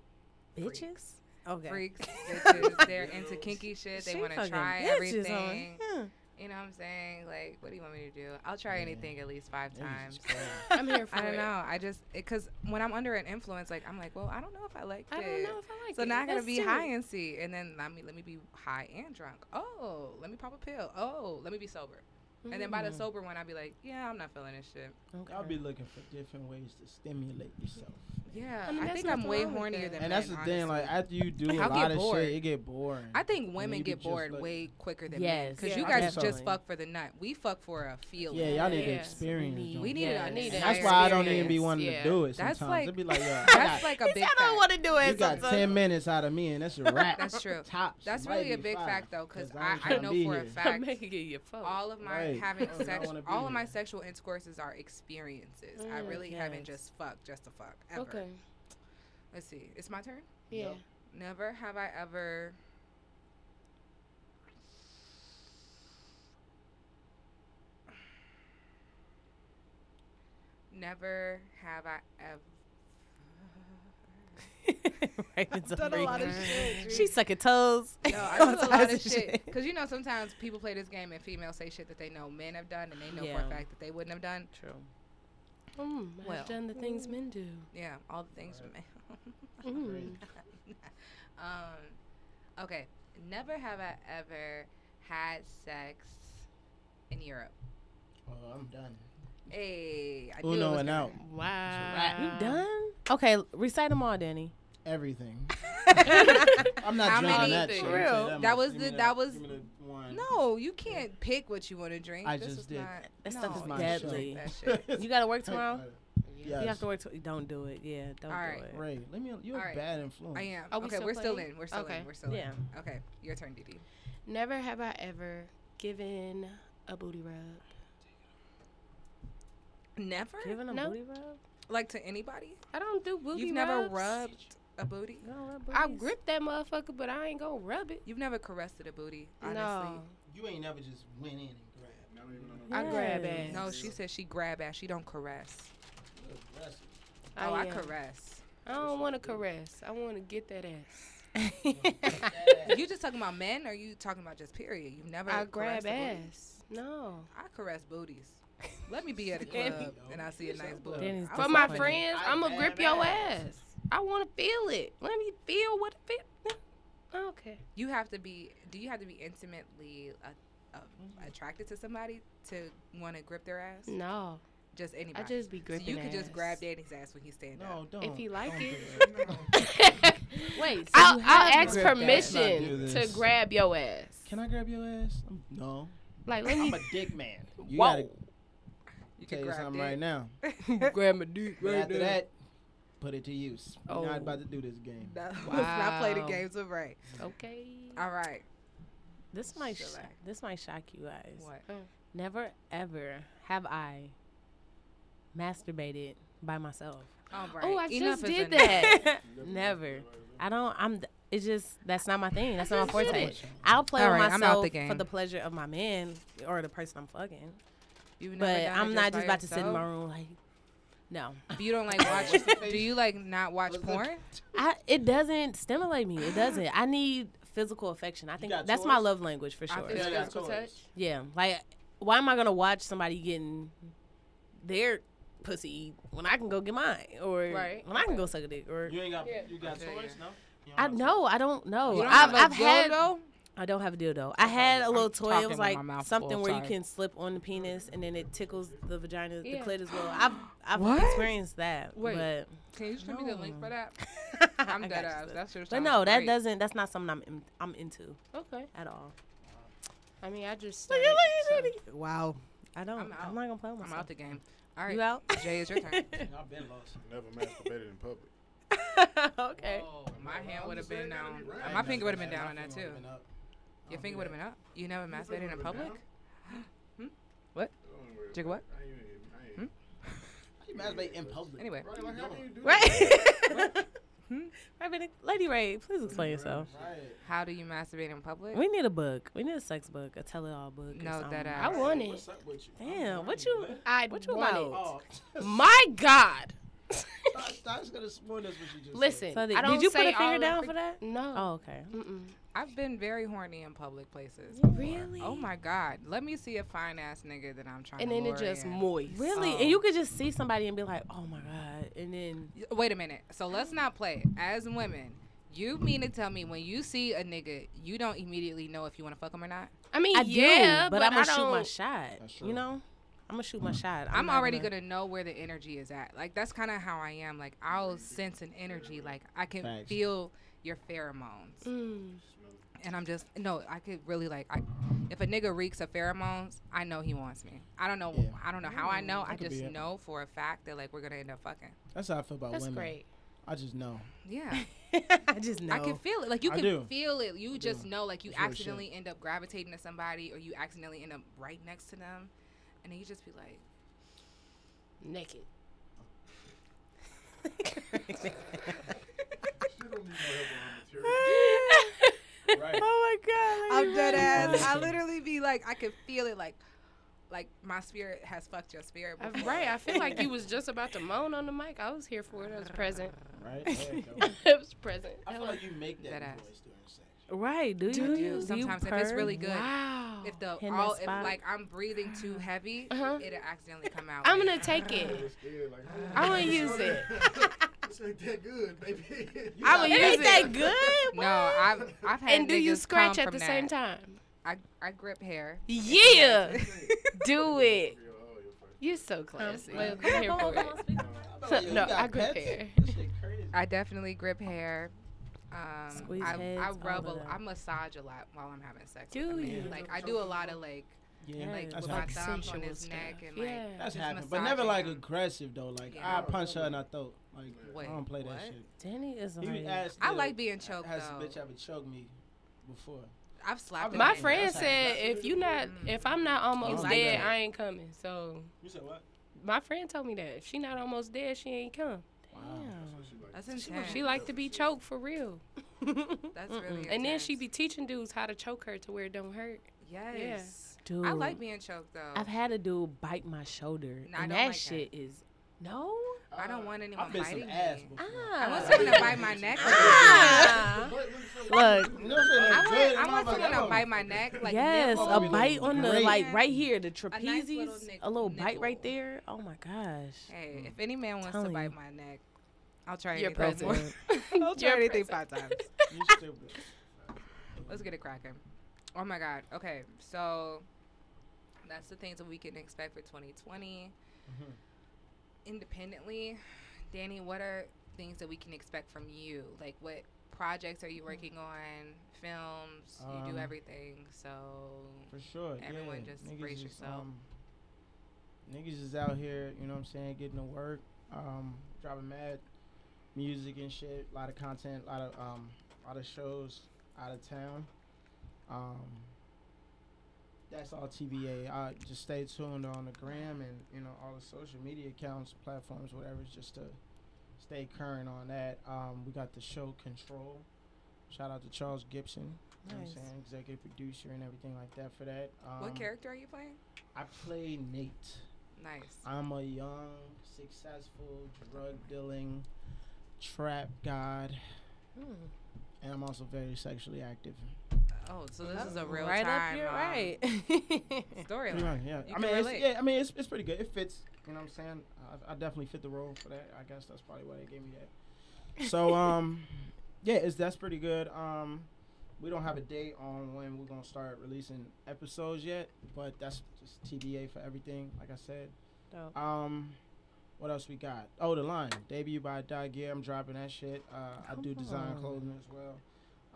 S1: Bitches.
S3: freaks.
S1: Okay.
S3: freaks. bitches. They're into kinky shit. They
S1: She
S3: want to
S1: fucking
S3: try
S1: bitches,
S3: everything.
S1: huh?
S3: You know what I'm saying? Like, what do you want me to do? I'll try
S2: Yeah.
S3: anything at least five
S2: Jesus
S3: times.
S2: Christ.
S5: I'm here for
S3: I don't
S5: it.
S3: know. I just because when I'm under an influence, like I'm like, well, I don't know if I like
S5: I
S3: this.
S5: don't know if I like
S3: So
S5: it.
S3: now I gotta
S5: Let's
S3: be
S5: do it.
S3: high and see, and then let me let me be high and drunk. Oh, let me pop a pill. Oh, let me be sober. And then by
S5: Mm.
S3: the sober one, I'd be like, yeah, I'm not feeling this shit.
S1: Okay.
S2: I'll be looking for different ways to stimulate yourself.
S3: Yeah,
S5: I mean, that's
S3: think I'm
S5: nothing
S3: way
S5: wrong with
S3: hornier
S5: that.
S3: than
S2: And
S3: men.
S2: that's the thing. Like
S3: honestly.
S2: after you do a
S3: I'll get
S2: lot of
S3: bored.
S2: shit, it get boring.
S3: I think women
S2: you could
S3: get
S2: just,
S3: bored
S2: like-
S3: way quicker than men
S1: Yes,
S3: because
S1: yeah,
S3: you
S1: I
S3: guys
S1: guess so.
S3: just fuck for the night. We fuck for a feeling.
S2: yeah, y'all need to
S5: Yeah.
S2: experience.
S1: We
S2: though.
S3: We need
S5: Yeah,
S3: it.
S5: I need
S3: an
S5: an
S2: That's why I don't
S5: experience.
S2: even be wanting
S5: Yeah.
S2: to do it sometimes.
S3: That's like-
S2: It'd be like, yo, I
S3: That's
S2: got,
S3: like a big.
S1: I don't
S3: fact.
S1: want to do it.
S2: you got
S1: sometimes.
S2: ten minutes out of me, and that's a wrap.
S3: That's true.
S2: Tops.
S3: That's
S2: might
S3: really a
S2: be
S3: big
S2: five,
S3: fact though, because
S2: 'cause
S3: I,
S2: ain't
S3: I
S2: tryna
S3: know
S2: be
S3: for a
S2: here.
S5: I'm
S3: fact
S5: making it your phone.
S3: all of my
S2: Right.
S3: having
S2: Oh, I
S3: sex,
S2: wanna be
S3: all of my
S2: here.
S3: sexual intercourses are experiences. I
S5: Mm,
S3: really haven't
S1: yes.
S3: just fucked just to fuck ever.
S5: okay.
S3: Let's see. It's my turn.
S5: Yeah.
S3: Never have I ever. Never have I ever.
S1: Right, it's
S6: Done a lot of shit.
S1: She's sucking toes.
S3: No, I do a lot of
S1: Sometimes
S3: shit. Because you know, sometimes people play this game and females say shit that they know men have done and they know for
S1: Yeah.
S3: a fact that they wouldn't have done.
S1: True.
S5: Mm,
S3: Well.
S5: I've done the things men do.
S3: Yeah, all the things. men.
S5: Mm.
S3: Mm-hmm. um, okay. Never have I ever had sex in Europe.
S2: Oh, I'm done.
S3: Hey, I knew it
S2: Uno
S3: was
S2: and
S3: coming.
S2: out.
S5: Wow.
S1: You done? Okay, recite them all, Danny.
S2: Everything. I'm not
S3: How
S2: drinking
S3: many-
S2: that.
S5: For
S2: shit,
S5: real?
S2: I'll tell you
S3: That
S2: much.
S3: was
S2: Give
S3: the-
S2: me the-
S3: that was-
S2: give me the one.
S3: No, you can't pick what you want to drink.
S2: I
S3: This
S2: just
S3: is
S2: did.
S3: Not,
S1: That stuff
S3: no,
S1: is
S3: you can't
S1: deadly.
S3: drink that shit.
S1: You got to work tomorrow?
S2: Yes.
S1: You have to work. To, don't do it. Yeah, don't
S3: All
S1: do
S3: right.
S1: it.
S2: Ray, let me. You're
S3: All
S2: a
S3: right.
S2: bad influence.
S3: I am.
S5: Are we
S3: okay,
S5: still
S3: we're still
S5: playing?
S3: in. We're still
S5: Okay.
S3: in. We're still
S1: Yeah.
S3: in. Okay, your turn, Didi.
S5: Never have I ever given a booty rub.
S3: Never?
S1: Giving a
S5: No.
S1: booty rub?
S3: Like to anybody?
S5: I don't do booty
S3: You've never
S5: rubs.
S3: rubbed a booty?
S1: You don't rub
S5: I
S1: booties?
S5: grip that motherfucker, but I ain't gonna rub it.
S3: You've never caressed a booty,
S5: No.
S3: honestly.
S2: You ain't never just went in and grabbed.
S8: Not even on
S5: I grab
S1: Yes.
S5: ass.
S3: No, she said she grab ass. She don't caress.
S5: I
S3: oh, I
S5: am.
S3: caress.
S5: I don't want to caress. I want to get that ass.
S3: you just talking about men or you talking about just period? You've never
S5: I
S3: caressed
S5: grab
S3: a booty?
S5: ass. No.
S3: I caress booties. Let me be at a club and I see a nice booty.
S1: Dennis,
S3: I'm
S5: For
S1: What's
S5: my
S1: up with it?
S5: friends,
S2: I
S5: I'm gonna
S2: grab
S5: grip your
S2: ass.
S5: ass. I want to feel it. Let me feel what it feel. Okay.
S3: you have to be do you have to be intimately uh, uh, attracted to somebody to want to grip their ass
S1: Mm.
S5: No,
S3: just
S5: I
S3: anybody
S5: just be
S3: so you
S5: gripping.
S3: could just grab
S5: ass.
S3: Danny's ass when he stand
S2: No,
S3: up
S2: don't.
S5: If you like
S2: don't
S5: it.
S2: do that.
S1: Wait, so
S5: I'll,
S1: you have
S5: I'll ask
S1: grip that.
S2: Let's not do
S5: permission to
S2: this.
S5: grab your ass.
S2: Can I grab your ass? I'm- no.
S5: Like, let me
S2: a dick man. You
S5: Whoa.
S2: gotta
S3: you
S2: tell
S3: could
S2: you
S3: grab
S2: something
S3: dick.
S2: right now.
S5: grab my dick
S2: But
S5: right
S2: after
S5: there.
S2: that, put it to use. We're
S5: Oh.
S2: not about to do this game.
S3: no, let's not play the
S5: Wow.
S3: games of right
S5: Okay.
S3: all right
S1: This might sh-
S3: Shellac.
S1: this might shock you guys.
S3: what
S1: Never ever have I masturbated by myself.
S3: all right
S5: Oh, I
S3: Enough
S5: just
S3: is
S5: did
S3: enough.
S1: That never. I don't. I'm. th- It's just that's not my thing. That's not my forte. I'll play
S3: All
S1: with
S3: right, I'm out
S1: myself
S3: the game.
S1: for the pleasure of my man or the person I'm fucking.
S3: You've never
S1: But
S3: done it
S1: I'm not
S3: by
S1: just about to sit in my
S3: yourself?
S1: room like. No,
S3: If you don't like watch do you like not watch
S2: What's the-
S3: porn
S1: I, it doesn't stimulate me. It doesn't. I need physical affection. I think
S2: got
S1: that's my
S2: toys?
S1: love language for sure.
S3: I feel
S2: Yeah, yeah,
S3: physical touch
S2: toys.
S1: Yeah, like why am I gonna watch somebody getting their pussy eat when I can go get mine, or
S5: Right.
S1: when I can go suck a dick, or
S2: You ain't got.
S5: Yeah.
S2: You got
S3: Okay,
S2: toys? No. You don't
S1: I
S2: have toys?
S1: know I don't know.
S3: You don't
S1: I've,
S3: have a
S1: I've had
S3: dildo?
S1: I don't have a dildo. I had a little toy.
S3: talking
S1: It was
S3: with
S1: like
S3: my mouth
S1: something
S3: full,
S1: where
S3: sorry.
S1: you can slip on the penis and then it tickles the vagina,
S5: Yeah.
S1: the clit as well. I've I've
S3: What?
S1: experienced that,
S3: Wait.
S1: but
S3: can you send me the link for that
S1: I
S3: I'm
S1: got
S3: dead
S1: you,
S3: ass
S1: sis.
S3: that's your
S1: But no, that doesn't. That's not something I'm in, I'm into
S5: Okay.
S1: at all.
S5: I mean, I just.
S1: Look
S5: started,
S1: at
S5: so-
S1: Wow, I don't.
S3: I'm
S1: I'm,
S3: out.
S1: not gonna play with
S3: I'm
S1: myself.
S3: out the game all right
S1: You out?
S3: Jay it's your turn
S2: I've been lost.
S8: Never masturbated in public.
S1: okay.
S3: My hand would have been down.
S2: I
S3: My
S2: ain't nothing
S3: finger would have been
S2: bad.
S3: down
S2: My
S3: on that
S2: finger
S3: too.
S2: would've been up.
S3: Your
S2: do
S3: finger would have
S2: that.
S3: been up. You never masturbated in
S8: would've been
S3: public?
S8: down?
S3: Hmm? What?
S8: Don't worry
S3: Jig
S8: about
S3: what?
S8: it. I ain't even- I ain't-
S3: Hmm?
S2: You masturbate in public.
S3: Anyway.
S8: Right, like, how can you do that?
S1: Right. Right, Benny- Lady Ray, please explain yourself.
S2: Right.
S3: How do you masturbate in public?
S1: We need a book. We need a sex book, a tell-it-all book. or
S3: No,
S1: something.
S3: that ass.
S5: I want it.
S8: What's up with you?
S1: Damn, what you?
S5: I
S1: What you
S5: want
S1: about?
S2: Oh,
S5: it. My God.
S2: I was gonna spoil this what you just said.
S5: Listen.
S1: So did,
S5: I don't
S1: did you put
S5: say
S1: a finger
S5: all
S1: down
S5: every-
S1: for that?
S5: No.
S1: Oh, okay.
S5: Mm-mm.
S3: I've been very horny in public places.
S5: Really?
S3: Oh my god. Let me see a fine ass nigga that I'm trying
S5: And
S3: to
S5: then it
S3: lure
S5: just
S3: in.
S5: moist.
S1: Really?
S3: Oh.
S1: And you could just see somebody and be like, "Oh my god!" And then
S3: Y- Wait a minute. So let's not play. As women, you mean to tell me when you see a nigga, you don't immediately know if you want to fuck him or not?
S5: I mean,
S1: I
S5: yeah,
S1: do, but, I'm gonna shoot my shot.
S2: That's true. Mm.
S1: You know? I'm gonna shoot my shot.
S3: I'm
S1: not
S3: already gonna know where the energy is at. Like that's kind of how I am. Like I'll sense an energy. Like I can
S2: Facts.
S3: feel your pheromones,
S5: Mm,
S3: and I'm just no. I could really like. I, if a nigga reeks of pheromones, I know he wants me. I don't know.
S2: Yeah.
S3: I don't know how I know. I
S2: could
S3: just
S2: be it.
S3: know for a fact that like we're gonna end up fucking.
S2: That's how I feel about
S5: That's
S2: women.
S5: great.
S2: I just know.
S3: Yeah,
S1: I just know.
S3: I can feel it. Like you
S2: I
S3: can
S2: do.
S3: feel it. You just know. Like you
S2: Sure as shit.
S3: accidentally end up gravitating to somebody, or you accidentally end up right next to them, and then you just be like,
S5: Naked.
S2: Right.
S1: oh my god.
S3: I'm dead ass. I
S2: Understood.
S3: literally be like, I could feel it, like, like my spirit has fucked your spirit.
S5: I-
S3: Before.
S5: right. I feel like you was just about to moan on the mic. I was here for it. I was present.
S2: Right. There you go.
S5: I was present.
S2: I feel like you make that,
S3: That ass.
S2: voice during sex.
S1: Right? Do you?
S3: do.
S1: you
S3: Sometimes if it's
S1: purr?
S3: really good,
S5: Wow.
S3: If the
S1: Hitting
S3: all,
S1: that
S3: if
S1: spot.
S3: like I'm breathing too heavy,
S5: Uh-huh.
S3: it'll accidentally come out.
S5: I'm
S3: like,
S5: gonna take it.
S8: I
S5: I'm gonna use it.
S8: This ain't that good, baby.
S5: I'm gonna use
S1: Ain't that
S5: it.
S1: good?
S3: No, I've I've had.
S5: And do you
S3: niggas come
S5: scratch at
S3: from
S5: the
S3: that.
S5: same time?
S3: I I grip hair.
S5: Yeah. do it. You're so classy.
S1: Um,
S5: Well, I'm here for it. So-
S2: You
S5: no,
S2: got
S5: I grip
S2: pets?
S5: hair.
S2: That shit crazy.
S3: I definitely grip hair. Um,
S1: Squeeze
S3: I, I
S1: heads, all
S3: rub a,
S1: of that.
S3: I massage a lot while I'm having sex.
S5: Do
S3: with a man.
S5: you?
S3: Like I do a lot of like
S2: Yeah,
S3: like,
S2: that's
S3: with my
S2: happened.
S3: thumb. thumbs on his neck and, like,
S5: yeah.
S2: That's
S3: just
S2: happened, but never
S3: massaging
S2: like
S3: him.
S2: aggressive though. Like
S3: Yeah.
S2: I punch her in her throat. Like
S3: Wait,
S2: I don't play that
S3: what?
S2: shit.
S1: Danny is
S2: He
S1: like.
S2: asked.
S3: I
S2: the-
S3: like being choked
S2: Has a
S3: though.
S2: bitch ever choked me before?
S3: I've slapped.
S2: I've
S3: a
S5: My
S3: nigga.
S5: friend
S2: That's how-
S5: said, if you not, if I'm not almost
S2: like
S5: dead,
S2: that.
S5: I ain't coming. So
S2: You said what?
S5: my friend told me that if she not almost dead, she ain't come.
S3: That's intense.
S5: She like to be choked for real.
S3: That's really intense.
S5: And then she be teaching dudes how to choke her to where it don't hurt.
S3: Yes.
S1: Dude,
S3: I like being choked though.
S1: I've had a dude bite my shoulder,
S3: Nah, I
S1: and
S3: don't
S1: that
S3: like that.
S1: shit is no.
S3: I don't want anyone
S2: I've been
S3: biting
S2: some ass
S3: me. Ah.
S2: before.
S3: I want someone to bite my neck. I
S8: Um,
S1: Look,
S2: You know what I'm saying? Like,
S3: want,
S2: good
S3: I want
S2: motherfucker.
S3: someone to
S2: Oh,
S3: bite my neck. Like
S1: yes,
S3: nipple.
S1: a bite on the
S2: Great.
S1: like right here, the trapezius, a
S3: nice little
S1: little,
S3: nick-
S1: bite right
S3: nipple.
S1: there. Oh my gosh,
S3: Hey, if any man wants to
S1: Telling
S3: bite
S1: you.
S3: my neck, I'll try
S5: You're
S3: anything.
S5: present.
S3: I'll try
S5: You're
S3: anything five
S5: present.
S3: times.
S2: You stupid.
S3: Let's get it cracking. Oh my God. Okay, so that's the things that we can expect for 2020.
S2: Mm-hmm.
S3: Independently, Danny, what are things that we can expect from you? Like, what projects are you working on? Films? you do
S2: Mm. Um,
S3: everything. So,
S2: For sure.
S3: Everyone
S2: yeah. um,
S3: just brace yourself.
S2: niggas is out here, you know what I'm saying, getting to work, um, dropping mad music and shit, a lot of content, a lot of um a lot of shows out of town. Um that's all TBA. Uh, just stay tuned on the gram and you know all the social media accounts, platforms, whatever. Just to stay current on that. Um, we got the show Control. Shout out to Charles Gibson, you know what
S1: Nice.
S2: I'm saying, executive producer and everything like that for that. Um,
S3: what character are you playing?
S2: I play Nate.
S3: Nice.
S2: I'm a young, successful, drug dealing, trap god,
S3: Hmm.
S2: and I'm also very sexually active.
S3: Oh, so
S2: uh,
S3: this is a real
S1: right
S3: time
S1: up your
S3: um,
S1: right.
S2: Pretty
S3: storyline.
S2: much, yeah.
S3: You
S2: I
S3: can
S2: mean, it's,
S3: relate.
S2: yeah. I mean, it's it's pretty good. It fits. You know what I'm saying? I, I definitely fit the role for that. I guess that's probably why they gave me that. So um, yeah, it's that's pretty good. Um, we don't have a date on when we're gonna start releasing episodes yet, but that's just TBA for everything. Like I said.
S1: Dope.
S2: Um, what else we got? Oh, the line debut by Dot Gear. I'm dropping that shit. Uh, I do design
S1: on.
S2: clothing as well.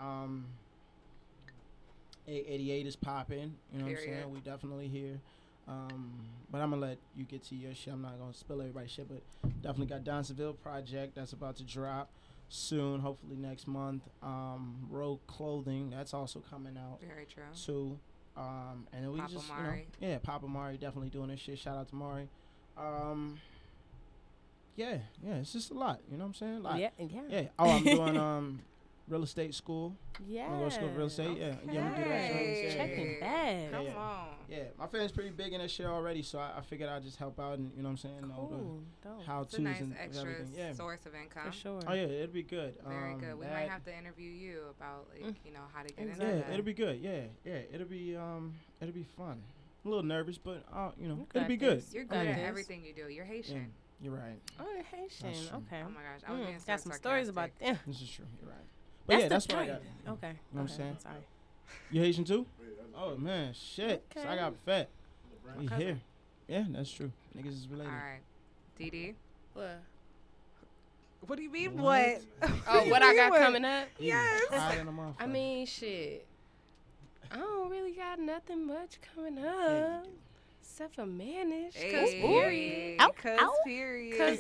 S2: Um, 888 is popping. You know what I'm
S3: Period.
S2: saying? We definitely here. Um, but I'm gonna let you get to your shit. I'm not gonna spill everybody's shit, but definitely got Don Seville project that's about to drop soon, hopefully next month. Um, Rogue Clothing that's also coming out
S3: Very true.
S2: too. Um, and then we
S3: Uh-huh. Papa
S2: just,
S3: Mari.
S2: you know, yeah, Papa Mari definitely doing this shit. Shout out to Mari. Um, yeah, yeah, it's just a lot. You know what I'm saying? A lot.
S1: yeah, yeah,
S2: Yeah. Oh, I'm doing um, real estate school.
S1: yeah.
S2: I'm going to school for real estate. Yeah. Yeah, I'm gonna do that
S3: Okay.
S2: shit. Yeah, yeah,
S1: Checking
S2: yeah.
S1: bags.
S3: Come
S2: yeah.
S3: on.
S2: Yeah, my family's pretty big in that shit already, so I, I figured I'd just help out and you know what I'm saying. Know
S1: Cool, dope.
S2: the how
S3: It's
S2: tos
S3: a nice
S2: and of
S3: extra
S2: everything. Yeah.
S3: source of income.
S1: For sure.
S2: Oh yeah, it'd be good.
S3: Very
S2: Um,
S3: good. We
S2: that-
S3: might have to interview you about like you know how to get into
S2: Yeah,
S3: that.
S2: it'll be good. Yeah, yeah, it'll be um, it'll be fun. I'm a little nervous, but uh, you know,
S1: You
S2: it'll
S1: got
S2: be good.
S1: this.
S3: You're
S1: Got
S3: good at
S1: this.
S3: everything you do. You're Haitian.
S2: Yeah, you're right.
S1: Oh, the Haitian.
S2: That's true.
S1: Okay.
S3: Oh my gosh, I was being
S1: Mm,
S3: so
S1: got some stories about
S3: sarcastic.
S1: them.
S2: This is true. You're right. But yeah, that's what I got.
S1: type. Okay.
S2: You know what I'm
S1: okay,
S2: saying?
S1: Sorry.
S2: You Haitian too? Oh man, shit. So I
S1: Okay.
S2: got fat. We here. Yeah, that's true. Niggas is related.
S3: All right, Dee Dee.
S5: What?
S3: What do you mean? What?
S2: What?
S5: Oh, what I got coming up?
S2: Yes.
S5: I mean, shit. I don't really got nothing much coming up except for manage. Cause
S3: Hey.
S5: period.
S3: Ow,
S1: Cuz
S3: ow.
S5: Cause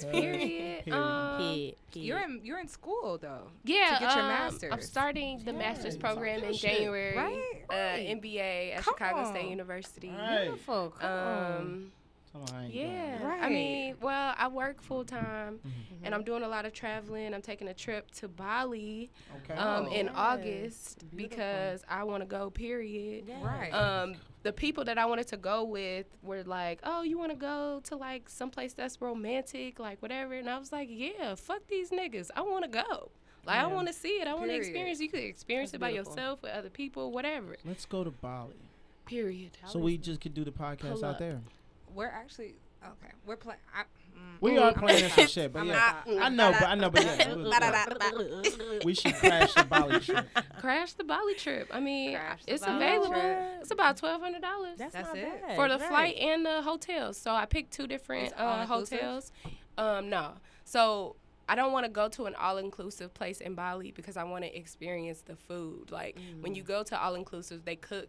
S3: period.
S5: period.
S2: Period.
S5: Um,
S3: You're in you're in school though,
S5: yeah.
S3: get your
S5: um, I'm
S3: master's.
S5: starting the master's program in January.
S3: right?
S5: Uh, MBA at
S3: Come
S5: Chicago State
S3: on.
S5: University.
S1: Beautiful. Come on.
S5: Um, yeah. I
S3: Right. Mm-hmm.
S5: mean, well, I work full time, and I'm doing a lot of traveling. I'm taking a trip to Bali
S2: Okay.
S5: um, in
S3: Oh.
S1: Yes.
S5: August because I want to go. Period.
S3: Right.
S5: um the people that I wanted to go with were like, "Oh, you want to go to like someplace that's romantic, like whatever." And I was like, "Yeah, fuck these niggas. I want to go. Like I want to see it. I want to
S3: Period.
S5: experience. You could experience
S1: That's
S5: it by
S1: beautiful.
S5: yourself with other people, whatever."
S2: Let's go to Bali.
S5: Period.
S2: So we just could do the podcast
S5: Pull
S2: out
S5: up.
S2: there.
S3: We're actually okay. We're mm, playing.
S2: We are planning some shit, but
S3: I'm
S2: yeah.
S3: not-
S2: I know, but I know, but yeah. we'll- We should crash the Bali trip.
S5: Crash the Bali trip. I mean,
S3: Crash the
S5: it's
S3: Bali
S5: available.
S3: trip.
S5: It's about twelve hundred dollars
S3: That's
S1: not
S3: it.
S1: bad,
S5: for the
S1: right.
S5: flight and the hotels. So I picked two different
S3: It's
S5: uh,
S3: all-inclusive?
S5: hotels. Um, no, so I don't want to go to an all-inclusive place in Bali because I want to experience the food. Like when you go to all-inclusives, they cook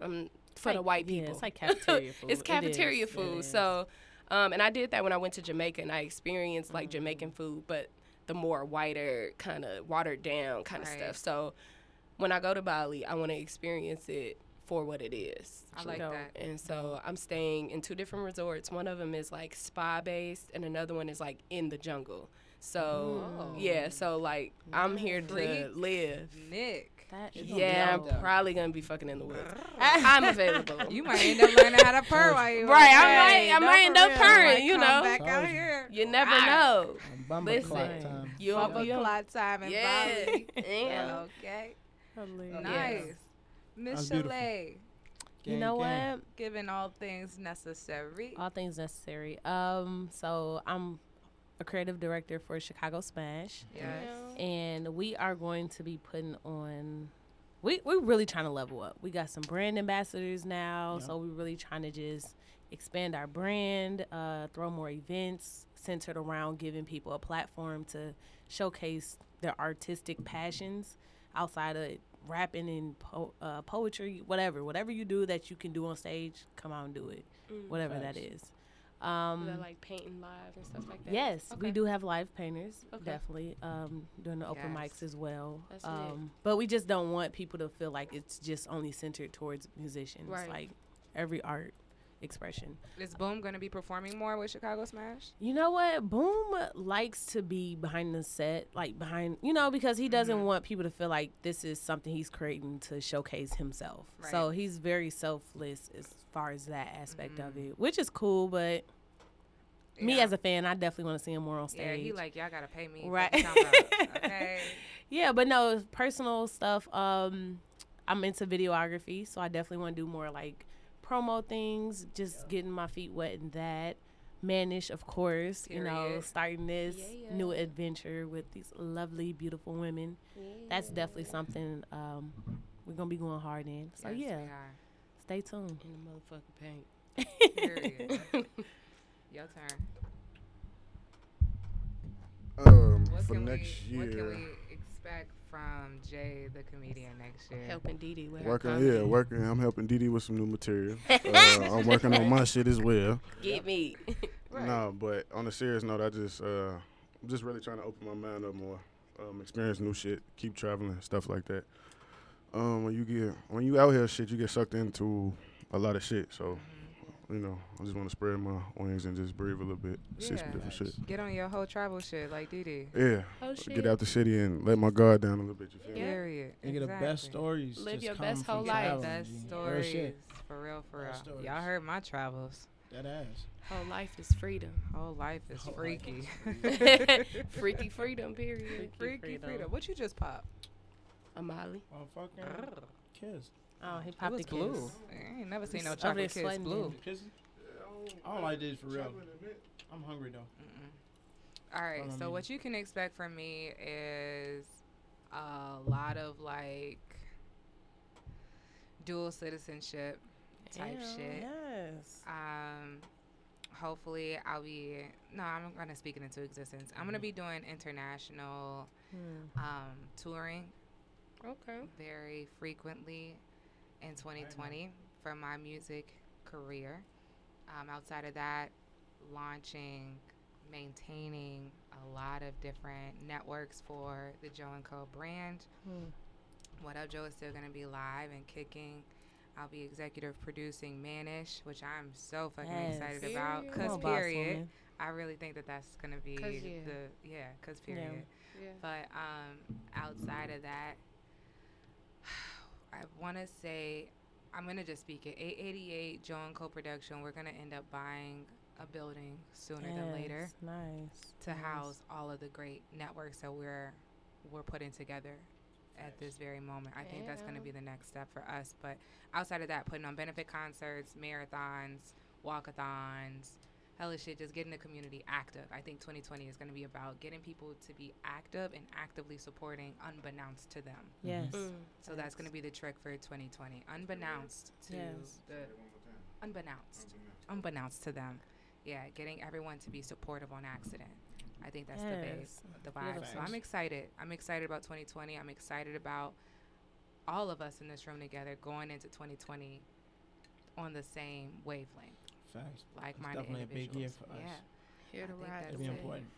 S5: um, for the
S1: Mm. like-
S5: white
S1: yeah,
S5: people.
S1: it's like cafeteria food. It
S5: it's
S1: is.
S5: cafeteria
S1: It
S5: food.
S1: is.
S5: So, um, and I did that when I went to Jamaica and I experienced like Jamaican food, but the more whiter kind of watered down kind of
S3: Right.
S5: stuff. So, when I go to Bali, I want to experience it for what it is.
S3: I like
S1: Dope.
S3: that.
S5: And so I'm staying in two different resorts. One of them is like spa based, and another one is like in the jungle. So
S3: Oh.
S5: yeah, so like I'm here
S3: Freak.
S5: to live.
S3: Nick.
S1: That is
S5: Yeah,
S2: out
S5: I'm
S2: there.
S5: probably gonna be fucking in the woods. I'm available.
S3: You might end up learning how to purr while you
S5: Right, I
S3: away.
S5: might- I
S3: No,
S5: might
S3: for
S5: end up
S3: real.
S5: purring,
S3: Might
S5: you
S3: come
S5: know.
S3: back out
S2: Told you.
S3: here.
S5: you never know.
S2: Bumper clock
S5: Listen.
S2: time.
S5: You'll
S3: Bubba
S5: be on-
S3: clot time in
S5: Yeah.
S3: Bali.
S5: yeah.
S3: Okay.
S1: hilarious.
S3: Nice.
S2: That's
S3: Miss
S2: beautiful.
S3: Chalet,
S2: Gang,
S5: You know
S2: gang.
S5: what?
S3: giving all things necessary.
S1: All things necessary. Um, so I'm a creative director for Chicago Smash,
S3: Yes.
S1: and we are going to be putting on. We we're really trying to level up. We got some brand ambassadors now, so we're really trying to just expand our brand, uh, throw more events centered around giving people a platform to showcase their artistic passions outside of rapping and po- uh, poetry, whatever, whatever you do that you can do on stage, come out and do it, whatever that is. Um,
S5: They're like painting live and stuff like that.
S1: Yes, we
S5: Okay.
S1: do have live painters,
S5: Okay.
S1: definitely, um, doing the open
S3: Yes.
S1: mics as well.
S5: That's lit.
S1: Um, but we just don't want people to feel like it's just only centered towards musicians,
S5: Right.
S1: like every art expression.
S3: Is Boom going to be performing more with Chicago Smash?
S1: You know what? Boom likes to be behind the set, like behind, you know, because he doesn't want people to feel like this is something he's creating to showcase himself. So he's very selfless as far as that aspect of it, which is cool, but. Me
S3: Yeah.
S1: as a fan, I definitely want to see him more on stage.
S3: Yeah, he like y'all gotta pay me. for
S1: Right.
S3: the time out, okay.
S1: Yeah, but no personal stuff. Um, I'm into videography, so I definitely want to do more like promo things. Just getting my feet wet in that. Manish, of course, you know,
S3: Period.
S1: starting this
S5: Yeah.
S1: new adventure with these lovely, beautiful women. That's definitely something um, we're gonna be going hard in. So Oh,
S3: Yes,
S1: yeah,
S3: we are.
S1: stay tuned.
S5: in the motherfucking paint.
S3: Period. Your turn.
S8: Um,
S3: What
S8: for
S3: can
S8: next
S3: we, What can
S8: year,
S3: we expect from Jay the comedian next
S1: Oh,
S3: year?
S5: Helping Dee Dee with her
S8: working
S5: comedy.
S8: yeah, working. I'm helping Didi with some new material. Uh, I'm working on my shit as well.
S5: Get me.
S8: No, but on a serious note, I just uh, I'm just really trying to open my mind up more, um, experience new shit, keep traveling, stuff like that. Um, when you get when you out here, shit, you get sucked into a lot of shit. So, you know, I just want to spread my wings and just breathe a little bit, see some
S3: Yeah.
S8: different shit.
S3: Get on your whole travel shit like Dee Dee.
S8: Yeah,
S5: Oh shit.
S8: get out the city and let my guard down a little bit. You feel me?
S5: Yeah.
S3: Period.
S2: Nigga, the best
S3: Exactly.
S2: stories.
S5: Live
S2: just
S5: your
S2: come
S5: best
S2: from
S5: whole
S3: Like
S5: life.
S2: traveling,
S3: best
S2: G. Real
S3: stories.
S2: shit.
S3: For real, for
S2: Real
S3: real.
S2: stories.
S3: Y'all heard my travels.
S2: That ass.
S5: Whole Oh, life is freedom.
S3: Whole life is
S2: Whole life
S3: freaky.
S5: Freaky freedom, period.
S3: freaky
S1: freedom.
S3: freedom. What you just popped?
S5: Amali.
S2: Motherfucking kiss.
S1: Oh, he popped
S3: was
S1: the blue.
S3: I ain't never seen no
S1: Over there
S3: chocolate kiss
S1: sweating.
S3: blue.
S2: Kissing? I don't like this for real. I'm hungry though.
S3: All right.
S2: Follow
S3: So
S2: me.
S3: what you can expect from me is a lot of like dual citizenship type shit.
S1: Yes.
S3: Um, hopefully I'll be no, I'm gonna speak it into existence. I'm
S2: Mm.
S3: gonna be doing international um, touring
S5: Okay.
S3: very frequently in 2020 for my music career. Um, outside of that, launching, maintaining a lot of different networks for the Joe and Co. brand.
S1: Hmm.
S3: What Up Joe is still going to be live and kicking. I'll be executive producing Manish, which I'm so fucking excited
S5: Yes.
S3: about.
S5: Period.
S3: Cause
S1: Come on, boss
S3: period,
S1: woman.
S3: I really think that that's gonna be
S5: 'Cause yeah.
S3: the yeah. Cause period.
S5: Yeah.
S3: But um, outside of that, I want to say I'm gonna just speak it. 888 Joe and Co Production. We're gonna end up buying a building sooner than later
S1: Yes, Nice.
S3: to house all of the great networks that we're we're putting together at this very moment. I think that's going to
S5: Yeah.
S3: be the next step for us. But outside of that, putting on benefit concerts, marathons, walkathons, hella shit, just getting the community active. I think 2020 is going to be about getting people to be active and actively supporting, unbeknownst to them.
S1: Yes.
S3: So that's going to be the trick for 2020, unbeknownst to
S1: Yes.
S3: the unbeknownst, unbeknownst to them. Yeah, getting everyone to be supportive on accident. I think that's the base,
S1: Yes.
S3: the vibe. So I'm
S2: Beautiful.
S3: excited. I'm excited about 2020. I'm excited about all of us in this room together going into 2020 on the same wavelength,
S2: Facts.
S3: like-minded
S2: definitely a big
S3: individuals.
S2: year for us.
S3: Yeah.
S5: Here to
S3: I think
S5: ride.
S3: that's
S2: It'll be
S3: it.
S2: important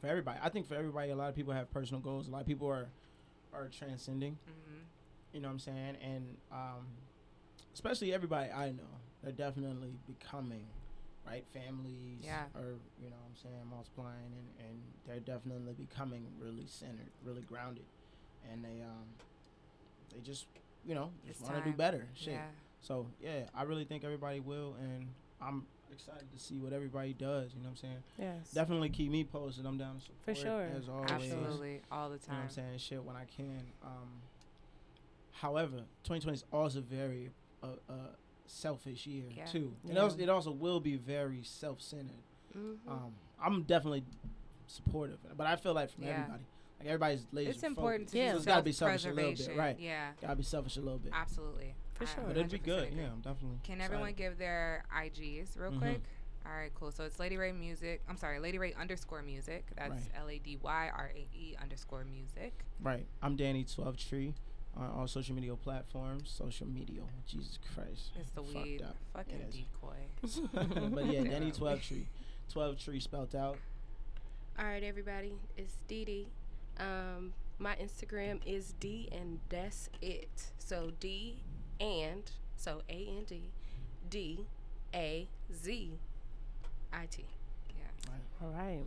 S2: for everybody. I think for everybody, a lot of people have personal goals. A lot of people are are transcending.
S3: Mhm.
S2: You know what I'm saying? And um, especially everybody I know, they're definitely becoming right families.
S3: Yeah.
S2: Or you know what I'm saying, multiplying, and and they're definitely becoming really centered, really grounded, and they um, they just you know just
S3: It's
S2: want to do
S3: time.
S2: better. Shit.
S3: Yeah.
S2: So yeah, I really think everybody will, and I'm excited to see what everybody does. You know what I'm saying?
S1: Yes.
S2: Definitely keep me posted. I'm down to support
S1: For sure.
S2: as always.
S3: Absolutely. All the
S2: You know what
S3: time.
S2: I'm saying? Shit when I can. Um, however, 2020 is also very uh, uh, selfish year
S3: Yeah.
S2: too. It
S1: Yeah.
S2: also it also will be very self-centered.
S1: Mm-hmm.
S2: Um, I'm definitely supportive, but I feel like from
S3: Yeah.
S2: everybody, like everybody's laser
S3: It's important
S2: focused.
S3: to
S1: Yeah.
S3: do
S2: So it's gotta be selfish a little bit,
S3: self-preservation.
S2: right.
S3: Yeah.
S2: Gotta be selfish a little bit,
S3: Absolutely.
S1: For
S3: I
S1: sure.
S2: but it'd be
S3: 100%
S2: good.
S3: agree.
S2: Yeah, I'm definitely.
S3: Can
S2: excited.
S3: everyone give their IGs real
S2: Mhm.
S3: quick? All right, cool. So it's Lady Ray Music. I'm sorry, Lady Ray underscore music. That's
S2: Right.
S3: L A D Y R A E underscore music.
S2: Right. I'm Danny Twelve Tree on all social media platforms. Social media. Jesus Christ.
S3: It's the
S2: Fucked
S3: weed.
S2: up.
S3: Fucking
S2: It is.
S3: decoy.
S2: but yeah, Danny
S3: Damn.
S2: Twelve Tree. Twelve Tree spelt out.
S5: All right, everybody. It's Dee Dee. Um, my Instagram is D and that's it. So D and so A N D D A Z I T.
S1: All right.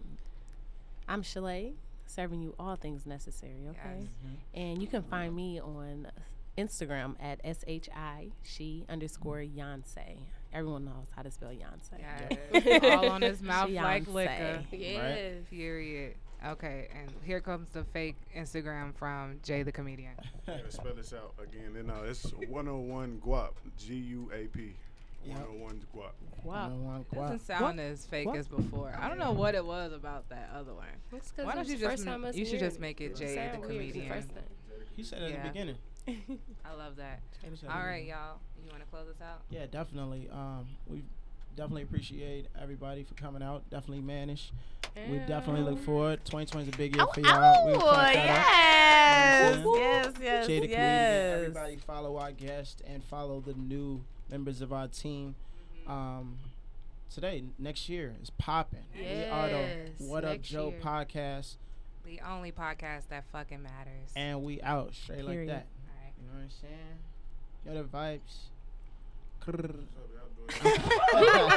S1: I'm Shalay, serving you all things necessary, okay?
S3: Yes. Mm-hmm.
S1: And you can find me on Instagram at S H I she underscore Yonsei. Everyone knows how to spell Yonsei.
S3: Yes. All on his mouth like
S1: Beyonce.
S3: liquor.
S5: Yes.
S3: Period. Okay, and here comes the fake Instagram from Jay the comedian.
S8: Yeah, spell this out again. And, uh, it's 101 guap. G U A P.
S2: Yep.
S8: 101 guap.
S1: Wow.
S2: One, one,
S9: Doesn't sound as fake
S1: What?
S9: as before. I don't know what it was about that other one.
S5: It's 'cause
S3: Why don't
S5: it's
S3: you
S5: the
S3: just
S5: first
S3: m-
S5: time us
S3: you should
S5: hearing
S3: just
S5: it.
S3: make
S5: It
S3: it Jay the
S5: sound weird the
S3: comedian.
S5: first time.
S2: He said it at
S3: Yeah.
S2: the beginning.
S3: I love that.
S2: He said it at the
S3: All right,
S2: beginning.
S3: y'all. You want to close us out?
S2: Yeah, definitely. Um, we definitely appreciate everybody for coming out. Definitely managed. We definitely look forward. 2020 is a big year for y'all. we clap that
S1: yes.
S2: up. Woo, woo.
S1: Yes, yes, yes.
S2: Jada Comedian. Everybody follow our guest and follow the new members of our team. Um, today, next year is popping. We are
S5: Yes,
S2: the What Up
S5: next
S2: Joe
S5: year.
S2: podcast,
S3: The only podcast that fucking matters.
S2: and we out straight
S1: Period.
S2: like that.
S3: All right.
S2: You know what I'm saying? Yo, the vibes.
S8: What's up, y'all?
S2: Krrr.